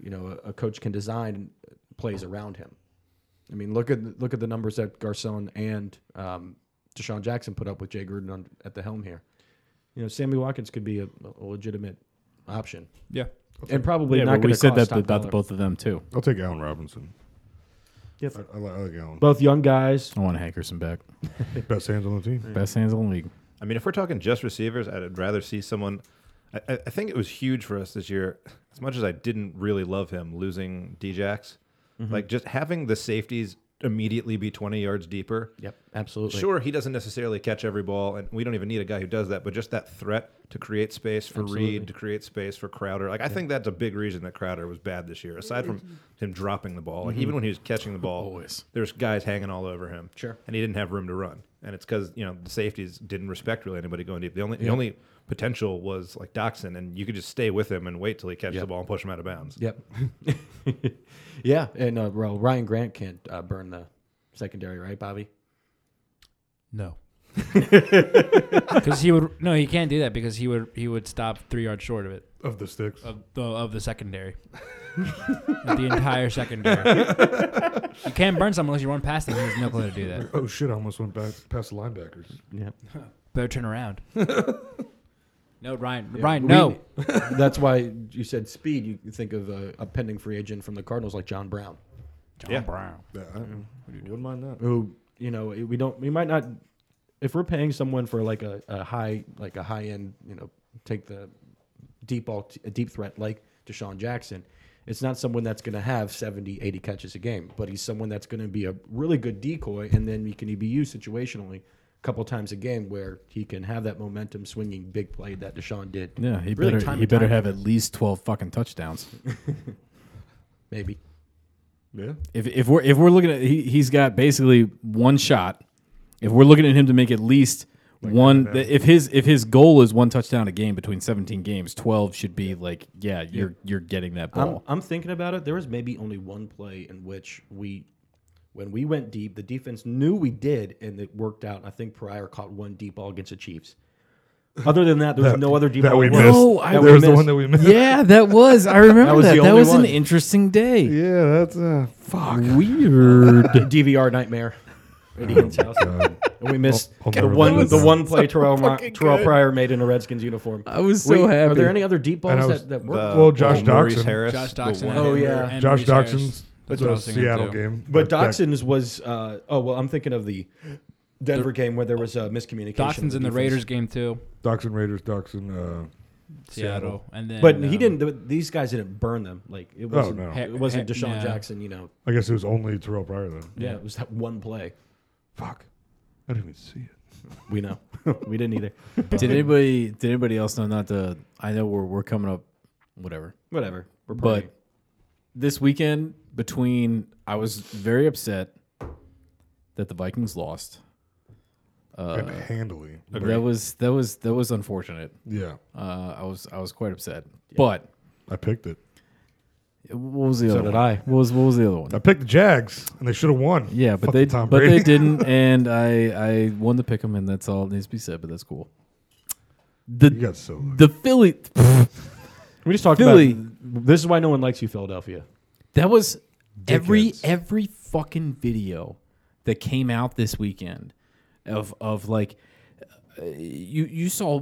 Speaker 6: you know a, a coach can design plays around him? I mean, look at look at the numbers that Garcon and um, Deshaun Jackson put up with Jay Gruden on, at the helm here. You know, Sammy Watkins could be a, a legitimate option,
Speaker 9: yeah.
Speaker 6: and probably
Speaker 10: yeah,
Speaker 6: not
Speaker 10: but
Speaker 6: going
Speaker 10: we
Speaker 6: to
Speaker 10: said that
Speaker 6: cost top
Speaker 10: about the
Speaker 6: dollar.
Speaker 10: both of them too.
Speaker 5: I'll take Allen Robinson.
Speaker 6: Yes.
Speaker 5: I, I, like, I like Allen.
Speaker 6: both young guys.
Speaker 10: I want Hankerson back.
Speaker 5: Best hands on the team.
Speaker 10: Best hands in the league.
Speaker 8: I mean, if we're talking just receivers, I'd rather see someone. I, I I think it was huge for us this year. As much as I didn't really love him losing Djax,
Speaker 6: Mm-hmm.
Speaker 8: like just having the safeties immediately be twenty yards deeper.
Speaker 6: Yep, absolutely.
Speaker 8: Sure, he doesn't necessarily catch every ball, and we don't even need a guy who does that. But just that threat to create space for Reed, to create space for Crowder. Like I think that's a big reason that Crowder was bad this year. Aside from him dropping the ball, like even when he was catching the ball,
Speaker 10: Always.
Speaker 8: there's guys hanging all over him.
Speaker 6: Sure.
Speaker 8: and he didn't have room to run, and it's because you know the safeties didn't respect really anybody going deep. The only the only potential was like Doxson, and you could just stay with him and wait till he catches
Speaker 6: Yeah.
Speaker 8: the ball and push him out of bounds.
Speaker 6: Yep. yeah, and uh, well, Ryan Grant can't uh, burn the secondary, right, Bobby?
Speaker 9: No. Because he would no, he can't do that because he would he would stop three yards short of it
Speaker 5: Of the sticks.
Speaker 9: of the of the secondary, Of the entire secondary. you can't burn someone unless you run past them. He has no clue to do that.
Speaker 5: oh, shit. I almost went back past the linebackers.
Speaker 6: Yeah.
Speaker 9: Better turn around. no, Ryan. Ryan,
Speaker 6: We-
Speaker 9: no.
Speaker 6: that's why you said speed. You think of a, a pending free agent from the Cardinals like John Brown,
Speaker 8: Yeah.
Speaker 9: Brown.
Speaker 5: Yeah, I wouldn't mind that.
Speaker 6: who you know we don't we might not if we're paying someone for like a, a high like a high end you know take the deep ball t- a deep threat like Deshaun Jackson. It's not someone that's going to have 70, 80 catches a game, but he's someone that's going to be a really good decoy, and then he can be used situationally a couple times a game where he can have that momentum swinging big play that Deshaun did.
Speaker 10: Yeah, he
Speaker 6: Really
Speaker 10: better
Speaker 6: time
Speaker 10: he
Speaker 6: and
Speaker 10: better
Speaker 6: time
Speaker 10: have at least twelve fucking touchdowns.
Speaker 6: maybe.
Speaker 5: Yeah.
Speaker 10: if if we're if we're looking at he he's got basically one shot. If we're looking at him to make at least one, if his if his goal is one touchdown a game between seventeen games, twelve should be like yeah, you're you're getting that
Speaker 6: I'm,
Speaker 10: ball.
Speaker 6: I'm thinking about it. There was maybe only one play in which we, when we went deep, the defense knew we did, and it worked out. I think Pryor caught one deep ball against the Chiefs. Other than that, there was no other deep
Speaker 5: that
Speaker 6: ball.
Speaker 5: we
Speaker 6: worked.
Speaker 5: missed.
Speaker 10: Whoa, I-
Speaker 5: That
Speaker 6: we
Speaker 5: was the
Speaker 6: missed.
Speaker 5: one that we missed.
Speaker 10: yeah, that was I remember that.
Speaker 6: was the
Speaker 10: That was,
Speaker 6: only
Speaker 10: an
Speaker 6: one.
Speaker 10: interesting day.
Speaker 5: Yeah, that's uh, fuck.
Speaker 10: Weird.
Speaker 6: DVR nightmare. at Ian's house. And we missed
Speaker 5: I'll
Speaker 6: the
Speaker 5: never
Speaker 6: one
Speaker 5: live
Speaker 6: the
Speaker 5: that
Speaker 6: one play Terrell, Mar- Terrell Pryor made in a Redskins uniform.
Speaker 10: I was so
Speaker 6: Wait,
Speaker 10: happy.
Speaker 6: Are there any other deep
Speaker 5: And I
Speaker 6: balls
Speaker 5: was-
Speaker 6: that, that
Speaker 8: The-
Speaker 6: worked?
Speaker 5: Well, Josh
Speaker 8: Maurice
Speaker 5: Doxson.
Speaker 8: Harris,
Speaker 9: Josh
Speaker 8: the
Speaker 9: Doxson.
Speaker 8: one-
Speaker 6: Oh, yeah.
Speaker 9: and
Speaker 5: Josh
Speaker 9: Reese Harris.
Speaker 5: Doxson's. That's
Speaker 9: what I
Speaker 5: a
Speaker 9: was thinking,
Speaker 5: Seattle
Speaker 9: too.
Speaker 5: game. That-
Speaker 6: But
Speaker 5: that-
Speaker 6: Doxson's was uh, oh well. I'm thinking of the Denver game where there was a miscommunication.
Speaker 9: Doxson's in the
Speaker 6: defense.
Speaker 9: Raiders game too.
Speaker 5: Dachshund Raiders, Dachshund, uh,
Speaker 9: Seattle, and then
Speaker 6: But
Speaker 9: um,
Speaker 6: he didn't. th- These guys didn't burn them. Like it wasn't.
Speaker 5: no.
Speaker 6: It wasn't
Speaker 9: Heck,
Speaker 6: Deshaun
Speaker 9: nah.
Speaker 6: Jackson. You know.
Speaker 5: I guess it was only Terrell Pryor then.
Speaker 6: Yeah, it was that one play.
Speaker 5: Fuck. I didn't even see it.
Speaker 6: We know. we didn't either.
Speaker 10: Did anybody did anybody else know not to? I know we're we're coming up, whatever.
Speaker 6: Whatever. We're
Speaker 10: But
Speaker 6: partying.
Speaker 10: this weekend, between I was very upset that the Vikings lost.
Speaker 5: and handily.
Speaker 10: Uh, That was that was that was unfortunate.
Speaker 5: Yeah.
Speaker 10: Uh, I was I was quite upset. But
Speaker 5: I picked it.
Speaker 10: what was the other
Speaker 6: did
Speaker 10: one?
Speaker 6: I.
Speaker 10: What was what was the other one?
Speaker 5: I picked the Jags, and they should have won.
Speaker 10: Yeah, but
Speaker 5: Fuck
Speaker 10: they
Speaker 5: Tom
Speaker 10: but
Speaker 5: Brady.
Speaker 10: they didn't, and I I won the pick 'em, and that's all that needs to be said. But that's cool. The
Speaker 5: You got so lucky.
Speaker 10: the Philly
Speaker 6: we just talked
Speaker 10: Philly-
Speaker 6: about. This is why no one likes you, Philadelphia.
Speaker 10: that was every
Speaker 5: Dickheads.
Speaker 10: every fucking video that came out this weekend of of like uh, you you saw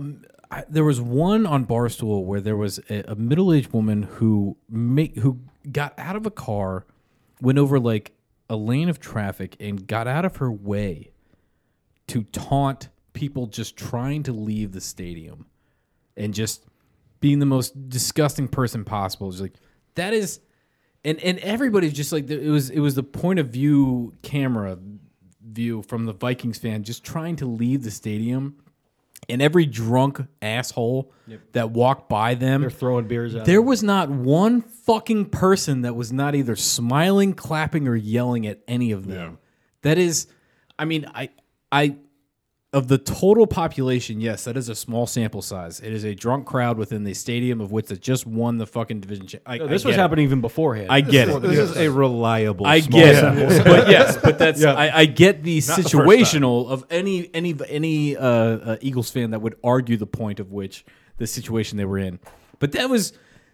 Speaker 10: I, there was one on Barstool where there was a, a middle aged woman who make who got out of a car, went over like a lane of traffic and got out of her way to taunt people just trying to leave the stadium and just being the most disgusting person possible. Just like that is, and and everybody's just like it was it was the point of view camera view from the Vikings fan just trying to leave the stadium, and every drunk asshole that walked by them
Speaker 6: They're throwing beers at.
Speaker 10: there was not one fucking person that was not either smiling, clapping, or yelling at any of them. That is, I mean, I, I, of the total population, yes, that is a small sample size. It is a drunk crowd within the stadium of which that just won the fucking division. cha- I, I
Speaker 6: No, this
Speaker 10: get
Speaker 6: was
Speaker 10: it.
Speaker 6: happening even beforehand.
Speaker 10: I get it.
Speaker 8: This is a reliable.
Speaker 10: I
Speaker 8: small
Speaker 10: get
Speaker 8: sample.
Speaker 10: it, but yes, but that's I, I get the
Speaker 8: first
Speaker 10: situational of any any any uh, uh, Eagles fan that would argue the point of which the situation they were in. But that was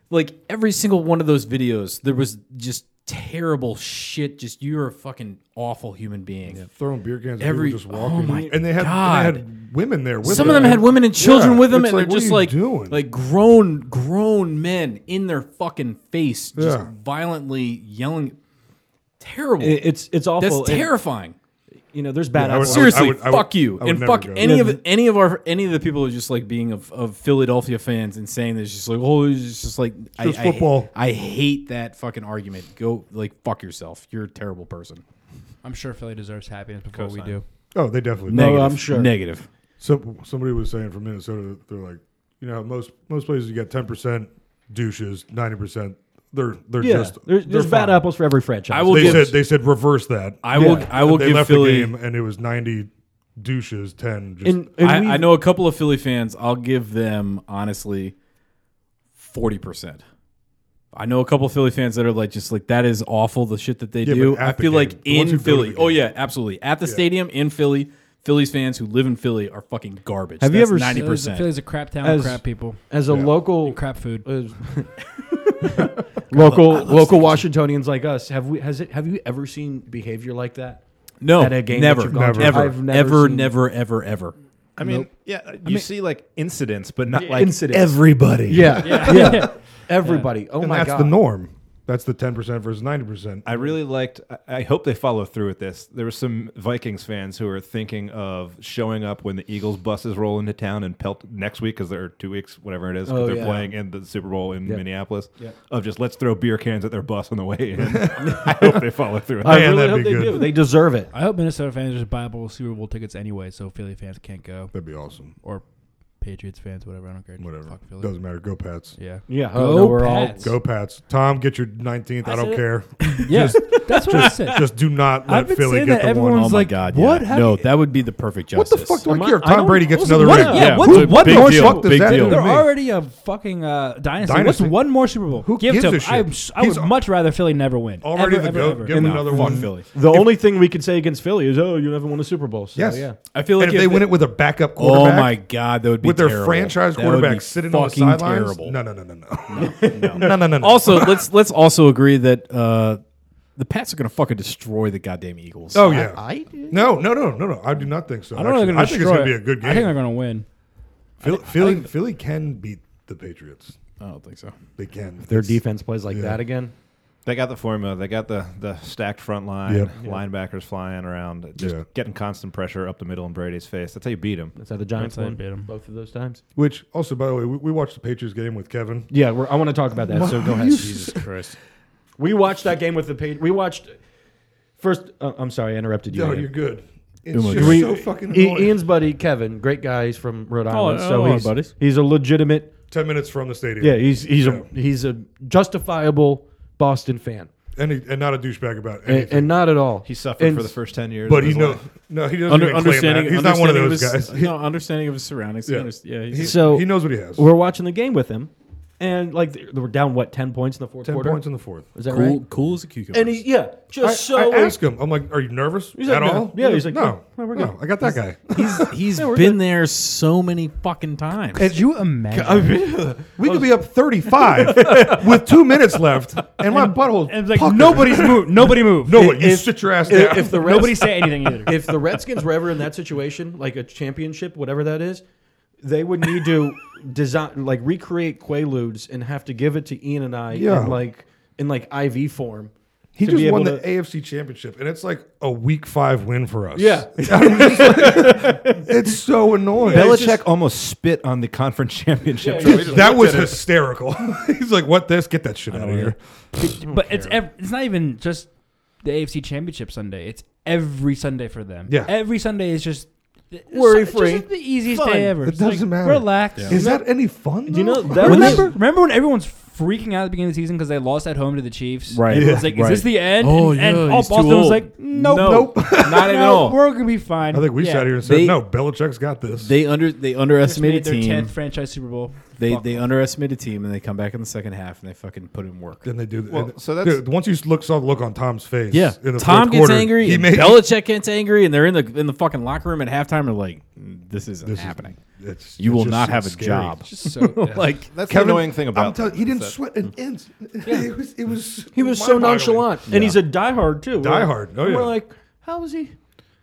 Speaker 10: like every single one of those videos. There was just terrible shit. Just you're a fucking awful human being.
Speaker 5: throwing beer cans. at
Speaker 10: Every-
Speaker 5: people just
Speaker 10: oh
Speaker 5: walking,
Speaker 10: my
Speaker 5: and they had and they had women there. with
Speaker 10: Some of them had women and children
Speaker 5: Yeah,
Speaker 10: with them,
Speaker 5: it's
Speaker 10: and
Speaker 5: like,
Speaker 10: they're
Speaker 5: what
Speaker 10: just
Speaker 5: are you
Speaker 10: like
Speaker 5: doing?
Speaker 10: like grown grown men in their fucking face, just
Speaker 5: Yeah.
Speaker 10: violently yelling. Terrible.
Speaker 6: It- it's
Speaker 10: That's
Speaker 6: it's awful. and,
Speaker 10: terrifying.
Speaker 6: you know, there's bad.
Speaker 5: I would-
Speaker 6: apples.
Speaker 10: Seriously,
Speaker 5: I would-
Speaker 10: fuck you,
Speaker 5: I would
Speaker 10: and
Speaker 5: never
Speaker 10: fuck
Speaker 5: go.
Speaker 10: any of any of our any of the people who are just like being of, of Philadelphia fans and saying this, just like oh, it's just like I,
Speaker 5: Just
Speaker 10: I-
Speaker 5: football.
Speaker 10: I, hate that fucking argument. Go like fuck yourself. You're a terrible person.
Speaker 9: I'm sure Philly deserves happiness before we do.
Speaker 5: Oh, they definitely.
Speaker 6: No,
Speaker 5: did.
Speaker 6: I'm sure.
Speaker 10: Negative.
Speaker 5: So somebody was saying from Minnesota, they're like, you know, most most places you got ten percent douches, ninety percent. They're they're
Speaker 6: Yeah,
Speaker 5: just
Speaker 6: there's,
Speaker 5: they're
Speaker 6: there's bad
Speaker 5: fine.
Speaker 6: apples for every franchise.
Speaker 10: I will
Speaker 5: They
Speaker 10: give.
Speaker 5: said they said reverse that.
Speaker 10: I will.
Speaker 6: Yeah.
Speaker 10: I will
Speaker 5: they
Speaker 10: give
Speaker 5: left
Speaker 10: Philly. oh
Speaker 5: the game and it was ninety douches, ten. Just,
Speaker 6: And, and
Speaker 10: I,
Speaker 6: we've-
Speaker 10: I know a couple of Philly fans. I'll give them honestly forty percent. I know a couple of Philly fans that are like, just like that is awful. The shit that they
Speaker 5: Yeah,
Speaker 10: do.
Speaker 5: but at
Speaker 10: I
Speaker 5: the
Speaker 10: feel
Speaker 5: game.
Speaker 10: like
Speaker 5: The ones
Speaker 10: in
Speaker 5: who go to the
Speaker 10: Philly. Oh
Speaker 5: game.
Speaker 10: yeah, absolutely. At the stadium in Philly, Philly's fans who live in Philly are fucking garbage.
Speaker 6: Have you ever seen-
Speaker 10: ninety
Speaker 9: Philly's,
Speaker 10: percent?
Speaker 9: Philly's a crap town,
Speaker 6: As-
Speaker 9: with crap people,
Speaker 6: as a local
Speaker 9: crap food.
Speaker 6: as- local local Washingtonians like us have we has it have you ever seen behavior like that?
Speaker 10: No,
Speaker 6: at a game that
Speaker 10: never,
Speaker 6: you've gone
Speaker 10: never,
Speaker 5: to?
Speaker 10: ever,
Speaker 6: I've never
Speaker 10: ever,
Speaker 6: seen-
Speaker 10: never, ever, ever.
Speaker 8: I mean, yeah, you see like incidents, but not like
Speaker 6: Incidents.
Speaker 8: everybody.
Speaker 6: Yeah, yeah. Everybody. Oh
Speaker 5: and
Speaker 6: my
Speaker 5: that's
Speaker 6: god.
Speaker 5: the norm. That's the ten percent versus ninety percent.
Speaker 8: I really liked. I- I hope they follow through with this. There were some Vikings fans who were thinking of showing up when the Eagles buses roll into town and pelt next week because they're two weeks, whatever it is, 'cause
Speaker 6: Oh,
Speaker 8: they're
Speaker 6: yeah.
Speaker 8: playing in the Super Bowl in Minneapolis.
Speaker 6: Yeah.
Speaker 8: Of just let's throw beer cans at their bus on the way in. I hope they follow through. With
Speaker 6: I
Speaker 8: that.
Speaker 5: Man,
Speaker 6: really
Speaker 5: that'd
Speaker 6: hope
Speaker 5: be
Speaker 6: they
Speaker 5: good.
Speaker 6: do. They deserve it.
Speaker 9: I hope Minnesota fans just buy up all Super Bowl tickets anyway, so Philly fans can't go
Speaker 5: That'd be awesome.
Speaker 9: or Patriots fans, whatever. I don't care.
Speaker 5: Whatever.
Speaker 9: Fuck Philly.
Speaker 5: Doesn't matter. Go Pats.
Speaker 9: yeah.
Speaker 6: Yeah.
Speaker 9: Go
Speaker 6: oh, no, we're all
Speaker 9: Pats.
Speaker 5: Go Pats. Tom, get your nineteenth. I,
Speaker 9: I
Speaker 5: don't
Speaker 9: said-
Speaker 5: care.
Speaker 9: Yeah, that's what I said.
Speaker 5: Just do not
Speaker 9: I've
Speaker 5: let
Speaker 9: been
Speaker 5: Philly
Speaker 9: saying
Speaker 5: get
Speaker 9: that
Speaker 5: the
Speaker 10: Oh,
Speaker 9: everyone's
Speaker 5: one.
Speaker 9: like, God, what? How do
Speaker 10: No,
Speaker 9: you-
Speaker 10: oh, that would be the perfect
Speaker 5: What
Speaker 10: justice.
Speaker 5: the fuck do I
Speaker 6: Am I-
Speaker 5: care? if
Speaker 6: I
Speaker 5: Tom
Speaker 6: don't-
Speaker 5: Brady gets
Speaker 6: listen,
Speaker 5: another
Speaker 6: what-
Speaker 5: ring.
Speaker 9: yeah, Yeah, what-
Speaker 5: Who-
Speaker 9: what
Speaker 5: big
Speaker 9: more
Speaker 5: deal,
Speaker 9: fuck
Speaker 5: does
Speaker 8: big
Speaker 5: that
Speaker 8: deal.
Speaker 5: do to
Speaker 9: They're
Speaker 5: me?
Speaker 9: already a fucking uh, dynasty.
Speaker 5: Dynasty.
Speaker 9: What's one more Super Bowl?
Speaker 5: Who
Speaker 9: Give it
Speaker 5: gives
Speaker 9: to
Speaker 5: a
Speaker 9: them.
Speaker 5: shit?
Speaker 9: I, s- I
Speaker 5: He's
Speaker 9: would much rather Philly never win.
Speaker 5: Already
Speaker 9: ever,
Speaker 5: the
Speaker 9: ever,
Speaker 5: goat.
Speaker 9: ever.
Speaker 5: Give him another one.
Speaker 10: Philly.
Speaker 6: The only thing we can say against Philly is, oh, you haven't won a Super Bowl. So,
Speaker 5: Yes.
Speaker 6: Yeah.
Speaker 10: I feel
Speaker 5: And
Speaker 10: like
Speaker 5: if they win it with a backup quarterback,
Speaker 10: Oh my god, that would be
Speaker 5: with their
Speaker 10: terrible.
Speaker 5: franchise
Speaker 10: That would be
Speaker 5: quarterback sitting on the
Speaker 10: fucking
Speaker 5: sidelines.
Speaker 10: Terrible.
Speaker 5: No, no, no, no, no, no, no, no, no. no.
Speaker 10: also, let's let's also agree that uh, the Pats are going to fucking destroy the goddamn Eagles.
Speaker 5: oh yeah,
Speaker 6: I- I-
Speaker 5: no, no, no, no, no. I do not think so.
Speaker 9: I don't know.
Speaker 5: actually.
Speaker 9: if They're gonna
Speaker 5: I think it's going to
Speaker 9: destroy
Speaker 5: be
Speaker 9: it.
Speaker 5: a good
Speaker 9: I think
Speaker 5: game.
Speaker 9: they're going to win.
Speaker 5: Philly, Philly, Philly can beat the Patriots.
Speaker 10: I don't think so.
Speaker 5: They can.
Speaker 6: Their
Speaker 5: It's-
Speaker 6: defense plays like
Speaker 5: yeah.
Speaker 6: that again.
Speaker 8: They got the formula. They got the the stacked front line,
Speaker 5: Yep. Yep.
Speaker 8: linebackers flying around, just
Speaker 5: Yeah.
Speaker 8: getting constant pressure up the middle in Brady's face. That's how you beat him.
Speaker 6: That's how the Giants
Speaker 9: That's how they
Speaker 6: won
Speaker 9: beat 'em.
Speaker 6: both of those times.
Speaker 5: Which also, by the way, we, we watched the Patriots game with Kevin.
Speaker 6: Yeah, we're, I want to talk about that. So go ahead.
Speaker 7: Jesus Christ.
Speaker 6: We watched that game with the Patriots. We watched first. Uh, I'm sorry, I interrupted you.
Speaker 5: No,
Speaker 6: Ian.
Speaker 5: you're good. It's
Speaker 6: We-
Speaker 5: just so fucking
Speaker 6: I-
Speaker 5: annoying.
Speaker 6: Ian's buddy Kevin, great guy. He's from Rhode Island,
Speaker 10: oh,
Speaker 6: so
Speaker 10: our
Speaker 6: he's
Speaker 10: buddies.
Speaker 6: he's a legitimate.
Speaker 5: Ten minutes from the stadium.
Speaker 6: Yeah, he's he's
Speaker 5: Yeah.
Speaker 6: a he's a justifiable Boston fan,
Speaker 5: and, he, and not a douchebag about
Speaker 6: and,
Speaker 5: anything.
Speaker 6: and not at all.
Speaker 8: He suffered
Speaker 6: And
Speaker 8: for the first ten years.
Speaker 5: but
Speaker 8: of
Speaker 5: he
Speaker 8: his
Speaker 5: knows.
Speaker 8: life.
Speaker 5: No, he doesn't.
Speaker 10: Under-
Speaker 5: even claim that. He's not one of
Speaker 10: understanding
Speaker 5: those
Speaker 10: his-
Speaker 5: guys.
Speaker 10: no, understanding of his surroundings.
Speaker 5: Yeah.
Speaker 10: Yeah, yeah he's,
Speaker 6: So
Speaker 5: he knows what he has.
Speaker 6: We're watching the game with him, and like they they were down what ten points in the fourth
Speaker 5: Ten
Speaker 6: quarter.
Speaker 5: points in the fourth.
Speaker 6: Is that
Speaker 7: Cool,
Speaker 6: right?
Speaker 7: cool as a cucumber.
Speaker 6: And he yeah, just
Speaker 5: I,
Speaker 6: so
Speaker 5: I asked him. I'm like, "Are you nervous
Speaker 6: He's
Speaker 5: at
Speaker 6: like, "No."
Speaker 5: all?"
Speaker 6: Yeah, he's like,
Speaker 5: "No,
Speaker 6: "No, we're
Speaker 5: no,
Speaker 6: good."
Speaker 5: I got that guy."
Speaker 7: He's
Speaker 6: we're
Speaker 7: been there so many fucking times.
Speaker 10: Could you imagine?
Speaker 5: We could be up 35 with two minutes left, and my butthole.
Speaker 10: And it's like
Speaker 5: puckered.
Speaker 10: nobody's moved. Nobody moved.
Speaker 5: No, what? You
Speaker 10: If-
Speaker 5: sit your ass
Speaker 6: if,
Speaker 5: down.
Speaker 6: if the Reds,
Speaker 10: nobody say anything either.
Speaker 6: if the Redskins were ever in that situation, like a championship, whatever that is, they would need to design like recreate Quaaludes and have to give it to Ian and I
Speaker 5: Yeah.
Speaker 6: in like in like IV form.
Speaker 5: he
Speaker 6: to
Speaker 5: just
Speaker 6: be
Speaker 5: won
Speaker 6: able
Speaker 5: the
Speaker 6: to-
Speaker 5: AFC Championship, and it's like a Week Five win for us.
Speaker 6: Yeah.
Speaker 5: I'm just like- it's so annoying.
Speaker 8: Belichick almost spit on the conference championship. trophy. He just
Speaker 5: that
Speaker 8: looked
Speaker 5: was
Speaker 8: at it.
Speaker 5: hysterical. he's like, "What this? Get that shit out of here."
Speaker 12: but it's ev- it's not even just the AFC Championship Sunday. It's every Sunday for them.
Speaker 5: Yeah.
Speaker 12: every Sunday is just it's
Speaker 6: Worry-free.
Speaker 12: Just the easiest
Speaker 6: Fun.
Speaker 12: day ever.
Speaker 5: It
Speaker 12: It's like,
Speaker 5: doesn't matter.
Speaker 12: Relax.
Speaker 5: Is that any fun?
Speaker 6: Do you know
Speaker 5: though?
Speaker 6: that was-
Speaker 12: Remember, remember when everyone's freaking out at the beginning of the season because they lost at home to the Chiefs?
Speaker 10: Right.
Speaker 5: Yeah.
Speaker 12: It's like,
Speaker 10: Right.
Speaker 12: is this the end?
Speaker 7: Oh,
Speaker 12: and, and
Speaker 7: yeah,
Speaker 12: all
Speaker 7: he's too
Speaker 12: Boston was
Speaker 7: old.
Speaker 12: like, nope,
Speaker 10: Nope.
Speaker 7: Not at
Speaker 12: no,
Speaker 7: all.
Speaker 12: We're gonna be fine.
Speaker 5: I think we
Speaker 12: Yeah.
Speaker 5: sat here and said,
Speaker 10: They-
Speaker 5: "No, Belichick's got this."
Speaker 10: They under they
Speaker 12: Just made
Speaker 10: underestimated
Speaker 12: their
Speaker 10: team.
Speaker 12: 10th franchise Super Bowl.
Speaker 10: They
Speaker 12: Fuck
Speaker 10: they
Speaker 12: them.
Speaker 10: underestimated team and they come back in the second half and they fucking put in work.
Speaker 5: Then they do. That.
Speaker 8: Well,
Speaker 5: and-
Speaker 8: so that's-
Speaker 5: dude, once you look saw the look on Tom's face. in the
Speaker 10: Tom
Speaker 5: fourth
Speaker 10: gets
Speaker 5: quarter,
Speaker 10: angry.
Speaker 5: He
Speaker 10: and
Speaker 5: made
Speaker 10: Belichick gets angry, and they're in the in the fucking locker room at halftime. And they're like, "This isn't
Speaker 5: This is-
Speaker 10: happening.
Speaker 5: it's-
Speaker 10: you
Speaker 5: it
Speaker 10: will
Speaker 5: just
Speaker 10: not have a
Speaker 5: seems scary.
Speaker 10: job."
Speaker 8: like that's the annoying thing about.
Speaker 5: I'm telling
Speaker 8: that
Speaker 5: you, he
Speaker 8: is
Speaker 5: didn't
Speaker 8: that-
Speaker 5: sweat an inch. it was. It was
Speaker 6: He was so nonchalant, and he's a diehard too. We're-
Speaker 5: Diehard. Oh,
Speaker 6: and We're
Speaker 5: yeah.
Speaker 6: like, how is he?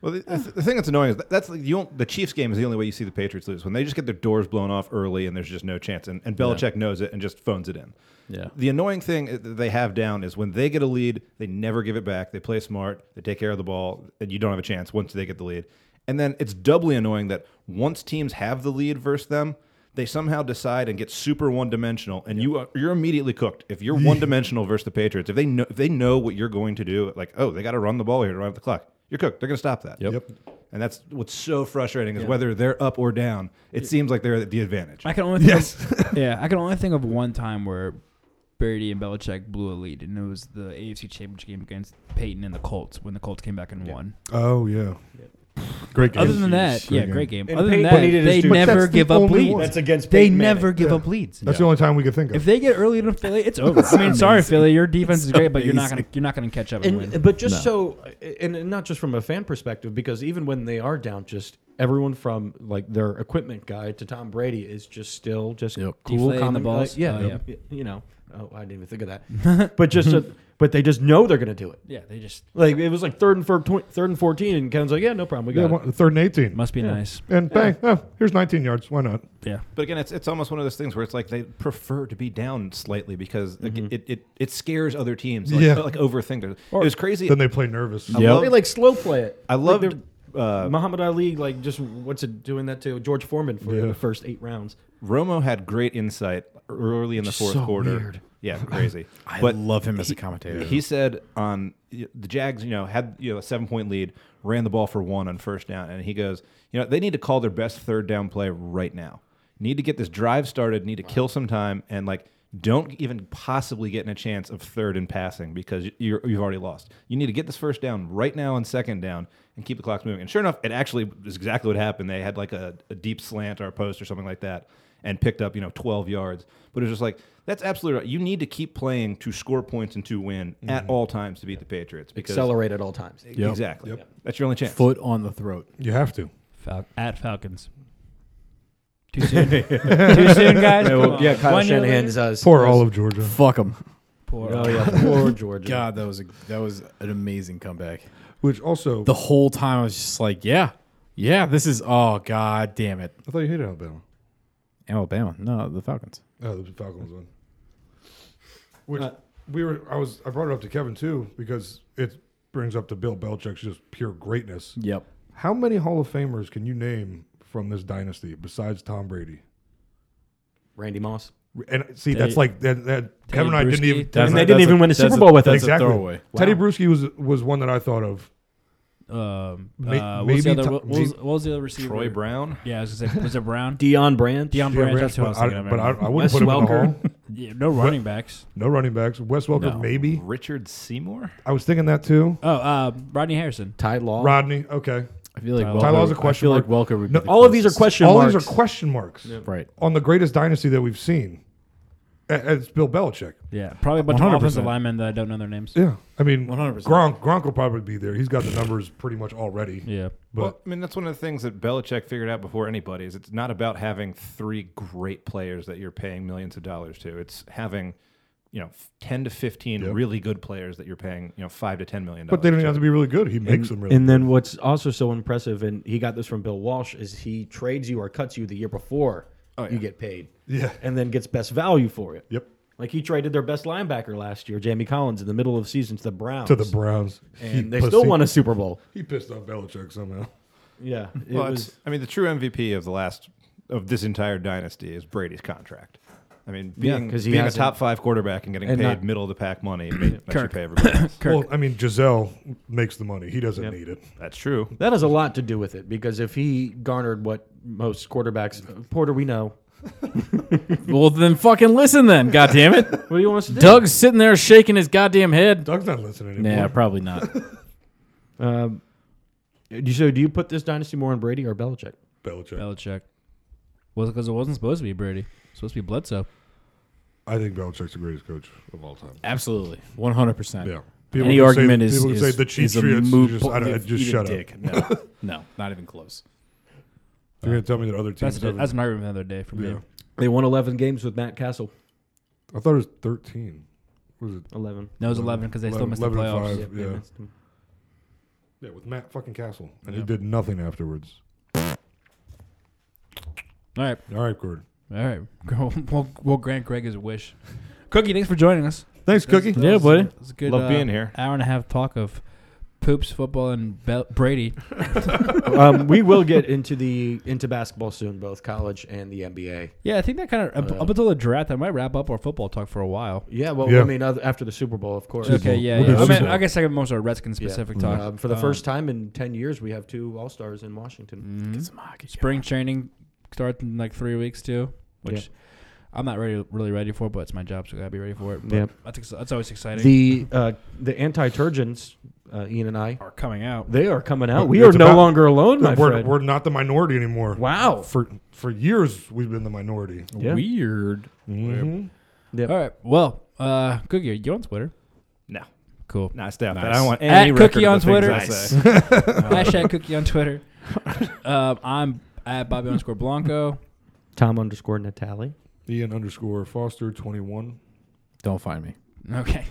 Speaker 8: Well, the, the, the thing that's annoying is that, that's like you don't, the Chiefs game is the only way you see the Patriots lose when they just get their doors blown off early and there's just no chance. And, and Belichick knows it and just phones it in.
Speaker 10: Yeah.
Speaker 8: The annoying thing uh, that they have down is when they get a lead, they never give it back. They play smart, they take care of the ball, and you don't have a chance once they get the lead. And then it's doubly annoying that once teams have the lead versus them, they somehow decide and get super one dimensional, and you are, you're immediately cooked. If you're one dimensional versus the Patriots, if they know if they know what you're going to do, like oh they got to run the ball here to run up the clock, you're cooked. They're going to stop that.
Speaker 10: Yep.
Speaker 8: And that's what's so frustrating is whether they're up or down, it seems like they're at the advantage.
Speaker 12: I can only think of, yeah, I can only think of one time where Brady and Belichick blew a lead, and it was the AFC Championship game against Peyton and the Colts when the Colts came back and won.
Speaker 5: Oh yeah. Great game.
Speaker 12: Other than that,
Speaker 5: Great
Speaker 12: yeah, great game.
Speaker 6: And
Speaker 12: Other
Speaker 6: Peyton
Speaker 12: than
Speaker 6: needed
Speaker 12: that,
Speaker 6: his
Speaker 12: they
Speaker 6: dude. But
Speaker 12: never
Speaker 5: that's the
Speaker 12: give up
Speaker 5: only
Speaker 12: leads.
Speaker 5: one.
Speaker 6: That's against.
Speaker 12: They
Speaker 6: Peyton Manning.
Speaker 12: never give up leads.
Speaker 5: That's the only time we could think of.
Speaker 12: If they get early enough Philly, it's over. I mean, sorry Philly, your defense is great, but you're not gonna you're not gonna catch up and, win.
Speaker 6: And, but just so, and, and not just from a fan perspective, because even when they are down, just everyone from like their equipment guy to Tom Brady is just still just cool,
Speaker 12: Deflating
Speaker 6: calm,
Speaker 12: the
Speaker 6: and
Speaker 12: balls.
Speaker 6: like, yeah,
Speaker 12: Oh, yeah.
Speaker 6: yeah, you know. Oh, I didn't even think of that. but just, so, but they just know they're going to do it.
Speaker 12: yeah, they just
Speaker 6: Like it was like third and four, tw- third and fourteen, and Ken's like, yeah, no problem, we got
Speaker 5: yeah,
Speaker 6: it.
Speaker 5: one- third and eighteen,
Speaker 12: must be nice.
Speaker 5: and bang! Oh, here's 19 yards. Why not?
Speaker 12: Yeah.
Speaker 8: But again, it's it's almost one of those things where it's like they prefer to be down slightly because like, it, it it scares other teams. Like,
Speaker 5: Yeah.
Speaker 8: like overthink. it. It was crazy.
Speaker 5: Then they play nervous.
Speaker 8: I love-
Speaker 6: They like slow play it.
Speaker 8: I
Speaker 6: Like,
Speaker 8: loved.
Speaker 6: they're-
Speaker 8: uh,
Speaker 6: Muhammad Ali, like just what's it doing that to George Foreman for the first eight rounds?
Speaker 8: Romo had great insight early in the fourth
Speaker 6: so
Speaker 8: quarter.
Speaker 6: weird.
Speaker 8: Yeah, crazy.
Speaker 10: I love him as a commentator.
Speaker 8: He said on the Jags, you know, had you know a seven point lead, ran the ball for one on first down, and he goes, you know, they need to call their best third down play right now. Need to get this drive started. Need to kill some time, and like don't even possibly get in a chance of third and passing because you're, you've already lost. You need to get this first down right now on second down and keep the clocks moving. And sure enough, it actually is exactly what happened. They had like a, a deep slant or a post or something like that and picked up, you know, 12 yards. But it was just like, that's absolutely right. You need to keep playing to score points and to win at
Speaker 5: Mm-hmm.
Speaker 8: all times to beat the Patriots. Because,
Speaker 6: Accelerate at all times.
Speaker 8: Exactly. That's your only chance.
Speaker 10: Foot on the throat.
Speaker 5: You have to.
Speaker 12: Fal- at Falcons. Too soon. Too soon, guys. Come on.
Speaker 6: Yeah, Kyle
Speaker 12: One year
Speaker 6: Shanahan's
Speaker 12: later?
Speaker 6: uh,
Speaker 5: Poor all of Georgia.
Speaker 10: Fuck him.
Speaker 12: Poor.
Speaker 6: Oh yeah, poor Georgia.
Speaker 10: God, that was a, that was an amazing comeback.
Speaker 5: Which also,
Speaker 10: The whole time I was just like, yeah, yeah, this is oh god damn it,
Speaker 5: I thought you hated Alabama.
Speaker 10: Alabama. No, the Falcons.
Speaker 5: Oh, the Falcons won. Which we were. I was. I brought it up to Kevin too because it brings up to Bill Belichick's just pure greatness.
Speaker 10: Yep.
Speaker 5: How many Hall of Famers can you name from this dynasty besides Tom Brady?
Speaker 6: Randy Moss.
Speaker 5: And see, that's like that. that Kevin and I didn't even.
Speaker 6: and they didn't even win a Super Bowl with us.
Speaker 5: Exactly. Teddy Bruschi was was one that I thought of.
Speaker 9: Um,
Speaker 5: May-
Speaker 9: uh, what's the
Speaker 5: maybe
Speaker 9: other,
Speaker 5: Tom-
Speaker 9: what, was, what was the other receiver?
Speaker 5: Troy
Speaker 8: Brown?
Speaker 9: Yeah, I was gonna say was it Brown?
Speaker 6: Deion Branch.
Speaker 9: Deion
Speaker 5: Deion
Speaker 9: Branch.
Speaker 5: Branch,
Speaker 9: that's who I was
Speaker 5: but I-
Speaker 9: thinking. of,
Speaker 5: but I-
Speaker 9: remember.
Speaker 5: I wouldn't put him in the Welker. Hall.
Speaker 9: Yeah, no running backs.
Speaker 5: No running backs. Wes Welker,
Speaker 9: No.
Speaker 5: maybe.
Speaker 8: Richard Seymour.
Speaker 5: I was thinking that too.
Speaker 9: Oh, uh, Rodney Harrison.
Speaker 6: Ty Law.
Speaker 5: Rodney. Okay.
Speaker 10: I feel like
Speaker 5: Ty
Speaker 10: Welker-
Speaker 5: Law's a
Speaker 10: I
Speaker 5: question
Speaker 10: feel
Speaker 5: mark.
Speaker 10: like Welker would be the
Speaker 6: all of these are question
Speaker 5: all
Speaker 6: marks.
Speaker 5: these are question marks.
Speaker 10: Right.
Speaker 5: On the greatest dynasty that we've seen, A- it's Bill Belichick.
Speaker 9: Yeah, probably a bunch of
Speaker 5: 100%.
Speaker 9: offensive linemen that I don't know their names.
Speaker 5: Yeah, I mean,
Speaker 10: 100%.
Speaker 5: Gronk Gronk will probably be there. He's got the numbers pretty much already.
Speaker 9: Yeah.
Speaker 5: but
Speaker 8: well, I mean, that's one of the things that Belichick figured out before anybody is it's not about having three great players that you're paying millions of dollars to. It's having, you know, f- ten to fifteen
Speaker 5: Yep.
Speaker 8: really good players that you're paying, you know, five to ten million dollars.
Speaker 5: but they don't even have to be really good. He makes them really.
Speaker 6: and then what's also so impressive, and he got this from Bill Walsh, is he trades you or cuts you the year before you get paid.
Speaker 5: Oh, Yeah.
Speaker 6: And then gets best value for it.
Speaker 5: Yep.
Speaker 6: Like he traded their best linebacker last year, Jamie Collins, in the middle of season to the Browns.
Speaker 5: To the Browns. He
Speaker 6: And they
Speaker 5: pussy.
Speaker 6: still won a Super Bowl.
Speaker 5: he pissed off Belichick somehow.
Speaker 6: Yeah. It
Speaker 8: Well,
Speaker 6: was
Speaker 8: it's, I mean, the true MVP of the last of this entire dynasty is Brady's contract. I mean,
Speaker 6: Yeah,
Speaker 8: being,
Speaker 6: 'cause he
Speaker 8: being a
Speaker 6: hasn't-
Speaker 8: top five quarterback and getting
Speaker 6: And
Speaker 8: paid
Speaker 6: not-
Speaker 8: middle of the pack money makes you pay everybody. Else.
Speaker 5: Well, I mean, Giselle makes the money. He doesn't need it.
Speaker 8: That's true.
Speaker 6: That has a lot to do with it because if he garnered what most quarterbacks, Porter, we know.
Speaker 10: well, then fucking listen then. God damn it.
Speaker 6: What do you want us to do?
Speaker 10: Doug's sitting there shaking his goddamn head.
Speaker 5: Doug's not listening anymore.
Speaker 10: Nah, probably not.
Speaker 6: Um, do you- so do you put this dynasty more on Brady or Belichick?
Speaker 5: Belichick.
Speaker 9: Belichick. Was because it wasn't supposed to be Brady. It was supposed to be Bledsoe.
Speaker 5: I think Belichick's the greatest coach of all time.
Speaker 10: Absolutely. 100%.
Speaker 5: Yeah.
Speaker 10: Any
Speaker 5: can
Speaker 10: argument
Speaker 5: say,
Speaker 10: is,
Speaker 5: people
Speaker 10: is,
Speaker 5: can say the cheat
Speaker 10: is a
Speaker 5: sheet. it's
Speaker 10: moot
Speaker 5: Just, I
Speaker 10: point.
Speaker 5: don't, just
Speaker 10: Eat a
Speaker 5: shut
Speaker 10: dick.
Speaker 5: up.
Speaker 10: No, no, not even close.
Speaker 5: You're gonna tell me that other teams.
Speaker 9: That's, a,
Speaker 5: haven't-
Speaker 9: that's an argument the other day for me.
Speaker 5: yeah.
Speaker 6: They won 11 games with Matt Castle.
Speaker 5: I thought it was 13. What was it?
Speaker 6: 11.
Speaker 9: No, it was 11 because they still missed the
Speaker 5: 11 and
Speaker 9: playoffs.
Speaker 5: five, Oh, yeah.
Speaker 6: missed him.
Speaker 5: Yeah, with Matt fucking Castle, and he did nothing afterwards.
Speaker 9: All right.
Speaker 5: All right, Gordon.
Speaker 9: All right. We'll, we'll grant Greg his wish. Cookie, thanks for joining us.
Speaker 5: Thanks, Cookie.
Speaker 9: That was-
Speaker 10: buddy.
Speaker 9: that was a good,
Speaker 8: Love
Speaker 9: uh,
Speaker 8: being here.
Speaker 9: Hour and a half talk of poops, football, and Bel- Brady.
Speaker 6: um, we will get into the into basketball soon, both college and the NBA.
Speaker 9: Yeah, I think that kind of up,
Speaker 6: Uh,
Speaker 9: up until the draft, that might wrap up our football talk for a while.
Speaker 6: Yeah, well,
Speaker 5: Yeah.
Speaker 6: I mean, oth- after the Super Bowl, of course.
Speaker 9: okay, yeah,
Speaker 5: We'll do
Speaker 9: yeah. I
Speaker 5: Super
Speaker 9: mean,
Speaker 5: Bowl.
Speaker 9: I guess I most our Redskins
Speaker 6: Yeah.
Speaker 9: specific
Speaker 6: Mhm.
Speaker 9: talk
Speaker 6: Um, for the
Speaker 9: Um,
Speaker 6: first time in 10 years, we have two All Stars in Washington.
Speaker 9: Mm-hmm. Spring training starts in like three weeks too, which I'm not ready, really ready for, but it's my job, so I gotta be ready for it. But
Speaker 6: Yeah.
Speaker 9: that's, ex- that's always exciting.
Speaker 6: The uh, the anti turgents, uh, Ian and I,
Speaker 9: are coming out.
Speaker 6: they are coming out.
Speaker 5: But
Speaker 6: We are
Speaker 5: it's
Speaker 6: no
Speaker 5: about-
Speaker 6: longer alone, my
Speaker 5: we're,
Speaker 6: friend.
Speaker 5: we're not the minority anymore.
Speaker 6: wow.
Speaker 5: For for years we've been the minority.
Speaker 6: Yeah.
Speaker 10: Weird. Mm-hmm.
Speaker 5: Mhm.
Speaker 9: All right, well, uh, Cookie, are you on Twitter?
Speaker 8: No.
Speaker 9: Cool.
Speaker 8: Nice stuff.
Speaker 10: Nice.
Speaker 8: I don't want
Speaker 9: At
Speaker 8: any record
Speaker 9: Cookie
Speaker 8: of
Speaker 9: on
Speaker 8: the things
Speaker 9: Twitter.
Speaker 8: I
Speaker 9: Nice.
Speaker 8: say.
Speaker 9: Hashtag Cookie on Twitter. um, I'm at Bobby underscore Blanco.
Speaker 6: Tom underscore Natali.
Speaker 5: Ian underscore Foster twenty one.
Speaker 10: Don't find me.
Speaker 9: Okay,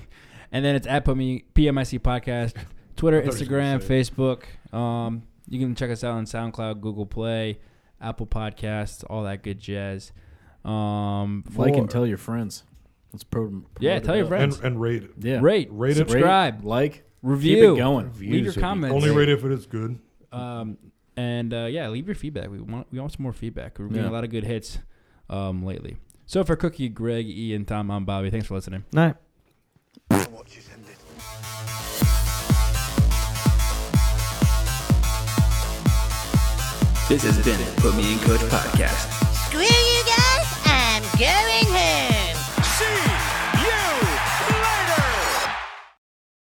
Speaker 9: and then it's at PMI PMIC podcast, Twitter,
Speaker 5: I thought you were
Speaker 9: Instagram,
Speaker 5: gonna say
Speaker 9: Facebook. Um, you can check us out on SoundCloud, Google Play, Apple Podcasts, all that good jazz. Um,
Speaker 10: Like
Speaker 9: for-
Speaker 10: and tell your friends. Let's pro. promote
Speaker 9: Yeah,
Speaker 10: it
Speaker 9: tell your
Speaker 10: up.
Speaker 5: And
Speaker 9: friends.
Speaker 5: and rate.
Speaker 10: Yeah.
Speaker 9: rate,
Speaker 5: Rate it.
Speaker 9: subscribe,
Speaker 10: Like.
Speaker 9: review,
Speaker 10: Keep it going.
Speaker 9: leave your
Speaker 6: Reviews would be
Speaker 9: comments,
Speaker 5: Only rate if it is good.
Speaker 9: um, and uh, yeah, leave your feedback. We want we want some more feedback. We're getting
Speaker 10: Yeah.
Speaker 9: a lot of good hits um, lately. So for Cookie, Greg, E, and Tom, I'm Bobby. Thanks for listening.
Speaker 6: Night.
Speaker 13: This has been Put Me in Coach Podcast.
Speaker 3: Screw you.